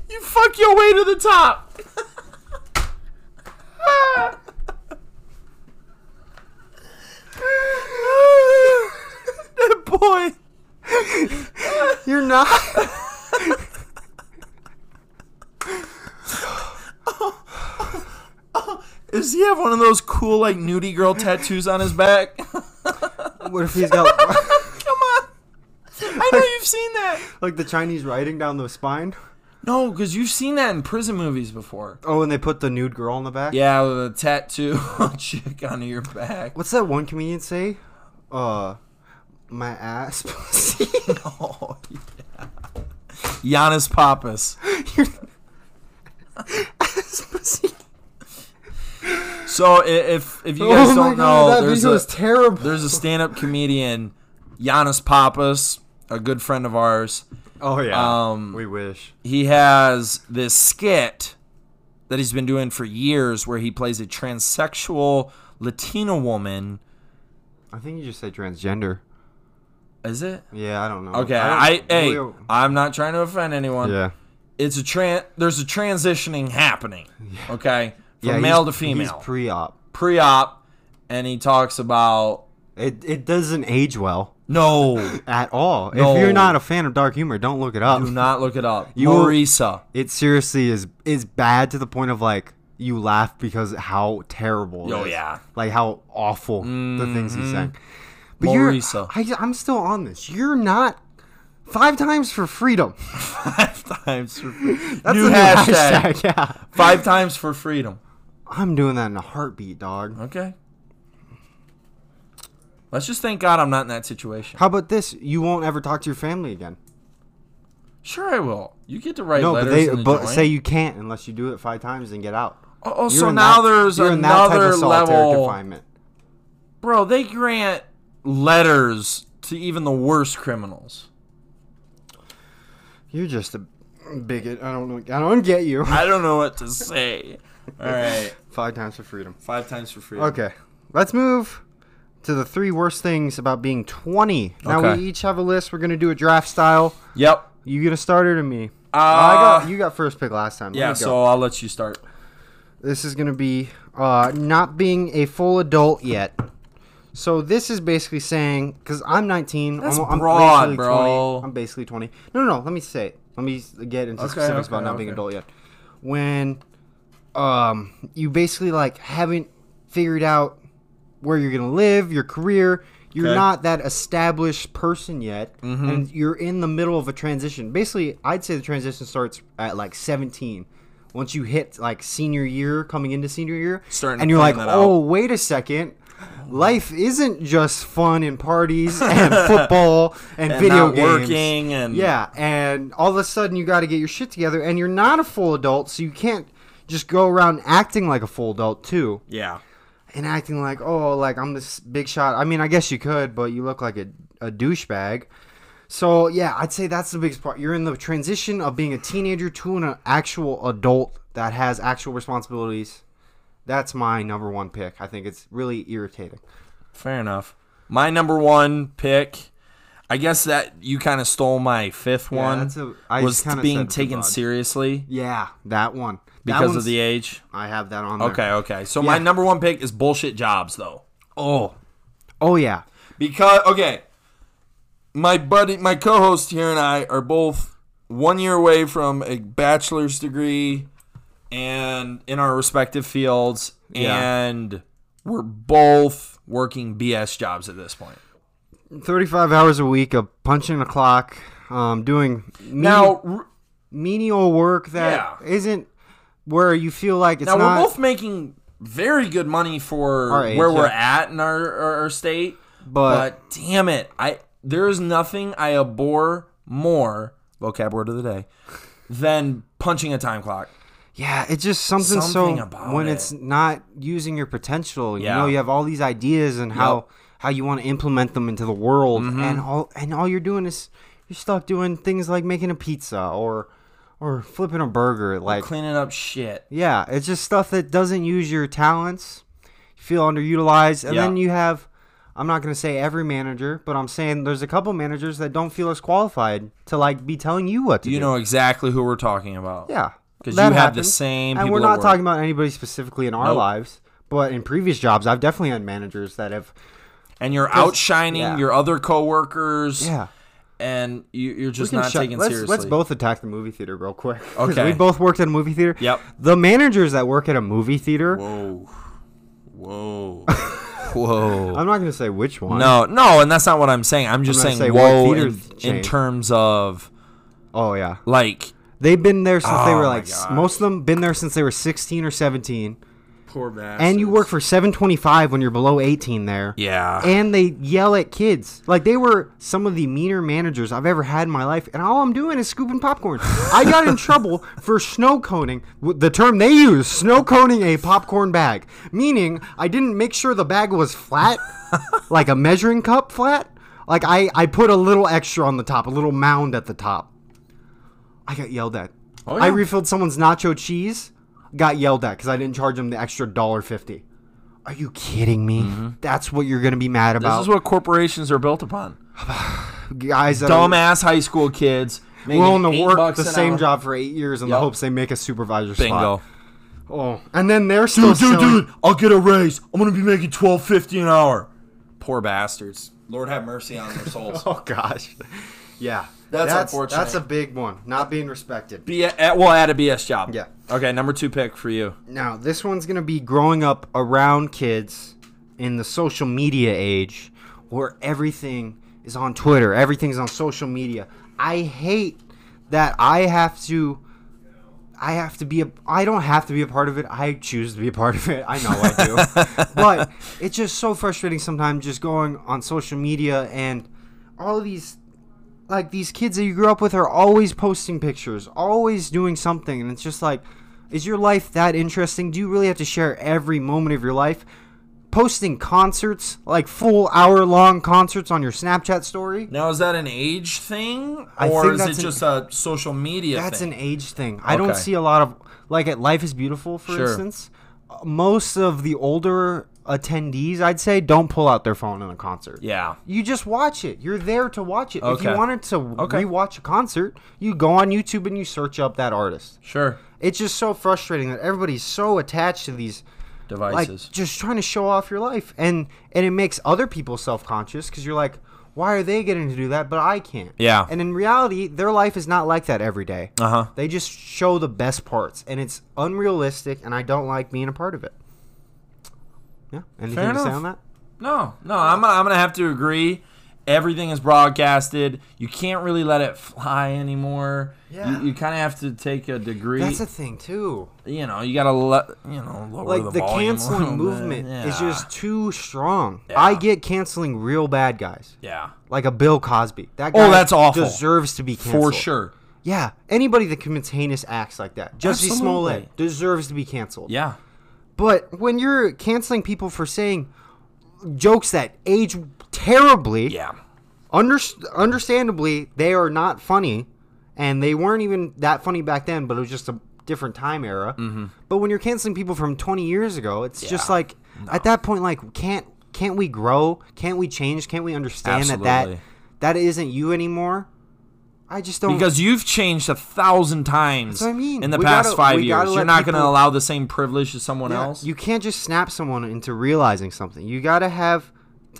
Speaker 2: you fuck your way to the top. that boy.
Speaker 1: You're not.
Speaker 2: Does he have one of those cool, like, nudie girl tattoos on his back? Come
Speaker 1: What if he's got
Speaker 2: on. I know you've seen that.
Speaker 1: like the Chinese writing down the spine?
Speaker 2: No, because you've seen that in prison movies before.
Speaker 1: Oh, and they put the nude girl on the back.
Speaker 2: Yeah, with a tattoo chick onto your back.
Speaker 1: What's that one comedian say? Uh, my ass pussy.
Speaker 2: Oh, yeah. Giannis Pappas.
Speaker 1: ass pussy.
Speaker 2: So i- if if you
Speaker 1: Oh
Speaker 2: guys don't know, there's a
Speaker 1: terrible.
Speaker 2: there's a stand up comedian, Giannis Pappas, a good friend of ours.
Speaker 1: oh yeah.
Speaker 2: um,
Speaker 1: we wish.
Speaker 2: He has this skit that he's been doing for years where he plays a transsexual Latina woman.
Speaker 1: I think you just said transgender.
Speaker 2: Is it?
Speaker 1: Yeah, I don't know.
Speaker 2: Okay, I,
Speaker 1: don't-
Speaker 2: hey,
Speaker 1: we-
Speaker 2: I'm not trying to offend anyone.
Speaker 1: yeah.
Speaker 2: It's a tran there's a transitioning happening. Okay? From
Speaker 1: yeah,
Speaker 2: male to
Speaker 1: he's-
Speaker 2: female.
Speaker 1: He's pre-op.
Speaker 2: pre-op and he talks about
Speaker 1: It it doesn't age well
Speaker 2: no
Speaker 1: at all.
Speaker 2: No.
Speaker 1: If you're not a fan of dark humor, don't look it up.
Speaker 2: do not look it up
Speaker 1: You-
Speaker 2: Marisa
Speaker 1: It seriously is is bad to the point of like you laugh because how terrible. it
Speaker 2: Oh,
Speaker 1: is.
Speaker 2: yeah. Mm-hmm.
Speaker 1: like how awful the things he's saying. But
Speaker 2: Mauricio.
Speaker 1: you're, I, I'm still on this. You're not five times for freedom.
Speaker 2: five times for freedom.
Speaker 1: That's
Speaker 2: new
Speaker 1: a
Speaker 2: hashtag.
Speaker 1: hashtag. Yeah,
Speaker 2: five times for freedom
Speaker 1: I'm doing that in a heartbeat, dog.
Speaker 2: okay let's just thank god i'm not in that situation
Speaker 1: How about this? You won't ever talk to your family again.
Speaker 2: Sure, I will. You get to write
Speaker 1: No, but
Speaker 2: letters.
Speaker 1: they
Speaker 2: in the
Speaker 1: but
Speaker 2: joint.
Speaker 1: say you can't unless you do it five times and get out.
Speaker 2: Oh, oh,
Speaker 1: You're
Speaker 2: so
Speaker 1: in
Speaker 2: now
Speaker 1: that-
Speaker 2: there's
Speaker 1: you're in that type
Speaker 2: another
Speaker 1: of solitary
Speaker 2: level.
Speaker 1: confinement.
Speaker 2: Bro, they grant letters to even the worst criminals.
Speaker 1: You're just a bigot. I don't know. I don't get you.
Speaker 2: I don't know what to say. All right,
Speaker 1: Five times for freedom.
Speaker 2: five times for free.
Speaker 1: Okay, let's move to the three worst things about being 20. Now
Speaker 2: Okay.
Speaker 1: we each have a list. We're gonna do a draft style.
Speaker 2: Yep.
Speaker 1: You gonna start it or me?
Speaker 2: Uh,
Speaker 1: I got you got first pick last time. Let
Speaker 2: yeah.
Speaker 1: me go.
Speaker 2: So I'll let you start.
Speaker 1: this is gonna be uh, not being a full adult yet. So this is basically saying because I'm 19.
Speaker 2: That's
Speaker 1: I'm, I'm
Speaker 2: broad,
Speaker 1: basically
Speaker 2: bro.
Speaker 1: 20, I'm basically 20. No, no, no. Let me say it. Let me s- get into
Speaker 2: Okay,
Speaker 1: specifics about
Speaker 2: okay,
Speaker 1: not being
Speaker 2: okay.
Speaker 1: adult yet. When um, you basically like haven't figured out where you're gonna live, your career. You're
Speaker 2: Okay. Mm-hmm.
Speaker 1: not that established person yet, and you're in the middle of a transition. Basically, I'd say the transition starts at like 17. Once you hit like senior year, coming into senior year,
Speaker 2: Starting to
Speaker 1: and you're like,
Speaker 2: plan that out.
Speaker 1: oh, wait a second. Life isn't just fun and parties and football and,
Speaker 2: And
Speaker 1: video
Speaker 2: not
Speaker 1: games.
Speaker 2: working and
Speaker 1: Yeah, and all of a sudden you got to get your shit together, and you're not a full adult, so you can't just go around acting like a full adult too,
Speaker 2: yeah.
Speaker 1: and acting like oh, like I'm this big shot. I mean, I guess you could, but you look like a, a douchebag. So yeah, I'd say that's the biggest part. You're in the transition of being a teenager to an actual adult that has actual responsibilities. That's my number one pick. I think it's really irritating.
Speaker 2: Fair enough. My number one pick. I guess that you kind of stole my fifth one.
Speaker 1: that's a- I
Speaker 2: was
Speaker 1: kinda said
Speaker 2: being
Speaker 1: it's a
Speaker 2: taken
Speaker 1: broad.
Speaker 2: seriously
Speaker 1: Yeah, that one That
Speaker 2: because of
Speaker 1: one's-
Speaker 2: the age.
Speaker 1: I have that on. there.
Speaker 2: Okay, okay. So my
Speaker 1: Yeah.
Speaker 2: number one pick is bullshit jobs though.
Speaker 1: Oh, oh yeah.
Speaker 2: Because okay, my buddy, my co-host here, and I are both one year away from a bachelor's degree, and in our respective fields,
Speaker 1: Yeah.
Speaker 2: and we're both working BS jobs at this point.
Speaker 1: 35 hours a week of punching the clock, um, doing meni-
Speaker 2: Now, r-
Speaker 1: menial work that
Speaker 2: Yeah.
Speaker 1: not where you feel like it's
Speaker 2: now
Speaker 1: not.
Speaker 2: we're both making very good money for
Speaker 1: Our age,
Speaker 2: where we're
Speaker 1: yeah.
Speaker 2: at in our, our, our state,
Speaker 1: But-
Speaker 2: but damn it, I there is nothing I abhor more vocab word of the day than punching a time clock.
Speaker 1: yeah, it's just something,
Speaker 2: Something
Speaker 1: so
Speaker 2: about
Speaker 1: when
Speaker 2: it.
Speaker 1: it's not using your potential,
Speaker 2: Yeah.
Speaker 1: you know, you have all these ideas and how how you want to implement them into the world,
Speaker 2: Mm-hmm.
Speaker 1: and all and all you're doing is you're stuck doing things like making a pizza or or flipping a burger, like
Speaker 2: cleaning up shit.
Speaker 1: Yeah, it's just stuff that doesn't use your talents. You feel underutilized, and
Speaker 2: Yeah.
Speaker 1: then you have. I'm not gonna say every manager, but I'm saying there's a couple managers that don't feel as qualified to like be telling you what to
Speaker 2: You
Speaker 1: do.
Speaker 2: know exactly who we're talking about.
Speaker 1: yeah,
Speaker 2: 'Cause
Speaker 1: that
Speaker 2: you have the
Speaker 1: happens.
Speaker 2: same
Speaker 1: And
Speaker 2: people
Speaker 1: we're
Speaker 2: at
Speaker 1: not
Speaker 2: work.
Speaker 1: talking about anybody specifically in our
Speaker 2: Nope.
Speaker 1: lives, but in previous jobs, I've definitely had managers that have.
Speaker 2: And you're outshining
Speaker 1: yeah.
Speaker 2: your other coworkers.
Speaker 1: Yeah,
Speaker 2: And you, you're just
Speaker 1: can
Speaker 2: not
Speaker 1: shut-
Speaker 2: taken
Speaker 1: let's,
Speaker 2: seriously.
Speaker 1: Let's both attack the movie theater real quick. 'Cause
Speaker 2: Okay.
Speaker 1: we both worked at a movie theater.
Speaker 2: Yep.
Speaker 1: The managers that work at a movie theater.
Speaker 2: Whoa. Whoa. Whoa.
Speaker 1: I'm not gonna say which one.
Speaker 2: No, no, and that's not what I'm saying. I'm just
Speaker 1: I'm
Speaker 2: saying
Speaker 1: gonna say what
Speaker 2: whoa
Speaker 1: theater
Speaker 2: in,
Speaker 1: th-
Speaker 2: in
Speaker 1: chain.
Speaker 2: terms of
Speaker 1: Oh yeah.
Speaker 2: like
Speaker 1: They've been there since they
Speaker 2: Oh
Speaker 1: were
Speaker 2: my
Speaker 1: like s-
Speaker 2: gosh.
Speaker 1: most of them been there since they were 16 or 17.
Speaker 2: poor man.
Speaker 1: And you work for 725 when you're below 18 there.
Speaker 2: Yeah.
Speaker 1: And they yell at kids. Like they were some of the meaner managers I've ever had in my life and all I'm doing is scooping popcorn. I got in trouble for snow coning, w- the term they use, snow coning a popcorn bag, meaning I didn't make sure the bag was flat, like a measuring cup flat. Like I I put a little extra on the top, a little mound at the top. I got yelled at.
Speaker 2: Oh,
Speaker 1: I
Speaker 2: yeah.
Speaker 1: refilled someone's nacho cheese, got yelled at because I didn't charge them the extra dollar fifty. Are you kidding me? That's what you're gonna be mad
Speaker 2: Mm-hmm. this
Speaker 1: about,
Speaker 2: is what corporations are built upon.
Speaker 1: guys. that are
Speaker 2: Dumbass high school kids making
Speaker 1: willing to
Speaker 2: eight
Speaker 1: work
Speaker 2: bucks
Speaker 1: the
Speaker 2: an
Speaker 1: same
Speaker 2: hour.
Speaker 1: job for eight years in
Speaker 2: Yup.
Speaker 1: the hopes they make a supervisor
Speaker 2: Bingo.
Speaker 1: spot. Oh, and then they're still selling-
Speaker 2: I'll get a raise. I'm gonna be making twelve fifty an hour. Poor bastards. Lord have mercy on their souls.
Speaker 1: Oh gosh, yeah.
Speaker 2: That's unfortunate.
Speaker 1: That's a big one. Not being respected.
Speaker 2: B- at, well, at a BS job.
Speaker 1: Yeah.
Speaker 2: Okay, number two pick for you.
Speaker 1: Now, this one's going to be growing up around kids in the social media age where everything is on Twitter, everything's on social media. I hate that I have to I have to be a I don't have to be a part of it. I choose to be a part of it. I know I do. but it's just so frustrating sometimes just going on social media and all these like these kids that you grew up with are always posting pictures, always doing something, and it's just like, is your life that interesting? Do you really have to share every moment of your life? Posting concerts, like full hour long concerts on your Snapchat story.
Speaker 2: Now is that an age thing,
Speaker 1: I
Speaker 2: or
Speaker 1: think
Speaker 2: is it
Speaker 1: that's an-
Speaker 2: just a social media?
Speaker 1: That's
Speaker 2: thing?
Speaker 1: an age thing. I don't
Speaker 2: Okay.
Speaker 1: see a lot of like at Life is Beautiful, for
Speaker 2: Sure.
Speaker 1: instance. uh, Most of the older attendees, I'd say, don't pull out their phone in a concert.
Speaker 2: yeah.
Speaker 1: You just watch it. You're there to watch it. If you
Speaker 2: Okay.
Speaker 1: wanted to
Speaker 2: Okay.
Speaker 1: rewatch a concert, you go on YouTube and you search up that artist.
Speaker 2: Sure.
Speaker 1: It's just so frustrating that everybody's so attached to these like
Speaker 2: Devices.
Speaker 1: just trying to show off your life and and it makes other people self-conscious cuz you're like why are they getting to do that but I can't?
Speaker 2: Yeah.
Speaker 1: And in reality, their life is not like that every day.
Speaker 2: uh huh.
Speaker 1: They just show the best parts and it's unrealistic and I don't like being a part of it. Yeah. Anything
Speaker 2: Fair
Speaker 1: to say
Speaker 2: enough.
Speaker 1: on that?
Speaker 2: No, no, I'm gonna, I'm gonna have to agree. Everything is broadcasted. You can't really let it fly anymore.
Speaker 1: Yeah.
Speaker 2: You, you kind of have to take a degree.
Speaker 1: That's a thing too.
Speaker 2: you know, you gotta let you know lower
Speaker 1: like
Speaker 2: the,
Speaker 1: the,
Speaker 2: volume a little
Speaker 1: canceling
Speaker 2: bit.
Speaker 1: movement is
Speaker 2: Yeah.
Speaker 1: just too strong.
Speaker 2: Yeah.
Speaker 1: I get canceling real bad guys,
Speaker 2: yeah,
Speaker 1: like a Bill Cosby. That
Speaker 2: Oh,
Speaker 1: guy
Speaker 2: that's awful.
Speaker 1: deserves to be
Speaker 2: for
Speaker 1: canceled
Speaker 2: sure.
Speaker 1: Yeah, anybody that commits heinous acts like that, Jesse
Speaker 2: Absolutely.
Speaker 1: Smollett deserves to be canceled.
Speaker 2: Yeah,
Speaker 1: But when you're canceling people for saying jokes that age terribly,
Speaker 2: yeah,
Speaker 1: under, understandably they are not funny and they weren't even that funny back then but it was just a different time era but when you're canceling people from 20 years ago it's just
Speaker 2: Mm-hmm. Yeah.
Speaker 1: like at that point like can't can't we grow can't we change can't we understand that that
Speaker 2: Absolutely.
Speaker 1: that isn't you anymore i just don't
Speaker 2: because you've changed a thousand times
Speaker 1: That's what I mean.
Speaker 2: in the
Speaker 1: We
Speaker 2: past
Speaker 1: gotta-
Speaker 2: five
Speaker 1: we gotta
Speaker 2: years. You're
Speaker 1: let
Speaker 2: not gonna
Speaker 1: people-
Speaker 2: allow the same privilege to someone
Speaker 1: Yeah,
Speaker 2: else.
Speaker 1: you can't just snap someone into realizing something you gotta have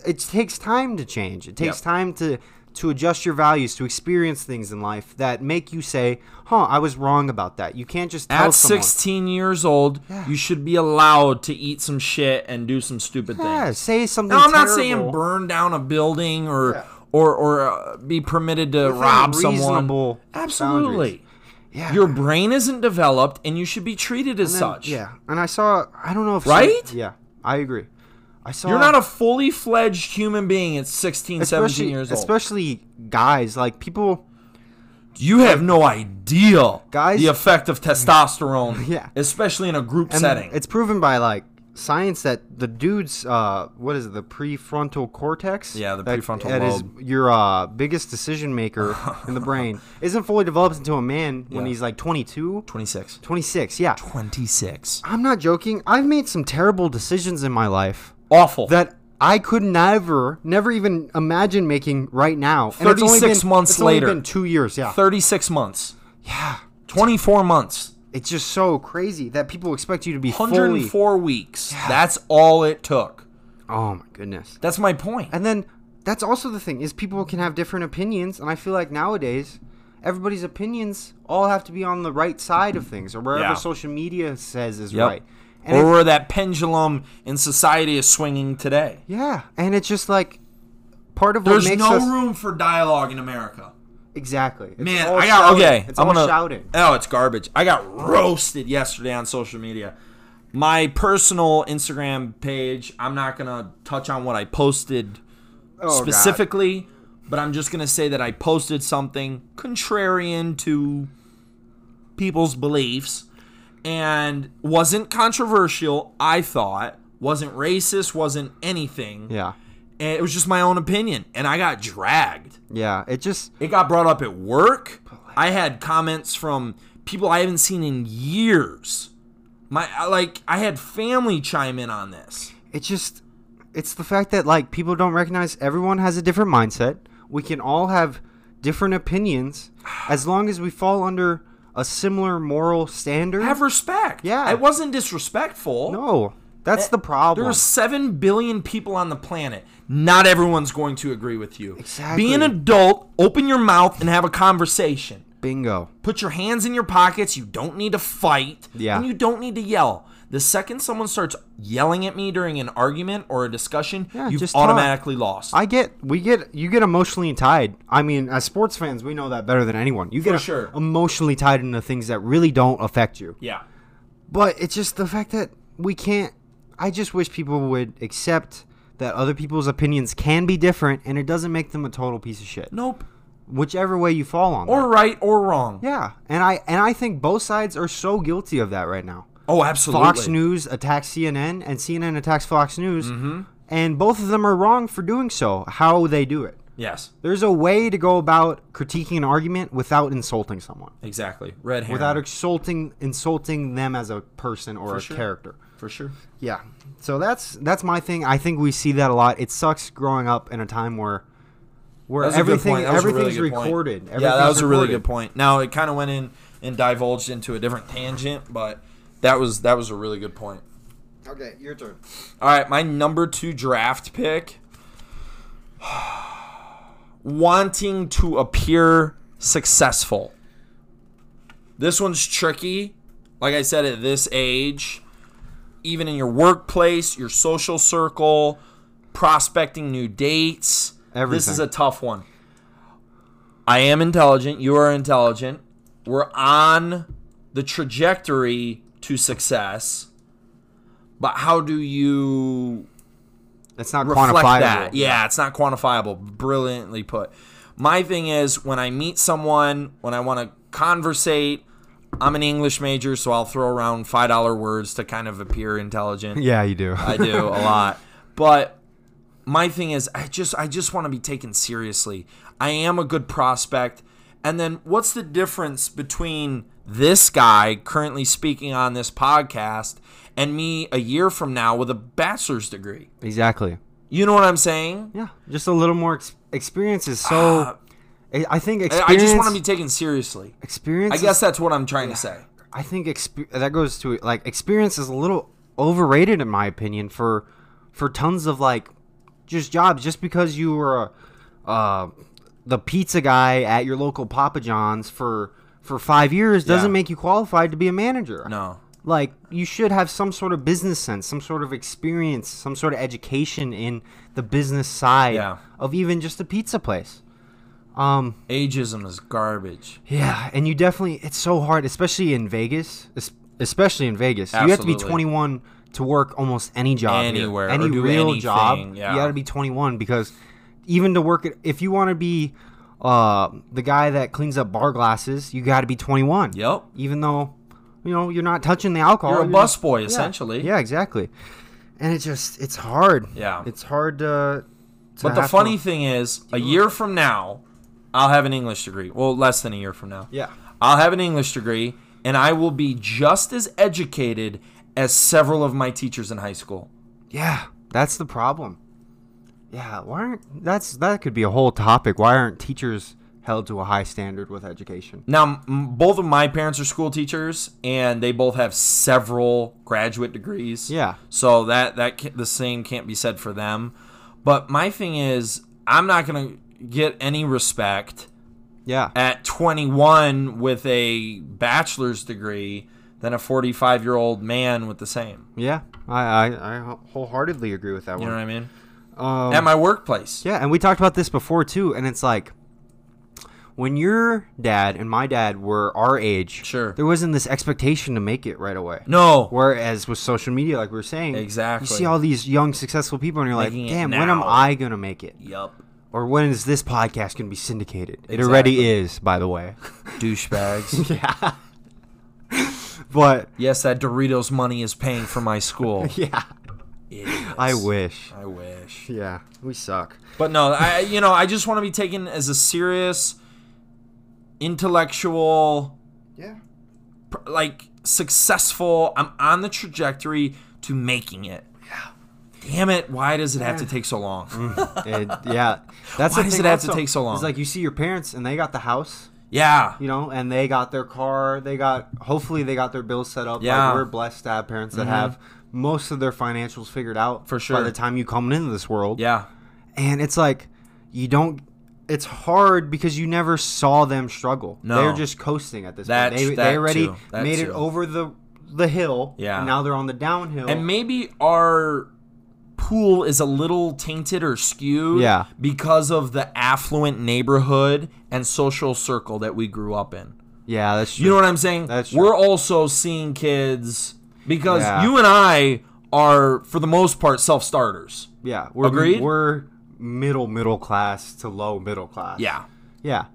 Speaker 1: it takes time to change it takes
Speaker 2: Yep.
Speaker 1: time to to adjust your values to experience things in life that make you say huh i was wrong about that you can't just tell
Speaker 2: At
Speaker 1: someone
Speaker 2: 16 years old, you should be allowed to eat some shit and do some stupid things.
Speaker 1: yeah say something
Speaker 2: No, I'm not
Speaker 1: terrible
Speaker 2: saying burn down a building or or or uh, be permitted to rob someone.
Speaker 1: reasonable
Speaker 2: Absolutely.
Speaker 1: yeah
Speaker 2: Your brain isn't developed and you should be treated as
Speaker 1: And then-
Speaker 2: such.
Speaker 1: yeah and i saw i don't know if
Speaker 2: Right?
Speaker 1: yeah i agree i saw
Speaker 2: You're not a fully fledged human being at 16, 17 years old.
Speaker 1: Uh, especially guys like people
Speaker 2: You have no idea
Speaker 1: Guys-
Speaker 2: the effect of testosterone,
Speaker 1: Yeah.
Speaker 2: especially in a group
Speaker 1: And
Speaker 2: setting.
Speaker 1: It's proven by like science that the dude's uh, what is it, the prefrontal cortex?
Speaker 2: Yeah, the
Speaker 1: That-
Speaker 2: prefrontal
Speaker 1: That is your uh, biggest decision maker in the brain. Isn't fully developed into a man when
Speaker 2: Yeah.
Speaker 1: he's like 22,
Speaker 2: 26.
Speaker 1: 26. Yeah,
Speaker 2: 26.
Speaker 1: I'm not joking. I've made some terrible decisions in my life
Speaker 2: Awful.
Speaker 1: that. I could never, never even imagine making right now. And it's only
Speaker 2: 36
Speaker 1: been-
Speaker 2: months
Speaker 1: it's only
Speaker 2: later.
Speaker 1: been two years. Yeah,
Speaker 2: 36 months.
Speaker 1: yeah.
Speaker 2: 24 months.
Speaker 1: It's just so crazy that people expect you to be fully.
Speaker 2: 104 weeks. That's all it took.
Speaker 1: Oh my goodness.
Speaker 2: That's my point.
Speaker 1: And then that's also the thing is people can have different opinions, and I feel like nowadays everybody's opinions all have to be on the right side of things or wherever
Speaker 2: Yeah.
Speaker 1: social media says is
Speaker 2: Yep.
Speaker 1: right. And
Speaker 2: or
Speaker 1: it-
Speaker 2: where that pendulum in society is swinging today.
Speaker 1: yeah, and it's just like part of
Speaker 2: There's
Speaker 1: what makes
Speaker 2: no
Speaker 1: us
Speaker 2: room for dialogue in America.
Speaker 1: exactly. It's
Speaker 2: Man,
Speaker 1: all
Speaker 2: I got
Speaker 1: shouting.
Speaker 2: okay.
Speaker 1: It's
Speaker 2: I'm
Speaker 1: all
Speaker 2: gonna,
Speaker 1: shouting.
Speaker 2: Oh, it's garbage. I got roasted yesterday on social media. My personal Instagram page. I'm not gonna touch on what I posted
Speaker 1: Oh, God.
Speaker 2: specifically, but I'm just gonna say that I posted something contrarian to people's beliefs and wasn't controversial. I thought wasn't racist, wasn't anything.
Speaker 1: Yeah,
Speaker 2: and it was just my own opinion and i got dragged
Speaker 1: yeah. It just
Speaker 2: it got brought up at work i had comments from people i haven't seen in years my I- like i had family chime in on this
Speaker 1: it just it's the fact that like people don't recognize everyone has a different mindset we can all have different opinions as long as we fall under a similar moral standard
Speaker 2: have respect
Speaker 1: Yeah.
Speaker 2: it wasn't disrespectful
Speaker 1: no
Speaker 2: Eh,
Speaker 1: that's the
Speaker 2: there
Speaker 1: problem
Speaker 2: are 7 billion people on the planet not everyone's going to agree with you
Speaker 1: Exactly.
Speaker 2: be an adult open your mouth and have a conversation
Speaker 1: bingo
Speaker 2: Put your hands in your pockets. You don't need to fight.
Speaker 1: Yeah.
Speaker 2: And you don't need to yell. The second someone starts yelling at me during an argument or a discussion,
Speaker 1: Yeah,
Speaker 2: you've
Speaker 1: just talk.
Speaker 2: automatically lost.
Speaker 1: i get we get you get emotionally tied i mean as sports fans we know that better than anyone you get
Speaker 2: For sure.
Speaker 1: emotionally tied into things that really don't affect you
Speaker 2: yeah.
Speaker 1: But it's just the fact that we can't. I just wish people would accept that other people's opinions can be different and it doesn't make them a total piece of shit.
Speaker 2: Nope.
Speaker 1: whichever way you fall on.
Speaker 2: or
Speaker 1: that.
Speaker 2: right or wrong.
Speaker 1: yeah, and I and I think both sides are so guilty of that right now.
Speaker 2: Oh, absolutely.
Speaker 1: Fox News attacks CNN, and CNN attacks Fox News,
Speaker 2: Mm-hmm.
Speaker 1: and both of them are wrong for doing so. How they do it.
Speaker 2: Yes,
Speaker 1: There's a way to go about critiquing an argument without insulting someone,
Speaker 2: exactly. Red herring.
Speaker 1: without insulting insulting them as a person or a
Speaker 2: sure.
Speaker 1: character.
Speaker 2: for sure.
Speaker 1: Yeah. So that's that's my thing. I think we see that a lot. It sucks growing up in a time where where
Speaker 2: That was a good
Speaker 1: everything
Speaker 2: point. That was a really
Speaker 1: everything's
Speaker 2: good point.
Speaker 1: recorded.
Speaker 2: yeah, that
Speaker 1: Everything's
Speaker 2: was a really good
Speaker 1: recorded.
Speaker 2: point. Now it kind of went in and divulged into a different tangent, but that was that was a really good point.
Speaker 1: Okay, your turn.
Speaker 2: All right, my number two draft pick. Wanting to appear successful. This one's tricky. Like I said, at this age, even in your workplace, your social circle, prospecting new dates. This is
Speaker 1: Everything.
Speaker 2: a tough one. I am intelligent. You are intelligent. We're on the trajectory to success. But how do you
Speaker 1: It's not
Speaker 2: reflect
Speaker 1: quantifiable.
Speaker 2: that. Yeah, it's not quantifiable. Brilliantly put. My thing is when I meet someone, when I want to conversate, I'm an English major, so I'll throw around five dollar words to kind of appear intelligent.
Speaker 1: Yeah, you do.
Speaker 2: I do a lot. But my thing is I just I just want to be taken seriously. I am a good prospect. And then what's the difference between this guy currently speaking on this podcast and me a year from now with a bachelor's degree?
Speaker 1: exactly.
Speaker 2: You know what I'm saying?
Speaker 1: Yeah, just a little more ex- experience is so. I I think
Speaker 2: Ah. I-
Speaker 1: experience.
Speaker 2: I just want to be taken seriously.
Speaker 1: experience.
Speaker 2: I
Speaker 1: is-
Speaker 2: guess that's what I'm trying to say.
Speaker 1: I think exp- that goes to like experience is a little overrated in my opinion for for tons of like just jobs just because you were a, uh, the pizza guy at your local Papa John's for for 5 years doesn't
Speaker 2: Yeah.
Speaker 1: make you qualified to be a manager.
Speaker 2: No.
Speaker 1: Like you should have some sort of business sense, some sort of experience, some sort of education in the business side
Speaker 2: Yeah.
Speaker 1: of even just a pizza place. Um
Speaker 2: Ageism is garbage.
Speaker 1: yeah, and you definitely it's so hard, especially in Vegas, es- especially in Vegas. You have to be
Speaker 2: Absolutely.
Speaker 1: 21 to work almost any job here.
Speaker 2: Anywhere, or
Speaker 1: any
Speaker 2: do
Speaker 1: real
Speaker 2: anything,
Speaker 1: job.
Speaker 2: yeah.
Speaker 1: You got to be 21 because even to work at, if you want to be uh, the guy that cleans up bar glasses, you got to be 21.
Speaker 2: Yep.
Speaker 1: Even though you know you're not touching the alcohol.
Speaker 2: You're a
Speaker 1: just-
Speaker 2: busboy,
Speaker 1: Yeah.
Speaker 2: essentially.
Speaker 1: Yeah, exactly. And it just it's hard.
Speaker 2: Yeah.
Speaker 1: It's hard to, to
Speaker 2: But the
Speaker 1: have to-
Speaker 2: funny thing is, a year from now, I'll have an English degree. Well, less than a year from now.
Speaker 1: Yeah.
Speaker 2: I'll have an English degree, and I will be just as educated as several of my teachers in high school.
Speaker 1: Yeah, that's the problem. Yeah, why aren't that's that could be a whole topic. Why aren't teachers held to a high standard with education?
Speaker 2: Now, m- both of my parents are school teachers, and they both have several graduate degrees.
Speaker 1: Yeah.
Speaker 2: So that that can, the same can't be said for them. But my thing is, I'm not gonna get any respect
Speaker 1: Yeah.
Speaker 2: at 21 with a bachelor's degree than a 45 year old man with the same.
Speaker 1: Yeah. I I, I wholeheartedly agree with that
Speaker 2: You
Speaker 1: one.
Speaker 2: know what I mean?
Speaker 1: Um,
Speaker 2: at my workplace.
Speaker 1: Yeah, and we talked about this before too, and it's like when your dad and my dad were our age,
Speaker 2: Sure.
Speaker 1: there wasn't this expectation to make it right away.
Speaker 2: No.
Speaker 1: Whereas with social media, like we were saying,
Speaker 2: Exactly.
Speaker 1: you see all these young, successful people, and you're like,
Speaker 2: Making it
Speaker 1: damn, when am
Speaker 2: now."
Speaker 1: I gonna make it?
Speaker 2: Yup.
Speaker 1: or when is this podcast going to be syndicated? It already is, by the way.
Speaker 2: Douchebags.
Speaker 1: yeah. but
Speaker 2: yes, that Doritos money is paying for my school.
Speaker 1: yeah,
Speaker 2: Idiots.
Speaker 1: I wish.
Speaker 2: I wish.
Speaker 1: Yeah, we suck.
Speaker 2: But no, I you know, I just want to be taken as a serious intellectual
Speaker 1: Yeah.
Speaker 2: pr- like successful. I'm on the trajectory to making it. Yeah. Damn it, why does it have to take so long?
Speaker 1: Mm. yeah, that's
Speaker 2: Why
Speaker 1: the
Speaker 2: does
Speaker 1: thing
Speaker 2: it have to
Speaker 1: also,
Speaker 2: take so long?
Speaker 1: It's like you see your parents and they got the house,
Speaker 2: Yeah.
Speaker 1: you know, and they got their car, they got hopefully they got their bills set up.
Speaker 2: Yeah. Mm-hmm.
Speaker 1: like we're blessed to have parents that have most of their financials figured out
Speaker 2: For
Speaker 1: by
Speaker 2: sure.
Speaker 1: the time you come into this world.
Speaker 2: Yeah.
Speaker 1: and it's like you don't it's hard because you never saw them struggle
Speaker 2: No.
Speaker 1: they're just coasting at this
Speaker 2: That's-
Speaker 1: point they,
Speaker 2: that
Speaker 1: they already
Speaker 2: too. That
Speaker 1: made it
Speaker 2: too.
Speaker 1: over the the hill
Speaker 2: Yeah.
Speaker 1: and now they're on the downhill
Speaker 2: And maybe our pool is a little tainted or skewed
Speaker 1: Yeah.
Speaker 2: because of the affluent neighborhood and social circle that we grew up in.
Speaker 1: yeah that's true.
Speaker 2: You know what I'm saying?
Speaker 1: That's true.
Speaker 2: We're also seeing kids because
Speaker 1: Yeah.
Speaker 2: you and I are for the most part self-starters.
Speaker 1: yeah we're
Speaker 2: Agreed?
Speaker 1: we're middle middle class to low middle class
Speaker 2: Yeah.
Speaker 1: yeah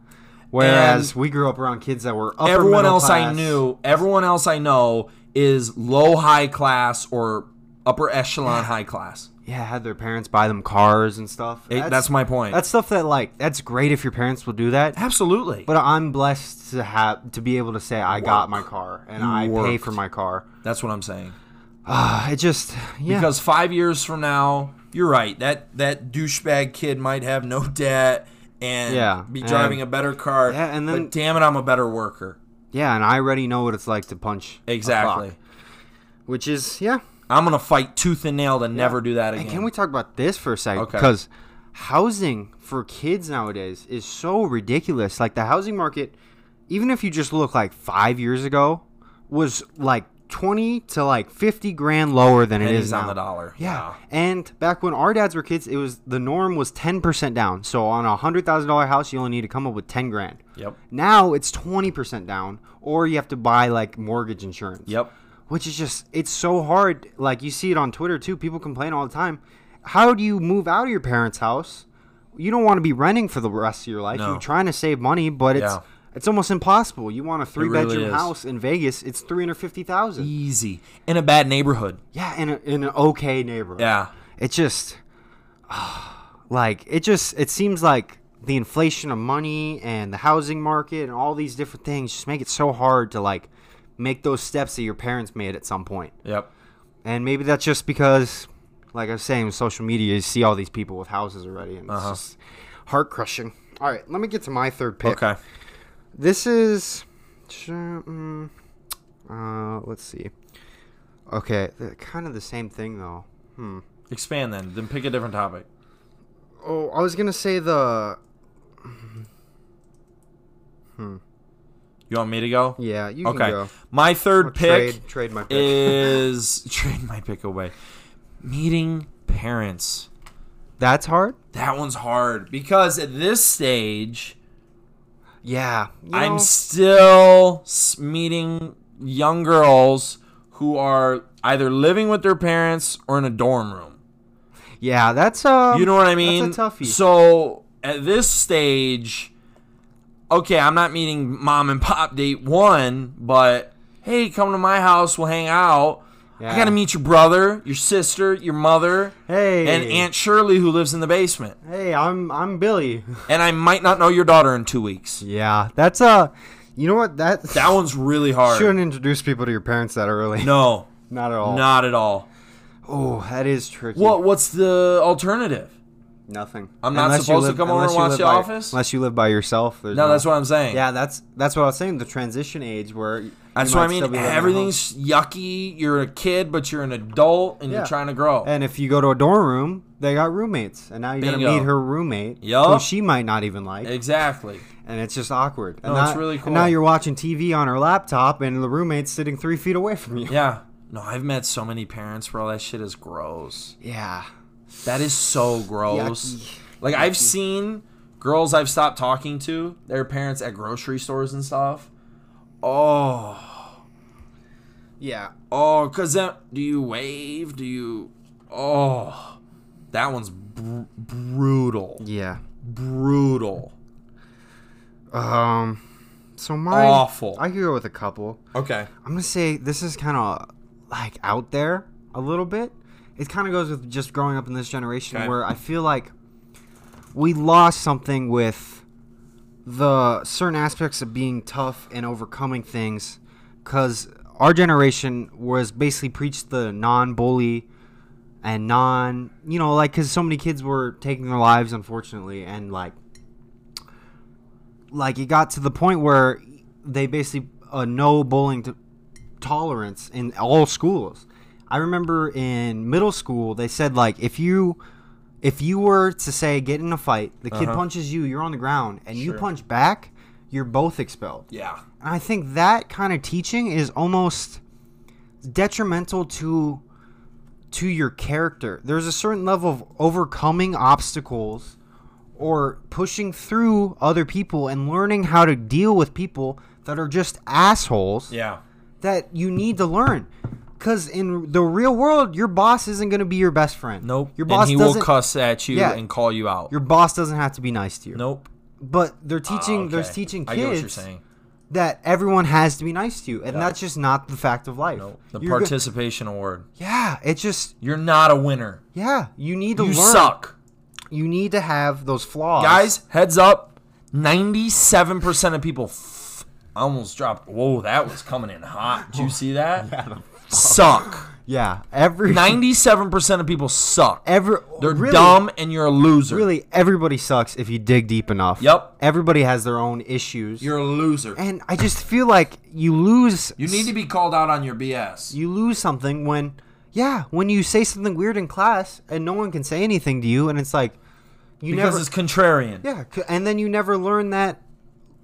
Speaker 1: Whereas we grew up around kids that were upper
Speaker 2: everyone
Speaker 1: middle
Speaker 2: else I
Speaker 1: class.
Speaker 2: knew, everyone else I know is low high class or upper echelon high class.
Speaker 1: yeah, had their parents buy them cars and stuff.
Speaker 2: It- that's, my point.
Speaker 1: That's stuff that like that's great if your parents will do that.
Speaker 2: absolutely.
Speaker 1: But I'm blessed to have to be able to say I got my car and I pay
Speaker 2: worked.
Speaker 1: for my car.
Speaker 2: that's what I'm saying.
Speaker 1: Uh, it just yeah.
Speaker 2: Because five years from now, you're right. That that douchebag kid might have no debt and
Speaker 1: Yeah,
Speaker 2: be
Speaker 1: and-
Speaker 2: driving a better car.
Speaker 1: Yeah, and then-
Speaker 2: but damn it, I'm a better worker.
Speaker 1: yeah, and I already know what it's like to punch a
Speaker 2: Exactly.
Speaker 1: clock, which is yeah.
Speaker 2: I'm gonna fight tooth and nail to never do that again.
Speaker 1: And can we talk about this for a second?
Speaker 2: Okay.
Speaker 1: Because housing for kids nowadays is so ridiculous. Like the housing market, even if you just look like five years ago, was like twenty to like fifty grand lower than it
Speaker 2: Pennies
Speaker 1: is
Speaker 2: on
Speaker 1: now.
Speaker 2: the dollar.
Speaker 1: Yeah. And back when our dads were kids, it was the norm was ten percent down. So on a hundred thousand dollar house, you only need to come up with ten grand.
Speaker 2: Yep.
Speaker 1: Now it's twenty percent down, or you have to buy like mortgage insurance
Speaker 2: Yep.
Speaker 1: which is just it's so hard like you see it on twitter too people complain all the time how do you move out of your parents house you don't want to be renting for the rest of your life
Speaker 2: No.
Speaker 1: you're trying to save money but it's
Speaker 2: Yeah.
Speaker 1: it's almost impossible you want a three bedroom
Speaker 2: is.
Speaker 1: house in vegas it's 350000
Speaker 2: Easy. In a bad neighborhood.
Speaker 1: yeah in, a, in an okay neighborhood
Speaker 2: Yeah.
Speaker 1: it's just ah, like it just it seems like the inflation of money and the housing market and all these different things just make it so hard to like make those steps that your parents made at some point
Speaker 2: Yep.
Speaker 1: and maybe that's just because, like I was saying, with social media, you see all these people with houses already, and it's just heart crushing. All right, let me get to my third pick.
Speaker 2: Okay.
Speaker 1: This is. mm, Uh, let's see. Okay, they're kind of the same thing, though. Hmm.
Speaker 2: Expand then. Then pick a different topic.
Speaker 1: Oh, I was going to say the.
Speaker 2: You want me to go?
Speaker 1: Yeah, you
Speaker 2: okay.
Speaker 1: can go.
Speaker 2: My third
Speaker 1: Or
Speaker 2: pick
Speaker 1: Trade, trade my pick.
Speaker 2: is trade my pick away. Meeting parents.
Speaker 1: that's hard?
Speaker 2: That one's hard because at this stage,
Speaker 1: Yeah. you know,
Speaker 2: I'm still s- meeting young girls who are either living with their parents or in a dorm room.
Speaker 1: yeah, that's. Um,
Speaker 2: You know what I mean?
Speaker 1: That's a toughie.
Speaker 2: So at this stage, okay, I'm not meeting mom and pop date one, but hey, come to my house, we'll hang out. I
Speaker 1: Yeah.
Speaker 2: gotta meet your brother, your sister, your mother,
Speaker 1: Hey.
Speaker 2: and Aunt Shirley who lives in the basement.
Speaker 1: Hey, I'm I'm Billy.
Speaker 2: And I might not know your daughter in two weeks.
Speaker 1: yeah, that's Uh, you know what? That
Speaker 2: That one's really hard.
Speaker 1: shouldn't introduce people to your parents that early.
Speaker 2: No,
Speaker 1: Not at all.
Speaker 2: not at all.
Speaker 1: Oh, that is tricky.
Speaker 2: What what's the alternative?
Speaker 1: Nothing.
Speaker 2: I'm not supposed to come over
Speaker 1: unless
Speaker 2: and
Speaker 1: you
Speaker 2: watch
Speaker 1: live
Speaker 2: The
Speaker 1: by-
Speaker 2: Office?
Speaker 1: Unless you live by yourself.
Speaker 2: No, that's what I'm saying.
Speaker 1: Yeah, that's that's what I was saying. The transition age where. you
Speaker 2: That's what
Speaker 1: might
Speaker 2: I
Speaker 1: still
Speaker 2: mean.
Speaker 1: be living at home.
Speaker 2: Everything's yucky. You're a kid, but you're an adult and you're
Speaker 1: Yeah.
Speaker 2: trying to grow.
Speaker 1: And if you go to a dorm room, they got roommates, and now you gotta
Speaker 2: Bingo.
Speaker 1: meet her roommate,
Speaker 2: Yup.
Speaker 1: who she might not even like,
Speaker 2: exactly.
Speaker 1: and it's just awkward. And
Speaker 2: No, it's
Speaker 1: now-
Speaker 2: really
Speaker 1: And now
Speaker 2: cool.
Speaker 1: you're watching TV on her laptop, and the roommate's sitting three feet away from you.
Speaker 2: Yeah. No, I've met so many parents where all that shit is gross.
Speaker 1: Yeah.
Speaker 2: That is so gross.
Speaker 1: Yucky.
Speaker 2: Like I've seen girls I've stopped talking to, their parents at grocery stores and stuff. Oh,
Speaker 1: Yeah.
Speaker 2: oh, cause then do you wave? Do you? Oh, that one's br- brutal,
Speaker 1: Yeah.
Speaker 2: brutal,
Speaker 1: Um. So mine.
Speaker 2: awful.
Speaker 1: I could go with a couple.
Speaker 2: okay,
Speaker 1: I'm gonna say this is kind of like out there a little bit. It kind of goes with just growing up in this generation
Speaker 2: Okay.
Speaker 1: where I feel like we lost something with the certain aspects of being tough and overcoming things because our generation was basically preached the non-bully and non you know like because so many kids were taking their lives unfortunately and like like it got to the point where they basically uh, no bullying to tolerance in all schools. I remember in middle school they said like if you if you were to say get in a fight, the kid punches you, you're on the ground, and you punch back, you're both expelled.
Speaker 2: yeah,
Speaker 1: And I think that kind of teaching is almost detrimental to to your character. There's a certain level of overcoming obstacles or pushing through other people and learning how to deal with people that are just assholes
Speaker 2: yeah,
Speaker 1: that you need to learn. Cause in the real world, your boss isn't gonna be your best friend.
Speaker 2: nope.
Speaker 1: Your boss
Speaker 2: and he will
Speaker 1: doesn't.
Speaker 2: cuss at you
Speaker 1: Yeah.
Speaker 2: and call you out.
Speaker 1: your boss doesn't have to be nice to you.
Speaker 2: Nope.
Speaker 1: but they're teaching.
Speaker 2: Ah, okay.
Speaker 1: There's teaching
Speaker 2: I
Speaker 1: kids
Speaker 2: get what you're saying.
Speaker 1: that everyone has to be nice to you, and
Speaker 2: Yeah.
Speaker 1: that's just not the fact of life.
Speaker 2: No, the
Speaker 1: You're go-
Speaker 2: participation award.
Speaker 1: yeah, it's just
Speaker 2: You're not a winner.
Speaker 1: yeah. You need to
Speaker 2: You
Speaker 1: learn.
Speaker 2: suck.
Speaker 1: You need to have those flaws,
Speaker 2: Guys, heads up. 97% of people f- I almost dropped. Whoa, that was coming in hot. Did you see that? suck.
Speaker 1: Yeah, every
Speaker 2: 97% of people suck.
Speaker 1: every
Speaker 2: They're
Speaker 1: really,
Speaker 2: dumb and you're a loser.
Speaker 1: Really, everybody sucks if you dig deep enough.
Speaker 2: Yep.
Speaker 1: Everybody has their own issues,
Speaker 2: You're a loser.
Speaker 1: and I just feel like you lose.
Speaker 2: You need to be called out on your BS.
Speaker 1: you lose something when yeah when you say something weird in class and no one can say anything to you and it's like you
Speaker 2: because
Speaker 1: never
Speaker 2: it's contrarian.
Speaker 1: yeah c- and then you never learn that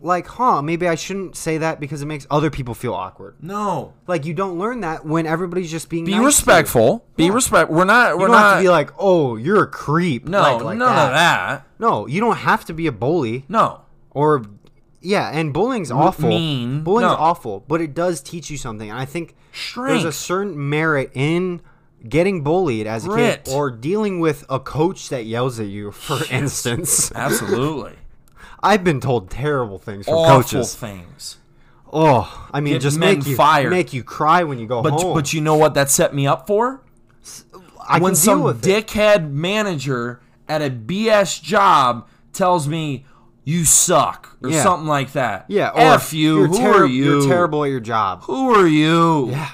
Speaker 1: like huh maybe i shouldn't say that because it makes other people feel awkward
Speaker 2: No.
Speaker 1: like you don't learn that when everybody's just being
Speaker 2: Be
Speaker 1: nice to you.
Speaker 2: respectful. Be respect. We're not
Speaker 1: you
Speaker 2: we're
Speaker 1: don't
Speaker 2: not
Speaker 1: have to be like oh you're a creep
Speaker 2: No,
Speaker 1: like, like
Speaker 2: none of that.
Speaker 1: no you don't have to be a bully
Speaker 2: No.
Speaker 1: or yeah and bullying's awful
Speaker 2: mean.
Speaker 1: bullying's
Speaker 2: No.
Speaker 1: awful but it does teach you something and i think
Speaker 2: Strength.
Speaker 1: there's a certain merit in getting bullied as a
Speaker 2: Grit.
Speaker 1: kid or dealing with a coach that yells at you for instance
Speaker 2: Absolutely.
Speaker 1: i've been told terrible things from
Speaker 2: Awful
Speaker 1: coaches
Speaker 2: things.
Speaker 1: oh i mean
Speaker 2: Get
Speaker 1: just
Speaker 2: men
Speaker 1: make you
Speaker 2: fired.
Speaker 1: make you cry when you go
Speaker 2: But
Speaker 1: home
Speaker 2: but you know what that set me up for?
Speaker 1: Oh. i
Speaker 2: when
Speaker 1: can deal
Speaker 2: some
Speaker 1: with it.
Speaker 2: dickhead manager at a BS job tells me you suck or
Speaker 1: Yeah.
Speaker 2: something like that.
Speaker 1: yeah or
Speaker 2: F you.
Speaker 1: you're
Speaker 2: Who
Speaker 1: terri-
Speaker 2: are you?
Speaker 1: you're terrible at your job
Speaker 2: Who are you?
Speaker 1: Yeah.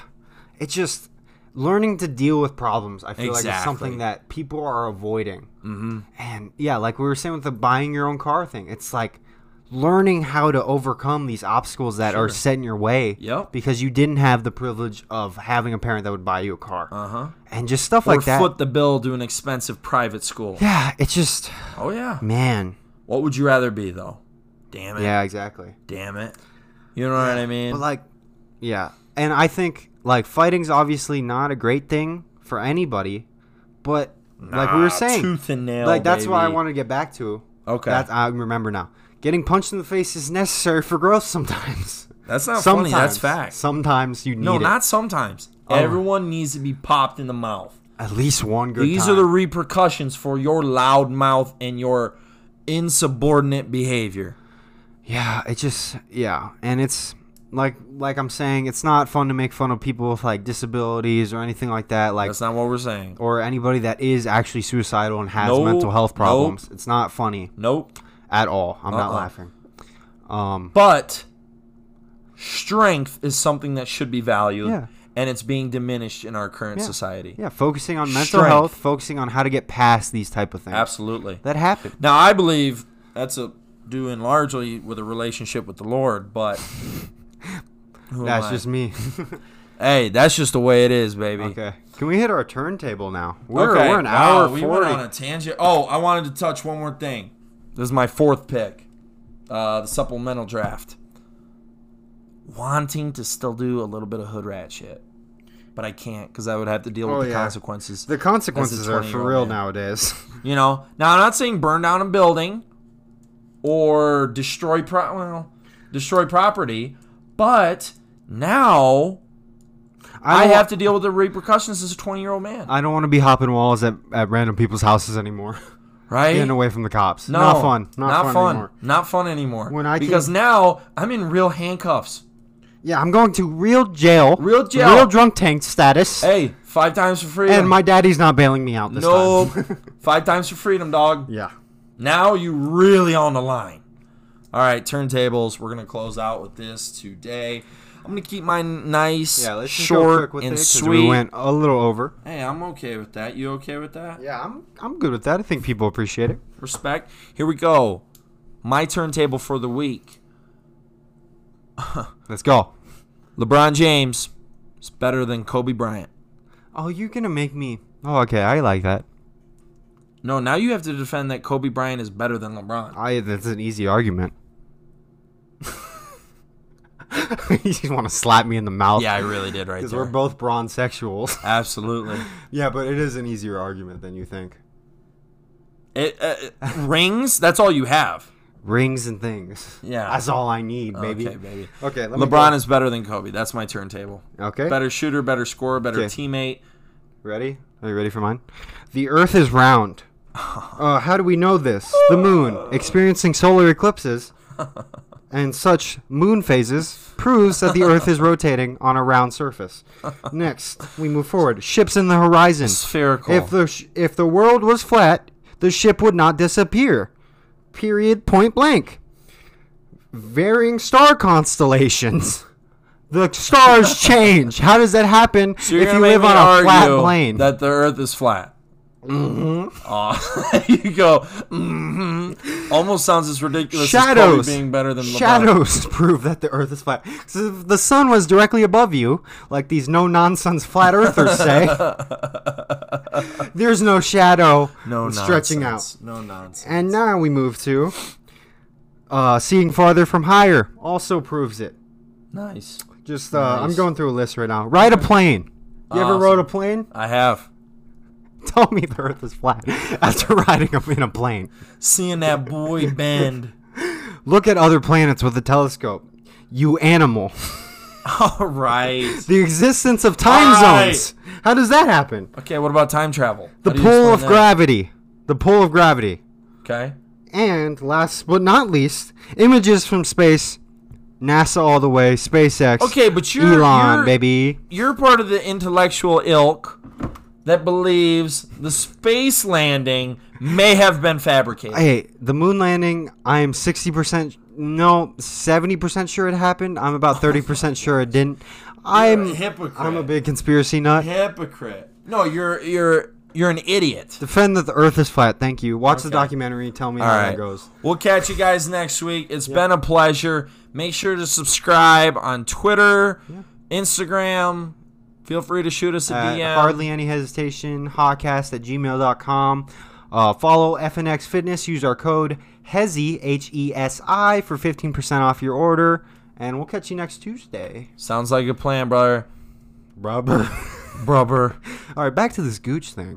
Speaker 1: It's just learning to deal with problems. I feel like it's
Speaker 2: Exactly.
Speaker 1: something that people are avoiding. Mm-hmm. And yeah, like we were saying with the buying your own car thing, it's like learning how to overcome these obstacles that are set in your way
Speaker 2: Yep.
Speaker 1: because you didn't have the privilege of having a parent that would buy you a car.
Speaker 2: Uh-huh.
Speaker 1: And just stuff
Speaker 2: Or
Speaker 1: like that.
Speaker 2: foot the bill to an expensive private school.
Speaker 1: yeah, it's just
Speaker 2: Oh yeah.
Speaker 1: man.
Speaker 2: What would you rather be though? Damn it.
Speaker 1: Yeah, exactly.
Speaker 2: Damn it. You know what I mean?
Speaker 1: But like, yeah, and I think like fighting's obviously not a great thing for anybody, but like we
Speaker 2: Ah,
Speaker 1: were saying,
Speaker 2: tooth and nail.
Speaker 1: like that's what I
Speaker 2: baby.
Speaker 1: wanted to get back to.
Speaker 2: Okay.
Speaker 1: That I remember now. Getting punched in the face is necessary for growth sometimes.
Speaker 2: That's not
Speaker 1: sometimes,
Speaker 2: funny. That's fact.
Speaker 1: Sometimes you need
Speaker 2: no,
Speaker 1: it. Oh.
Speaker 2: not sometimes. Everyone needs to be popped in the mouth.
Speaker 1: at least one good
Speaker 2: These
Speaker 1: time.
Speaker 2: are the repercussions for your loud mouth and your insubordinate behavior.
Speaker 1: yeah, it just yeah, and it's like like I'm saying, it's not fun to make fun of people with like disabilities or anything like that. Like
Speaker 2: That's not what we're saying.
Speaker 1: or anybody that is actually suicidal and has
Speaker 2: Nope,
Speaker 1: mental health
Speaker 2: nope.
Speaker 1: problems. It's not funny
Speaker 2: Nope.
Speaker 1: at all. I'm not
Speaker 2: Uh-uh.
Speaker 1: laughing. Um,
Speaker 2: But strength is something that should be valued,
Speaker 1: Yeah.
Speaker 2: and it's being diminished in our current society.
Speaker 1: yeah, focusing on mental
Speaker 2: Strength.
Speaker 1: health, focusing on how to get past these type of things
Speaker 2: Absolutely.
Speaker 1: that happen.
Speaker 2: Now, I believe that's a doing largely with a relationship with the Lord, but who am
Speaker 1: That's
Speaker 2: I?
Speaker 1: just me.
Speaker 2: hey, that's just the way it is, baby.
Speaker 1: okay, can we hit our turntable now? We're,
Speaker 2: Okay,
Speaker 1: we're an
Speaker 2: wow,
Speaker 1: hour
Speaker 2: we
Speaker 1: forty.
Speaker 2: went on a tangent. Oh, I wanted to touch one more thing. This is my fourth pick, uh, the supplemental draft. Wanting to still do a little bit of hood rat shit, but I can't because I would have to deal
Speaker 1: Oh,
Speaker 2: with the
Speaker 1: yeah.
Speaker 2: consequences.
Speaker 1: the consequences are for
Speaker 2: 20-year-old
Speaker 1: real
Speaker 2: man.
Speaker 1: nowadays.
Speaker 2: You know, now I'm not saying burn down a building or destroy pro- well, destroy property, but now I,
Speaker 1: don't-
Speaker 2: have to deal with the repercussions as a 20 year old man,
Speaker 1: I don't want to be hopping walls at, at random people's houses anymore.
Speaker 2: right?
Speaker 1: Getting away from the cops.
Speaker 2: no,
Speaker 1: not fun. Not, fun, anymore.
Speaker 2: Not fun anymore.
Speaker 1: When I
Speaker 2: because
Speaker 1: came-
Speaker 2: now I'm in real handcuffs.
Speaker 1: Yeah, I'm going to real jail.
Speaker 2: Real jail.
Speaker 1: Real drunk tank status.
Speaker 2: Hey, five times for freedom.
Speaker 1: And my daddy's not bailing me out this
Speaker 2: no,
Speaker 1: time.
Speaker 2: five times for freedom, dog.
Speaker 1: yeah.
Speaker 2: Now you really on the line. All right, turntables. We're gonna close out with this today. I'm gonna keep mine nice,
Speaker 1: Yeah, let's just go
Speaker 2: short
Speaker 1: quick with
Speaker 2: and
Speaker 1: it 'cause
Speaker 2: sweet.
Speaker 1: we went a little over.
Speaker 2: Hey, I'm okay with that. You okay with that?
Speaker 1: Yeah, I'm I'm good with that. I think people appreciate it.
Speaker 2: Respect. Here we go. My turntable for the week.
Speaker 1: Let's go.
Speaker 2: LeBron James is better than Kobe Bryant.
Speaker 1: Oh, you're gonna make me. Oh, okay. I like that.
Speaker 2: No, now you have to defend that Kobe Bryant is better than LeBron.
Speaker 1: I that's an easy argument. you just want to slap me in the mouth.
Speaker 2: Yeah, I really did right
Speaker 1: because
Speaker 2: there.
Speaker 1: we're both brawn sexuals.
Speaker 2: Absolutely.
Speaker 1: yeah, but it is an easier argument than you think.
Speaker 2: It, uh, it- rings. That's all you have.
Speaker 1: Rings and things.
Speaker 2: Yeah.
Speaker 1: that's all I need, baby.
Speaker 2: Okay, baby.
Speaker 1: Okay, let me
Speaker 2: LeBron
Speaker 1: go.
Speaker 2: is better than Kobe. That's my turntable.
Speaker 1: okay.
Speaker 2: Better shooter, better scorer, better
Speaker 1: Okay.
Speaker 2: teammate.
Speaker 1: Ready? Are you ready for mine? The Earth is round. Uh, how do we know this? The moon experiencing solar eclipses and such moon phases proves that the Earth is rotating on a round surface. Next, we move forward. Ships in the horizon.
Speaker 2: Spherical.
Speaker 1: If the sh- if the world was flat, the ship would not disappear. Period. Point blank. Varying star constellations. The stars change. How does that happen
Speaker 2: So you're
Speaker 1: if you
Speaker 2: gonna make
Speaker 1: live
Speaker 2: me
Speaker 1: on a flat
Speaker 2: argue
Speaker 1: plane?
Speaker 2: that the Earth is flat. Mm-hmm. you go. Mm-hmm. Almost sounds as ridiculous as
Speaker 1: shadows
Speaker 2: Kobe being better than LeBron.
Speaker 1: shadows prove that the earth is flat so if the sun was directly above you like these no nonsense flat earthers say there's no shadow
Speaker 2: No
Speaker 1: stretching out
Speaker 2: nonsense. No nonsense.
Speaker 1: and now we move to uh, seeing farther from higher also proves it
Speaker 2: Nice.
Speaker 1: just uh, i'm
Speaker 2: Nice.
Speaker 1: going through a list right now ride a plane you ever rode a plane?
Speaker 2: I have
Speaker 1: Tell me the earth is flat after riding up in a plane.
Speaker 2: seeing that boy bend.
Speaker 1: Look at other planets with a telescope. You animal.
Speaker 2: All right.
Speaker 1: the existence of time
Speaker 2: Right.
Speaker 1: zones. How does that happen?
Speaker 2: Okay. What about time travel?
Speaker 1: The
Speaker 2: How do you
Speaker 1: pull of
Speaker 2: explain that?
Speaker 1: gravity. The pull of gravity.
Speaker 2: Okay.
Speaker 1: And last but not least, images from space. NASA all the way, SpaceX.
Speaker 2: Okay, but you're-
Speaker 1: Elon,
Speaker 2: you're-
Speaker 1: baby.
Speaker 2: you're part of the intellectual ilk that believes the space landing may have been fabricated.
Speaker 1: Hey, the moon landing, I am 60% no, 70% sure it happened. I'm about 30% sure it didn't. I'm
Speaker 2: hypocrite.
Speaker 1: I'm a big conspiracy nut.
Speaker 2: hypocrite. No, you're you're you're an idiot.
Speaker 1: Defend that the earth is flat. Thank you. Watch the
Speaker 2: Okay.
Speaker 1: documentary, tell me
Speaker 2: All
Speaker 1: how
Speaker 2: right.
Speaker 1: that goes.
Speaker 2: We'll catch you guys next week. It's been a pleasure. Make sure to subscribe on Twitter, Instagram. Feel free to shoot us a
Speaker 1: at
Speaker 2: DM.
Speaker 1: hardly any hesitation hotcast at gmail.com uh, follow fnx fitness use our code E hesi h-e-s-i for 15% off your order and we'll catch you next tuesday
Speaker 2: Sounds like a plan, brother.
Speaker 1: rubber
Speaker 2: Brother.
Speaker 1: all right back to this gooch thing